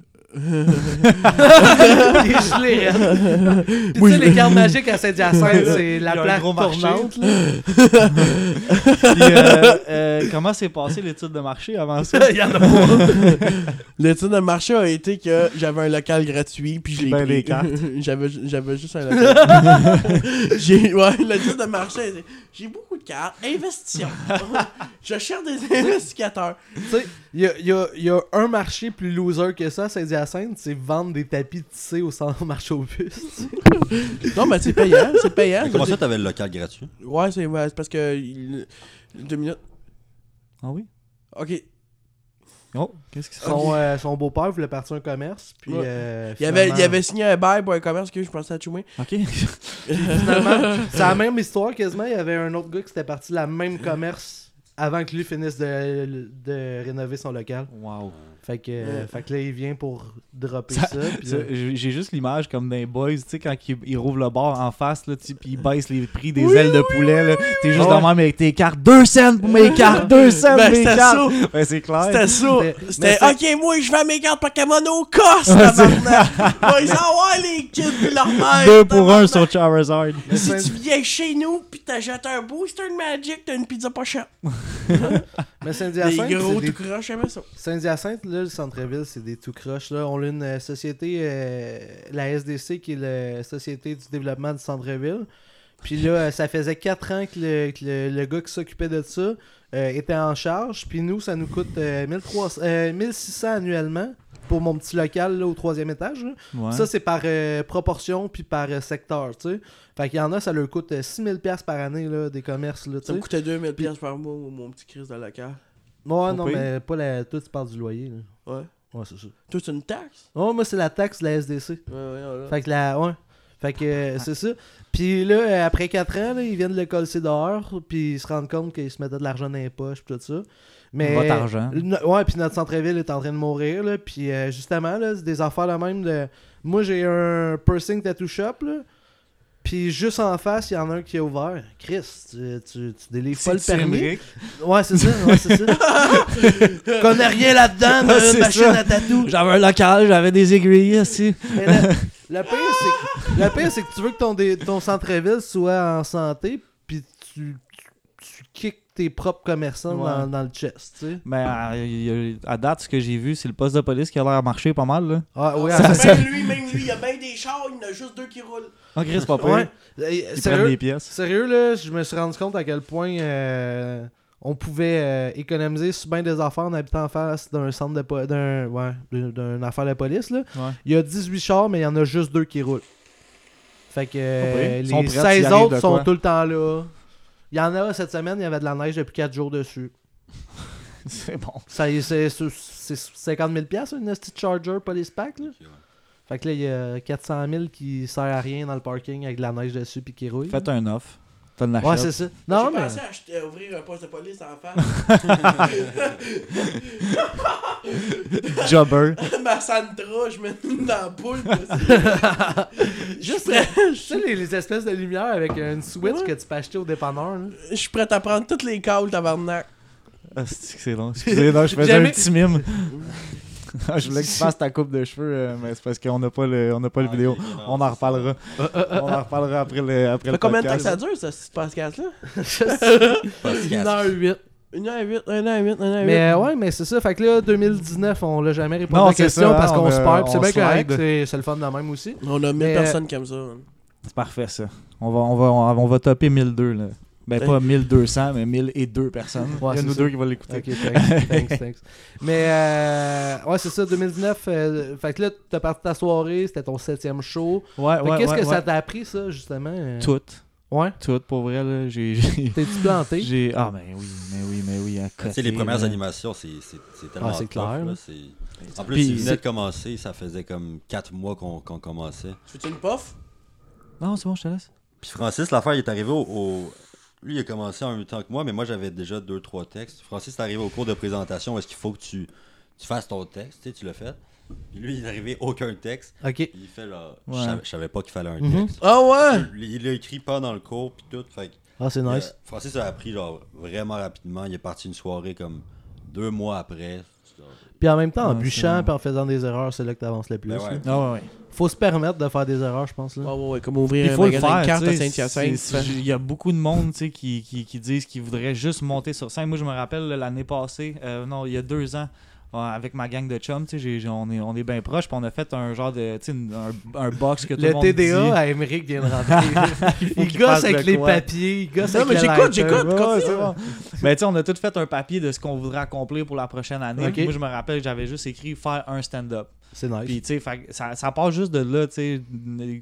C: Puis je les raide. Puis tu sais, les cartes magiques à Saint-Hyacinthe, c'est la
D: Il y a un
C: plaque
D: gros marché.
C: tournante, là.
D: Puis, euh, euh, comment s'est passée l'étude de marché avant ça?
C: Il y en a pas.
B: L'étude de marché a été que j'avais un local gratuit, puis je l'ai
D: Ben,
B: pris.
D: les cartes.
B: j'avais, ju- j'avais juste un local. j'ai, ouais, l'étude de marché, elle dit, j'ai beaucoup de cartes, investissements. je cherche des investigateurs.
C: Tu sais, il y a, il y a- il y a un marché plus loser que ça à Saint-Hyacinthe, c'est vendre des tapis tissés au centre marché aux puces.
B: Non, mais c'est payant, c'est payant.
E: Comment ça, t'avais le local gratuit?
B: Ouais, c'est, ouais, c'est parce que... il- Deux minutes.
D: Ah oui?
B: OK,
D: Oh, qu'est-ce qui se passe?
C: Son, euh, son beau-père voulait partir un commerce, puis
B: Ouais.
C: euh,
B: Il avait, il
C: finalement-
B: avait signé un bail pour un commerce que je pensais à Chumé.
D: Ok.
C: Finalement, c'est la même histoire quasiment. Il y avait un autre gars qui s'était parti de la même commerce avant que lui finisse de, de rénover son local.
D: Wow.
C: Fait que, euh, fait que là, il vient pour dropper ça.
D: Ça-
C: puis
D: Ça,
C: là-
D: J'ai j'ai juste l'image comme des boys, tu sais, quand ils, ils rouvrent le bar en face, là, tu- puis ils baissent les prix des ailes de poulet, là. T'es juste
C: Ah ouais.
D: dans le même avec tes cartes. Deux cents pour mes cartes, deux cents
B: Ben,
D: pour mes
B: c'était
D: cartes. Ben, c'est clair.
B: C'était ça.
C: Mais-
B: C'était
C: mais
B: OK, moi, je vends mes cartes Pokémon au COS, tabarnak. Ils envoient les kids puis leur mère.
D: Deux pour un
B: tabarnak.
D: sur Charizard.
B: Si tu viens chez nous puis t'achètes un booster de Magic, t'as une pizza pas chère.
C: Mais Saint-Hyacinthe,
B: Des gros
C: c'est des-
B: tout croche, j'aimais ça.
C: Saint-Hyacinthe, là, le centre-ville, c'est des tout croches. Là. On a une euh, société, euh, la SDC, qui est la Société du développement du centre-ville. Puis là, euh, ça faisait 4 ans que le, que le- le gars qui s'occupait de ça euh, était en charge. Puis nous, ça nous coûte euh, 1300, euh, 1600 annuellement pour mon petit local là, au troisième étage. là.
D: Ouais.
C: Ça, c'est par euh, proportion puis par euh, secteur, tu sais. Fait qu'il y en a, ça leur coûte euh, 6000 pièces par année, là, des commerces, là, tu
B: Ça me
C: sais.
B: coûtait 2000 pièces par mois, mon mon petit Chris de local.
C: Ouais, non,
D: pire.
C: mais pas la... Toi, tu parles du loyer, là.
B: Ouais.
C: Ouais, c'est ça.
B: Toi, c'est une taxe?
C: Oh, moi, c'est la taxe de la SDC.
B: Ouais, ouais, ouais.
C: Fait que la. Ouais. Fait que euh, c'est ça. Puis là, euh, après 4 ans, là, ils viennent le coller dehors, puis ils se rendent compte qu'ils se mettaient de l'argent dans les poches, puis tout ça. Mais,
D: Votre argent.
C: No- ouais, puis notre centre-ville est en train de mourir, là. Puis euh, justement, là, c'est des affaires là même de. Moi, j'ai un piercing tattoo shop, là. Puis juste en face, il y en a un qui est ouvert. Chris, tu, tu, tu délivres pas le
D: C'est-tu
C: permis.
D: Rick?
C: Ouais, c'est ça, ouais, c'est ça. Connais rien là-dedans,
D: Ouais,
C: ma
D: Ah, c'est
C: machine
D: ça.
C: à tatou.
D: J'avais un local, j'avais des aiguilles aussi.
C: Mais le, le pire, c'est que, le pire, c'est que tu veux que ton, dé- ton centre-ville soit en santé, puis tu, tu, tu kicks tes propres commerçants
D: Ouais.
C: dans, dans le chest, tu sais.
D: Mais euh, il y a- à date, ce que j'ai vu, c'est le poste de police qui a l'air à marcher pas mal. Là.
C: Ah, oui,
B: Même
C: ah,
B: lui, même lui, il y a bien des chars, il y en a juste deux qui roulent.
D: En gris, c'est pas pire.
C: ouais. Euh,
D: Ils prennent
C: Sérieux,
D: les pièces.
C: sérieux, là, je me suis rendu compte à quel point euh, on pouvait euh, économiser sur bien des affaires en habitant en face d'un centre de po- d'un ouais, d'une d'une affaire de police, là.
D: Ouais.
C: Il y a 18 chars, mais il y en a juste deux qui roulent. Fait que euh,
D: Pas pire. Ils sont
C: les
D: prêts s'il
C: 16
D: arrive
C: autres
D: de
C: sont
D: quoi.
C: tout le temps là. Il y en a cette semaine, il y avait de la neige depuis 4 jours dessus.
D: C'est bon.
C: Ça, y est, c'est c'est- c'est 50 000 piastres, une petite Charger Police Pack. Là.
E: ouais.
C: Fait que là, il y a 400 000 qui sert à rien dans le parking avec de la neige dessus puis qui rouille.
D: Faites un offre. T'as de la
C: Ouais,
D: shot.
C: c'est ça.
B: Non,
C: Non,
B: J'ai
C: mais.
B: pensé à acheter- à ouvrir un poste de police en face.
D: Jobber.
B: Ma Sandra, je mets une dans la boule.
C: Juste
B: Je
C: tu sais, les, les espèces de lumière avec une switch
B: Ouais.
C: que tu peux acheter au dépanneur. là.
B: Je suis prêt à prendre toutes les calls, tabarnak.
D: Ah, c'est que c'est long. Excusez, non, je faisais
C: Jamais-
D: un petit mime. Ah, je voulais que tu fasses ta coupe de cheveux, euh, mais c'est parce qu'on n'a pas le, on n'a pas le
E: Ah,
D: vidéo.
E: ok, non,
D: On en reparlera. on en reparlera après le, après
B: Ça
D: le
B: fait combien de temps que
D: podcast.
B: ça dure, ce petit podcast-là
E: Podcast.
C: 1h08.
B: 1h08, 1h08, 1h08.
C: Mais euh, ouais, mais c'est ça. Fait que là, 2019, on l'a jamais répondu
D: Non,
C: à la
D: c'est
C: question
D: ça,
C: parce
D: hein,
C: qu'on
D: on,
C: se
D: euh,
C: perd. puis C'est
D: on
C: bien correct,
D: slide.
C: c'est c'est le fun de même aussi.
B: On a 1000
C: Mais, euh,
B: personnes comme ça. hein.
D: C'est parfait, ça. On va, on va, on va, on va topper 1002, là. Ben,
B: Ouais.
D: pas 1200, mais 1002 personnes.
C: Ouais,
D: Il y
C: c'est
D: a nous
C: ça.
D: deux qui vont l'écouter.
C: Ok, thanks, thanks, thanks. Mais euh, ouais, c'est ça, 2019. euh, fait que là, t'as parti ta soirée, c'était ton septième show.
D: Ouais,
C: Fait que
D: ouais,
C: qu'est-ce
D: ouais,
C: que
D: ouais.
C: ça t'a appris, ça, justement euh,
D: Tout.
C: Ouais.
D: Tout, pour vrai, là. J'ai. j'ai-
C: T'es-tu planté
D: j'ai- Ah, mais oui, mais oui, mais oui. à
E: Tu sais,
D: côté,
E: les premières
D: là.
E: animations, c'est c'est- c'est tellement
C: Ah, c'est
E: tough,
C: clair,
E: là,
C: là.
E: c'est- En plus,
D: Puis
E: ils
D: c'est-
E: venaient de commencer, ça faisait comme 4 mois qu'on qu'on commençait.
B: Tu fais-tu une puff
D: Non, c'est bon, je te laisse.
E: Puis Francis, l'affaire, il est arrivé au, au- Lui, il a commencé en même temps que moi, mais moi, j'avais déjà deux, trois textes. Francis, est arrivé au cours de présentation, est-ce qu'il faut que tu, tu fasses ton texte, tu sais, tu l'as fait. Puis lui, il n'est arrivé aucun texte.
C: Ok.
E: Puis il fait là, je
D: Ouais.
E: savais- je savais pas qu'il fallait un
C: Mhm.
E: texte.
B: Ah ouais
E: Il- Il l'a écrit pendant le cours, puis tout. Fait que,
C: Ah, c'est
E: euh, Francis a appris, genre, vraiment rapidement. Il est parti une soirée comme deux mois après.
C: Puis en même temps, en
D: Ouais,
C: bûchant
D: c'est-
C: puis en faisant des erreurs, c'est là que t'avances le plus.
E: Ben ouais.
C: là.
D: Ah, ouais, ouais.
C: Faut se permettre de faire des erreurs, je pense. Là.
B: Ouais, ouais, ouais, comme
D: Il
B: ouvrir un
D: faut le
B: magasin
D: faire.
B: de cartes
D: tu
B: à
D: sais,
B: Saint-Hyacinthe.
D: c'est- c'est- Il y a beaucoup de monde tu sais, qui, qui, qui disent qu'ils voudraient juste monter sur scène. Moi, je me rappelle là, l'année passée, euh, non, il y a deux ans. euh, Avec ma gang de chums, tu sais, j'ai- j'ai- on est, on est bien proches, puis on a fait un genre de. Tu sais, une- un, un box que tout le,
C: Le
D: monde
C: TDA
D: dit.
C: à Emmerich vient de rentrer. il
D: qu'il
C: gosse
D: fasse
C: avec
D: de
C: les
D: quoi.
C: papiers, il gosse
B: Non,
C: avec
B: mais
C: le
B: j'écoute,
C: lighter.
B: j'écoute.
D: Ouais,
B: continue.
D: c'est bon. Mais tu sais, on a tout fait un papier de ce qu'on voudrait accomplir pour la prochaine année.
C: Ok.
D: Moi, je me rappelle, j'avais juste écrit faire un stand-up.
C: C'est nice.
D: Puis, tu sais, fait que ça, ça part juste de là, tu sais,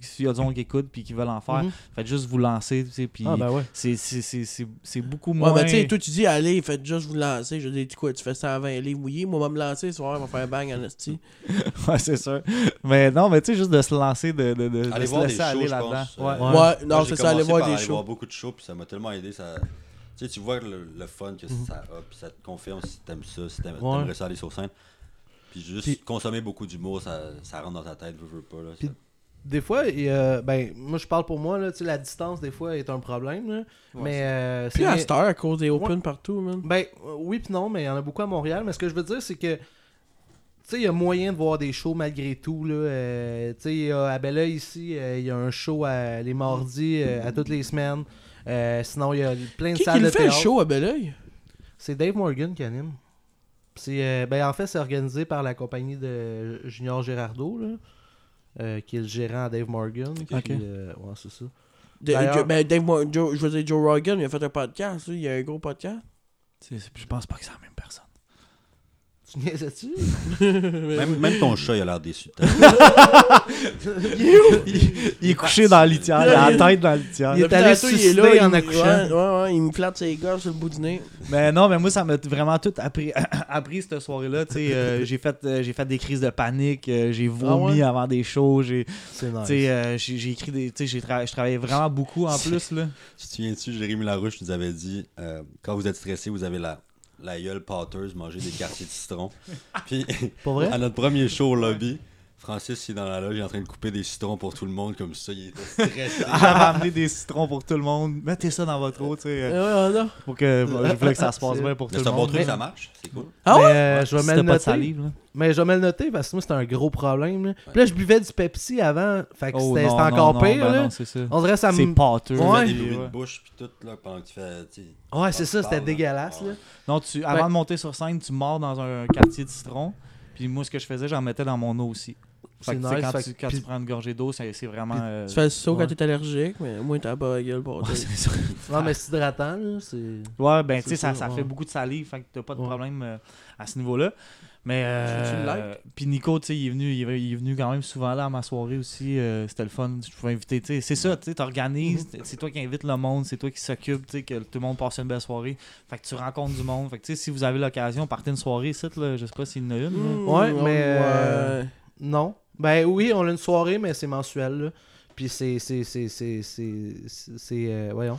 D: s'il y a du monde qui écoute puis qui veulent en faire,
C: Mhm.
D: faites juste vous lancer, tu sais, puis
C: Ah, ben ouais.
D: c'est- c'est- c'est c'est- c'est beaucoup
B: Ouais,
D: moins.
B: mais tu sais, toi, tu dis, allez, faites juste vous lancer. Je dis, tu quoi, tu fais 120 livres, oui, moi, je vais me lancer ce soir, on va faire bang en esti.
D: Ouais, c'est sûr. Mais non, mais tu sais, juste de se lancer, de, de, de, de
E: Aller
D: se
E: voir des
D: laisser aller
E: shows, je
D: là-dedans.
E: pense.
D: Ouais.
E: Euh,
B: Ouais,
E: Moi,
B: non,
E: j'ai
B: c'est ça, aller
E: commencé
B: voir
E: par
B: des
E: aller voir
B: shows.
E: beaucoup de shows, puis ça m'a tellement aidé. Ça... Tu sais, tu vois le, le fun que ça a, puis ça te confirme si t'aimes ça, si t'aimes-
C: Ouais.
E: t'aimerais ça aller sur scène. Puis juste
C: Puis-
E: consommer beaucoup d'humour, ça, ça rentre dans ta tête, veux, veux pas. Là,
C: Puis-
E: ça.
C: Des fois, il y a- ben, moi je parle pour moi, là, tu sais, la distance des fois est un problème. là. mais euh,
B: Puis
C: c'est-
B: à cette heure, à cause des open partout, man.
C: Ben euh, oui puis non, mais il y en a beaucoup à Montréal. Mais ce que je veux dire, c'est que tu sais, il y a moyen de voir des shows malgré tout. Là, Euh, tu sais, il y a- à Bella ici, euh, il y a un show à- les mardis, euh, à toutes les semaines. Euh, sinon, il y a plein de
B: Qui qui
C: salles de
B: le fait le
C: théâtre.
B: show à Belleuil
C: C'est Dave Morgan qui anime. C'est, euh, ben, en fait, c'est organisé par la compagnie de Junior Gérardo, là, euh, qui est le gérant à Dave Morgan.
E: Ok.
C: Puis,
D: Ok.
C: euh, ouais, c'est ça.
B: De-
C: D'ailleurs-
B: Joe- Ben, Dave, Mo- Joe- je veux dire, Joe Rogan, il a fait un podcast, lui, il a un gros podcast.
D: C'est- c'est- Je pense pas que c'est la même personne.
C: Tu niaisais-tu?
E: Même, même ton chat, il a l'air déçu. de ta-
D: Il est couché dans la litière, la tête dans la litière.
C: Il est
B: Depuis
C: allé
B: tantôt,
C: suicider en
B: il-
C: accouchant.
B: Ouais, ouais, ouais, il me flatte ses gars sur le bout du nez.
D: Mais non, mais moi, ça m'a vraiment tout appris, appris cette soirée-là. tu sais, euh, j'ai fait, euh, j'ai fait des crises de panique, euh, j'ai
B: Ah
D: vomi
B: ouais?
D: avant des shows, j'ai
C: C'est
D: tu
C: nice.
D: sais, euh, j'ai j'ai écrit des. tu sais, j'ai tra- je travaillais vraiment beaucoup en plus. là.
E: Tu te souviens-tu, Jérémy Larouche nous avait dit euh, quand vous êtes stressé, vous avez la, la gueule pâteuse, mangez des quartiers de citron. Puis
C: Pas vrai?
E: à notre premier show au lobby, Francis, il est dans la loge, il est en train de couper des citrons pour tout le monde, comme ça, il était stressé.
C: Ah.
D: J'avais amené des citrons pour tout le monde. Mettez ça dans votre eau, tu sais.
B: Ouais,
D: euh,
B: ouais, non.
D: Pour que, je voulais que ça se passe bien pour tout
E: Mais
D: le
E: c'est un bon
D: monde.
E: truc, ça marche, c'est cool.
B: Ah
C: Mais,
B: ouais?
C: euh, je vais
D: Si
C: me
D: t'as
C: le
D: pas de
C: noter.
D: salive, là.
C: Mais je vais me le noter parce que moi, c'était un gros problème. là. Puis là, je buvais du Pepsi avant. Fait que
D: Oh,
C: c'était
D: non,
C: c'était
D: non,
C: encore
D: non,
C: pire.
D: ben
C: là.
D: non, c'est ça.
C: On dirait ça
D: C'est
C: me.
D: pâteux.
E: Tu
C: Ouais.
D: là,
E: fais des bruits de
D: ouais.
E: bouche, puis tout, là, pendant que tu fais. tu sais,
C: Ouais, c'est ça,
E: tu
C: c'était
E: parles, là.
C: dégueulasse. Là.
D: Non, tu, avant de monter sur scène, tu mords dans un quartier de citron. Puis moi, ce que je faisais, j'en mettais dans mon eau aussi. Fait
C: C'est
D: que,
C: nice.
D: tu sais, quand,
C: fait
D: tu,
C: que-
D: quand
C: puis-
D: tu prends une gorgée d'eau, c'est c'est vraiment. euh,
B: Tu fais le saut
D: ouais.
B: quand t'es allergique, mais moi, t'as pas la gueule
D: Ouais,
B: pâteuse.
D: c'est ça.
C: Non, mais c'est hydratant. là, c'est-
D: Ouais, ben
C: C'est
D: tu sais, ça,
C: ça,
D: ça
C: ouais.
D: fait beaucoup de salive, fait que t'as pas de
C: Ouais.
D: problème euh, à ce niveau-là. Mais.
B: Tu le
D: Euh, Puis Nico, tu sais, il est venu, il est- il est venu quand même souvent là à ma soirée aussi. euh, C'était le fun. Je pouvais inviter, tu sais. C'est ça, tu sais, t'organises, t'es- c'est toi qui invites le monde, c'est toi qui s'occupe, tu sais, que tout le monde passe une belle soirée. Fait que tu rencontres du monde. Fait que tu sais, si vous avez l'occasion, partez une soirée ici, là. Je sais pas s'il y en a une. là.
B: Mmh,
C: Ouais, mais,
B: ouais.
C: euh, Non. Ben oui, on a une soirée, mais c'est mensuel. là. Puis c'est. C'est. C'est. C'est. c'est- c'est- c'est, euh, voyons.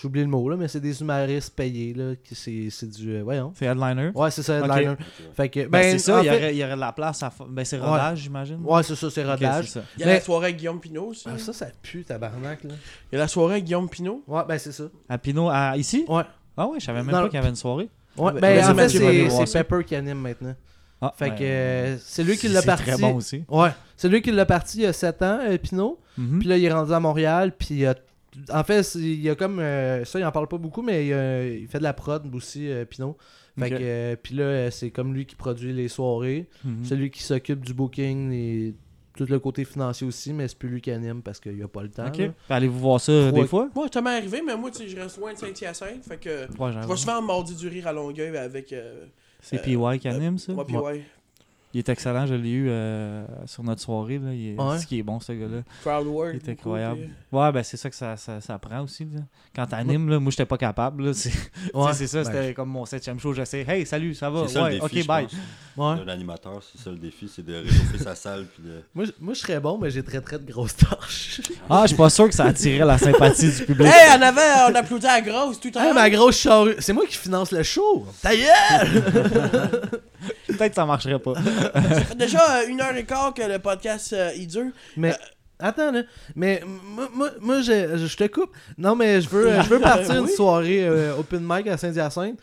C: J'ai oublié le mot, là, mais c'est des humoristes payés, là. qui- C'est c'est du. euh, voyons.
D: C'est headliner.
C: Ouais, c'est ça,
D: Ok.
C: headliner.
E: Ok, ouais.
C: Fait que. Ben,
D: Ben, c'est
C: en
D: ça, il y,
C: fait-
D: aurait, il y aurait de la place à. fa- Ben, c'est
C: Ouais.
D: rodage, j'imagine.
C: Ouais, c'est ça, c'est
D: Ok,
C: rodage.
D: c'est ça.
B: Il y a la
C: Mais-
B: soirée avec Guillaume Pinot aussi.
C: Ah, ça, ça pue, tabarnak, là.
B: Il y a la soirée avec Guillaume Pinot.
C: Ouais, ben, c'est ça.
D: À Pinot, à- ici
C: Ouais.
D: Ah ouais, je savais même
C: Dans
D: pas
C: le-
D: qu'il y avait une soirée.
C: Ouais,
B: ben,
C: ben,
B: vas-y,
C: en fait,
B: Mathieu, va aller
C: c'est
D: voir
C: c'est Pepper qui anime maintenant.
D: Ah,
C: Fait
D: ben,
C: que euh, c'est lui qui l'a
D: c'est
C: parti.
D: très bon aussi.
C: Ouais, c'est lui qui l'a parti il y a 7 ans, euh, Pinot.
D: Mhm.
C: Puis là, il est rendu à Montréal. Puis il a- en fait, c'est- il y a comme. euh, ça, il en parle pas beaucoup, mais il, a- il fait de la prod aussi, euh, Pinot. Fait
D: Ok.
C: que, euh, puis là, euh, c'est comme lui qui produit les soirées.
D: Mhm.
C: C'est lui qui s'occupe du booking et tout le côté financier aussi, mais c'est plus lui qui anime parce qu'il a pas le temps.
D: Ok.
C: là.
D: Fait Allez-vous voir ça euh,
C: Trois-
D: des fois
B: Moi, ça m'est arrivé, mais moi, tu sais, je reste loin de Saint-Hyacinthe. Fait que.
D: Ah Ouais,
B: Je
D: j'avoue.
B: vais souvent en mardi du rire à Longueuil avec. Euh,
D: C'est
B: euh,
D: PY qui anime ça.
B: moi, puis
C: Ouais.
B: ouais.
D: Il est excellent, je l'ai eu euh, sur notre soirée. Là. Il est...
C: Ouais.
D: C'est ce qui est bon, ce gars-là.
B: Crowd work.
D: Il est
B: beaucoup,
D: incroyable.
B: puis-
D: Ouais, ben c'est ça que ça, ça, ça prend aussi. Là. Quand t'animes, là, moi j'étais pas capable. là, C'est tu sais,
C: Ouais.
D: c'est ça,
C: Ben,
D: c'était comme mon septième show. J'essaie, hey, salut, ça va?
E: C'est ça
D: Ouais,
E: le défi.
D: ok, bye.
C: Ouais.
E: De l'animateur, c'est ça le défi, c'est de réchauffer sa salle. Puis de...
C: Moi, je- moi, je serais bon, mais j'ai très très de grosses torches.
D: Ah, je suis pas sûr que ça attirait la sympathie du public.
B: Hey, on avait. On applaudit à grosse tout à
C: Ah,
B: l'heure.
C: ma grosse charrue. C'est moi qui finance le show. Ta gueule!
D: Peut-être que ça marcherait pas.
B: Ça fait déjà euh, une heure et quart que le podcast euh, il dure.
C: Mais
B: Euh,
C: attends là, mais moi, moi, moi, je, je- je te coupe. Non mais je veux, euh, je veux partir une
B: Oui.
C: soirée euh, open mic à Saint-Hyacinthe.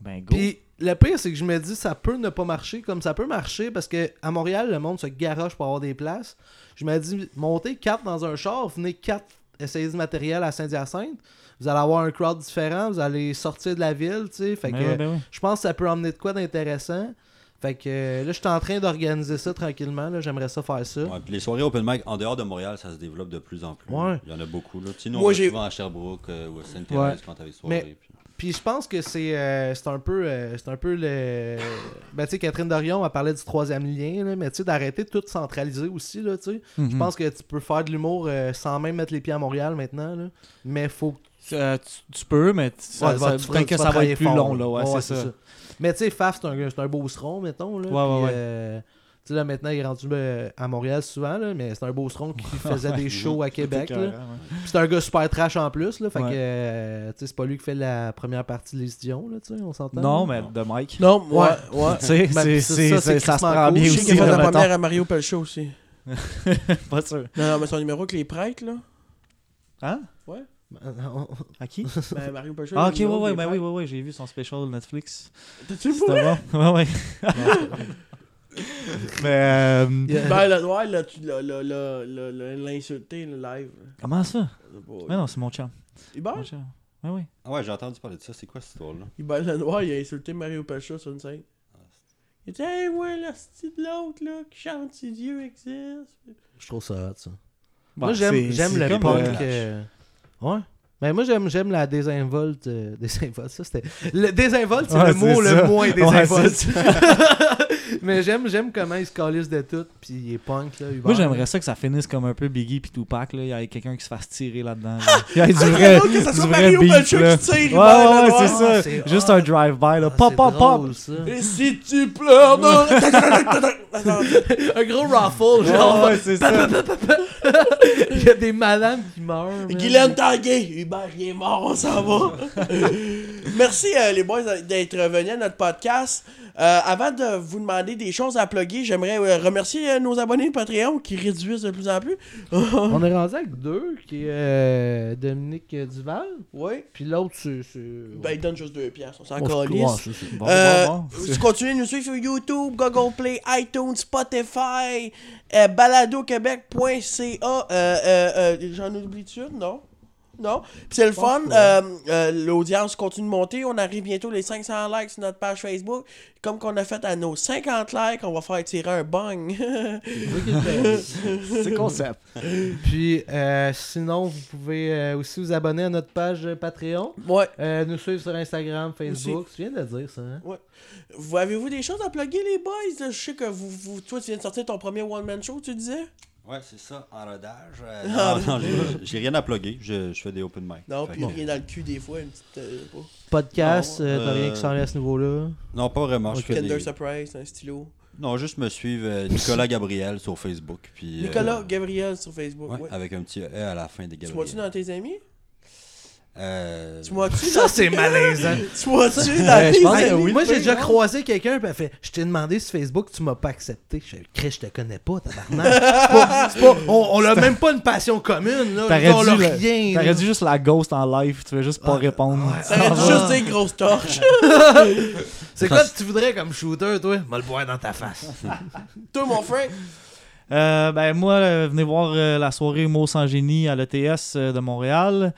D: Ben go.
C: Puis le pire c'est que je me dis ça peut ne pas marcher comme ça peut marcher parce que à Montréal le monde se garoche pour avoir des places. Je me dis montez quatre dans un char, venez quatre essayer du matériel à Saint-Hyacinthe. Vous allez avoir un crowd différent, vous allez sortir de la ville, tu sais. Fait
D: Ben
C: que
D: ouais, ben ouais.
C: je pense que ça peut emmener de quoi d'intéressant. Fait que euh, là, je suis en train d'organiser ça tranquillement. là. J'aimerais ça faire ça.
E: Ouais, puis les soirées open mic en dehors de Montréal, ça se développe de plus en plus.
C: Ouais.
E: Il y en a beaucoup. Là. Tu sais, nous,
B: Moi,
E: on va
B: j'ai-
E: souvent à Sherbrooke euh, ou à Sainte-Thérèse
C: Ouais.
E: quand t'as des soirées.
C: Mais-
E: puis-
C: Puis je pense que c'est euh, c'est un peu euh, c'est un peu le ben tu sais Catherine Dorion a parlé du troisième lien là, mais tu sais d'arrêter de tout centraliser aussi là tu sais. Je
D: Mhm.
C: pense que tu peux faire de l'humour euh, sans même mettre les pieds à Montréal maintenant là, mais faut
D: Euh, tu, tu peux, mais bah, tu- ça,
C: Ouais,
D: ça-
C: tu vas-
D: peut-être
C: tu vas
D: que ça va
C: travailler
D: être plus
C: fort,
D: long, là. Ouais,
C: Ouais,
D: c'est ça.
C: Mais tu sais Faf c'est un c'est un beau seron mettons là.
D: Ouais, ouais,
C: puis, euh, tu sais là maintenant il est rendu euh, à Montréal souvent là, mais c'est un beau seron qui faisait des shows à Québec
D: C'est
C: là.
D: carré, ouais.
C: Puis c'est un gars super trash en plus là, fait
D: Ouais.
C: que euh, tu sais c'est pas lui qui fait la première partie de Les Dion là, tu sais, on s'entend.
D: Non,
C: là.
D: mais de Mike.
B: Non, moi. Ouais.
D: Tu sais,
C: Ben,
D: c'est-
C: puis ça, ça,
D: c'est-
C: c'est
D: c'est- ça se
C: crissement
D: prend
C: cool.
D: bien
B: Je sais
D: aussi.
B: qu'il a fait
D: là,
B: la
D: mettons.
B: première à Mario Pelcha aussi.
D: Pas sûr.
B: Non, non, mais son numéro avec les prêtres, là.
D: Hein?
C: Ben,
D: À qui?
B: Ben, Mario Pelcha.
D: Ah,
B: le
D: ok, ouais,
B: numéro
D: ouais,
B: des
D: ben oui,
B: prêtres.
D: ouais, ouais, j'ai vu son special Netflix.
B: T'as-tu le
D: C'était bon. Ouais, ouais. Mais. euh,
C: Yeah.
B: Ben, le noir, là, tu l'as- l'as- l'as- l'as- l'as- l'as insulté, le live.
D: Comment ça? Mais
B: Ouais.
D: non, c'est mon chum. Mon
B: Hubert?
D: chum. Ouais, ouais.
E: Ah ouais, j'ai entendu parler de ça. C'est quoi cette histoire-là?
B: Hubert Lenoir, il a insulté Mario Pelcha sur une scène. Il dit, hey, ouais, la style de l'autre, là, qui chante si Dieu existe.
C: Je trouve ça hot, ça.
D: Bon,
C: moi, j'aime,
D: Bah, c'est-
C: j'aime
D: c'est
C: le
D: comme,
C: punk.
D: euh,
C: euh, Ouais. Mais moi, j'aime, j'aime la désinvolte. euh, désinvolte, ça, c'était. Le désinvolte, c'est
D: Ouais,
C: le mot
D: c'est
C: le
D: ça.
C: moins
D: Ouais,
C: désinvolte.
D: c'est
C: Mais j'aime, j'aime comment il se calisse de tout, puis il est punk, là. Hubert.
D: Moi, j'aimerais ça que ça finisse comme un peu Biggie puis Tupac, là. Il y a quelqu'un qui se fasse tirer là-dedans. là. Il y a du vrai,
B: drôle que ça
D: du
B: soit
D: vrai
B: Mario
D: beat,
B: Belcheux
D: là.
B: qui tire
D: Ouais,
B: Hubert
D: ouais,
B: Lenoir.
D: c'est
C: Ah,
D: ça.
C: c'est-
D: Juste
C: ah.
D: un drive-by,
C: Ah,
D: là. Pop,
C: c'est
D: pop, pop.
C: drôle, ça.
B: Et si tu pleures dans...
C: Un gros raffle, genre.
D: Ouais, ouais, c'est ça.
C: Il y a des madames qui meurent. man.
B: Guylaine Tanguay, Hubert, il est mort, on s'en va. Merci euh, les boys d'être venus à notre podcast. Euh, avant de vous demander des choses à plugger, j'aimerais euh, remercier euh, nos abonnés de Patreon qui réduisent de plus en plus.
C: On est rendu avec deux, qui est euh, Dominique Duval,
B: Oui.
C: puis l'autre, c'est. c'est-
B: Ben, ils donnent juste deux pièces, on s'en
C: Ouais, c'est- ouais,
B: calisse.
C: c'est- c'est-
D: Bon,
B: Euh,
D: bon, bon.
B: vous continuez de nous suivre sur YouTube, Google Play, iTunes, Spotify, euh, baladoquebec.ca. Euh, euh, euh, J'en oublie-tu une, non? Non? Puis c'est le fun. euh, euh, L'audience continue de monter. On arrive bientôt les 500 likes sur notre page Facebook. Comme qu'on a fait à nos 50 likes, on va faire tirer un bang.
D: C'est concept.
C: Puis euh, sinon, vous pouvez euh, aussi vous abonner à notre page euh, Patreon,
B: ouais.
C: euh, nous suivre sur Instagram, Facebook. Tu viens de le dire ça, hein?
B: Vous avez-vous des choses à plugger, les boys? Je sais que vous, vous- toi, tu viens de sortir ton premier one-man show, tu disais?
E: Ouais, c'est ça, en rodage. euh, non, non, j'ai- j'ai rien à plugger. Je, je fais des open mic.
B: Non,
E: Fait
B: puis
E: que-
B: rien dans le cul des fois, une petite. euh, pas.
C: Podcast,
E: Non,
C: euh, t'as rien
E: euh,
C: qui s'en est à ce niveau-là.
E: Non, pas vraiment. Je fais
B: Kinder
E: des...
B: Surprise, un stylo.
E: Non, juste me suivre euh, Nicolas Gabriel sur Facebook. Puis, euh,
B: Nicolas Gabriel sur Facebook.
E: ouais,
B: ouais.
E: Avec un petit E à la fin des
B: Tu vois-tu dans
E: Gabriel.
B: tes amis?
E: Euh,
B: Tu vois-tu
C: Ça,
B: dans-
C: c'est malaisant.
B: Tu vois-tu dans
D: je
B: tes
D: pense
B: amis?
D: que Ah, oui.
C: Moi, j'ai déjà croisé quelqu'un, puis elle fait Je t'ai demandé sur Facebook, tu m'as pas accepté. Je fais Chris, je te connais pas, tabarnak. C'est pas- c'est pas- on, on a même pas une passion commune, là.
D: T'aurais
C: on
D: dû,
C: a
D: le-
C: rien.
D: t'aurais
C: là.
D: dû juste la ghost en live, tu veux juste pas répondre.
B: Ça aurait dû juste dire grosse torche.
C: C'est quoi que tu voudrais comme shooter, toi Va le boire dans ta face.
D: Ah,
B: Toi, mon frère,
D: Euh, ben moi, euh, venez voir euh, la soirée Mots sans génie à l'ETS euh, de Montréal.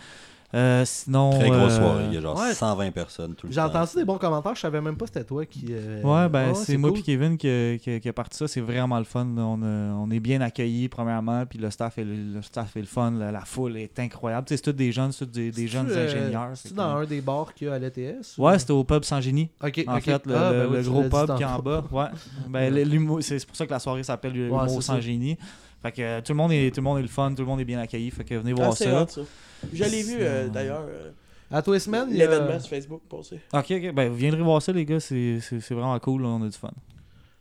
D: Euh, sinon.
E: Très grosse
D: euh,
E: soirée. Il y a genre
C: ouais.
E: 120 personnes tout le
C: J'ai
E: temps.
C: entendu des bons commentaires, je savais même pas c'était toi qui. euh,
D: Ouais, ben
C: ouais,
D: c'est moi
C: cool.
D: puis Kevin qui, a- qui, a- qui a parti ça. C'est vraiment le fun. là. On, a- on est bien accueillis, premièrement, puis le staff est le, le staff est le fun. La, la foule est incroyable. Tu sais, C'est tous des jeunes, c'est tous des, des
C: C'est-tu,
D: jeunes
C: euh,
D: ingénieurs.
C: C'est-tu
D: c'est
C: dans
D: comme-
C: un des bars qu'il y a à l'ETS
D: Ouais, c'était au pub sans génie.
C: ok.
D: En
C: ok.
D: fait, le,
C: Ah,
D: le-
C: ben oui,
D: le
C: tu
D: gros
C: l'as dit
D: pub
C: tantôt.
D: qui est en bas. Ouais. Ben, le- l'humour- c'est c'est pour ça que la soirée s'appelle l'humour
C: c'est
D: sans
C: ça.
D: génie. Fait que euh, tout le monde est tout le monde est le fun, tout le monde est bien accueilli. Fait que venez voir
B: Ah, c'est
D: ça.
B: hot, ça. Je l'ai vu euh,
D: Sinon-
B: d'ailleurs, euh,
C: À toi, semaine, il y a-
B: l'événement sur Facebook passé.
D: Ok, ok. Ben, vous viendrez voir ça, les gars. C'est c'est- c'est vraiment cool. là. On a du fun.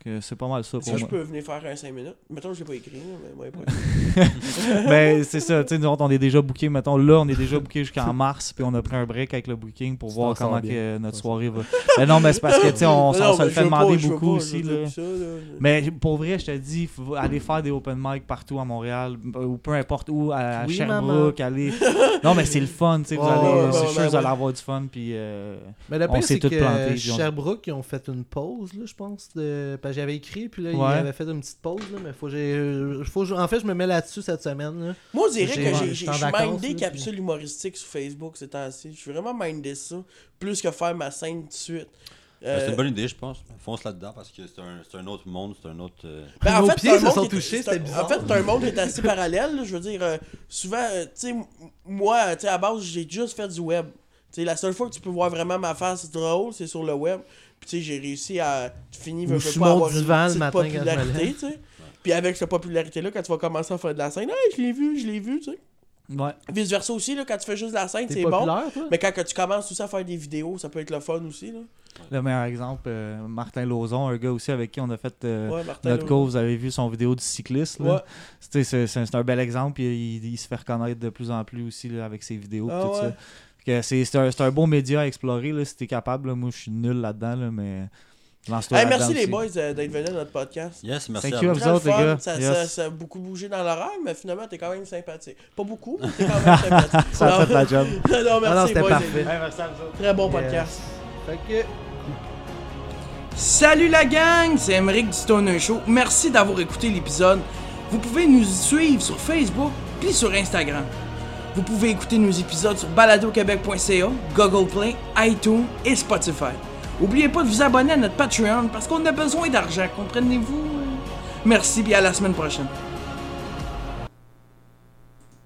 D: Que C'est pas mal ça
B: Est-ce
D: pour
B: que je
D: moi.
B: peux venir faire un 5 minutes? Mettons que je l'ai pas écrit, là, mais moi, pas
D: ben, c'est ça. Tu sais, nous autres, on est déjà booké. Mettons, là, on est déjà booké jusqu'en mars. Puis on a pris un break avec le booking pour
C: Ça
D: voir
C: sent
D: comment
C: bien.
D: que notre
C: Ça
D: soirée va. Mais non, mais c'est parce que, tu sais, on,
B: Non,
D: s'en-
B: non,
D: se le
B: mais
D: fait
B: je veux pas,
D: demander
B: je veux
D: beaucoup
B: pas,
D: aussi.
B: je veux
D: là.
B: plus ça, là.
D: Mais pour vrai, je te dis, faut aller faire des open mic partout à Montréal, euh, ou peu importe où, à
C: Oui,
D: Sherbrooke, aller. Non, mais c'est le fun, tu sais, vous
C: Ouais,
D: allez,
C: ouais,
D: c'est
B: ouais,
D: sûr,
B: ouais,
D: vous allez
B: ouais.
D: avoir du fun, puis. euh,
C: Mais Ben, le
D: On
C: pire,
D: s'est
C: c'est
D: tout
C: que euh,
D: planté, puis on-
C: Sherbrooke, ils ont fait une pause, là, je pense. De... parce que J'avais écrit, puis là, ils
D: Ouais.
C: avaient fait une petite pause. Là, mais faut que j'ai- euh, faut que je- En fait, je me mets là-dessus cette semaine. Là.
B: Moi, je dirais
C: J'ai-
B: que
C: ouais,
B: j'ai-
C: je
B: j'ai-
C: suis en
B: je suis
C: vacances,
B: mindé
C: là, puis-
B: capsule humoristique sur Facebook ces temps-ci. Je suis vraiment mindé ça, plus que faire ma scène tout de suite.
E: Ben, C'est
B: Euh,
E: une bonne idée, je pense. Fonce là-dedans parce que c'est un, c'est un autre monde, c'est un autre. euh,
B: Ben,
C: Nos
B: en fait,
C: pieds
B: c'est un
C: se
B: monde
C: sont
B: qui est-
C: touchés,
B: c'est un-
C: c'était bizarre.
B: En fait, c'est un monde qui est assez parallèle. là. Je veux dire, euh, souvent, euh, tu sais, m- moi, euh, tu sais, à base, j'ai juste fait du web. Tu sais, la seule fois que tu peux voir vraiment ma face drôle, c'est sur le web. Puis, tu sais, j'ai réussi à finir
C: Ou
B: veux, veux
C: sur
B: pas
C: mon
B: avoir
C: divan le
B: une petite
C: matin quand je me
B: popularité, tu sais. Puis avec cette popularité-là, quand tu vas commencer à faire de la scène, hey, je l'ai vu, je l'ai vu, tu sais.
D: Ouais.
B: Vice versa aussi, là, quand tu fais juste de la scène,
C: T'es
B: c'est bon.
C: populaire, toi
B: Mais quand que tu commences aussi à faire des vidéos, ça peut être le fun aussi, là.
D: Le meilleur exemple, euh, Martin Lauzon, un gars aussi avec qui on a fait. euh,
B: Ouais, Martin.
D: Notre
B: là.
D: go, vous avez vu son vidéo du cycliste. là.
B: Ouais.
D: C'est, c'est- c'est un- c'est un bel exemple. puis Il, il se fait reconnaître de plus en plus aussi là, avec ses vidéos. puis
B: Ah
D: tout ça.
B: ouais.
D: Fait que c'est, c'est un, c'est un beau média à explorer là, si t'es capable. là. Moi, je suis nul là-dedans, là, mais lance-toi.
B: Hey,
D: là-dedans
B: merci les
D: aussi.
B: boys euh, d'être venus à notre podcast.
E: Yes, merci.
D: Thank
E: à
D: you à vous
E: vous.
B: Très le
D: autres, les
B: fun.
D: gars.
B: Ça,
D: Yes.
B: ça- ça a beaucoup bougé dans l'horaire, mais finalement, t'es quand même sympathique. Pas beaucoup, mais t'es quand même sympathique.
D: Ça a fait la job.
B: non, non,
C: Ah non,
B: merci,
C: c'était
B: boys.
C: parfait.
B: Très bon
C: Yes.
B: podcast.
C: Fait que.
A: Salut la gang, c'est Emeric du Stoner Show. Merci d'avoir écouté l'épisode. Vous pouvez nous suivre sur Facebook puis sur Instagram. Vous pouvez écouter nos épisodes sur baladoquebec.ca, Google Play, iTunes et Spotify. N'oubliez pas de vous abonner à notre Patreon parce qu'on a besoin d'argent, comprenez-vous? Merci et à la semaine prochaine.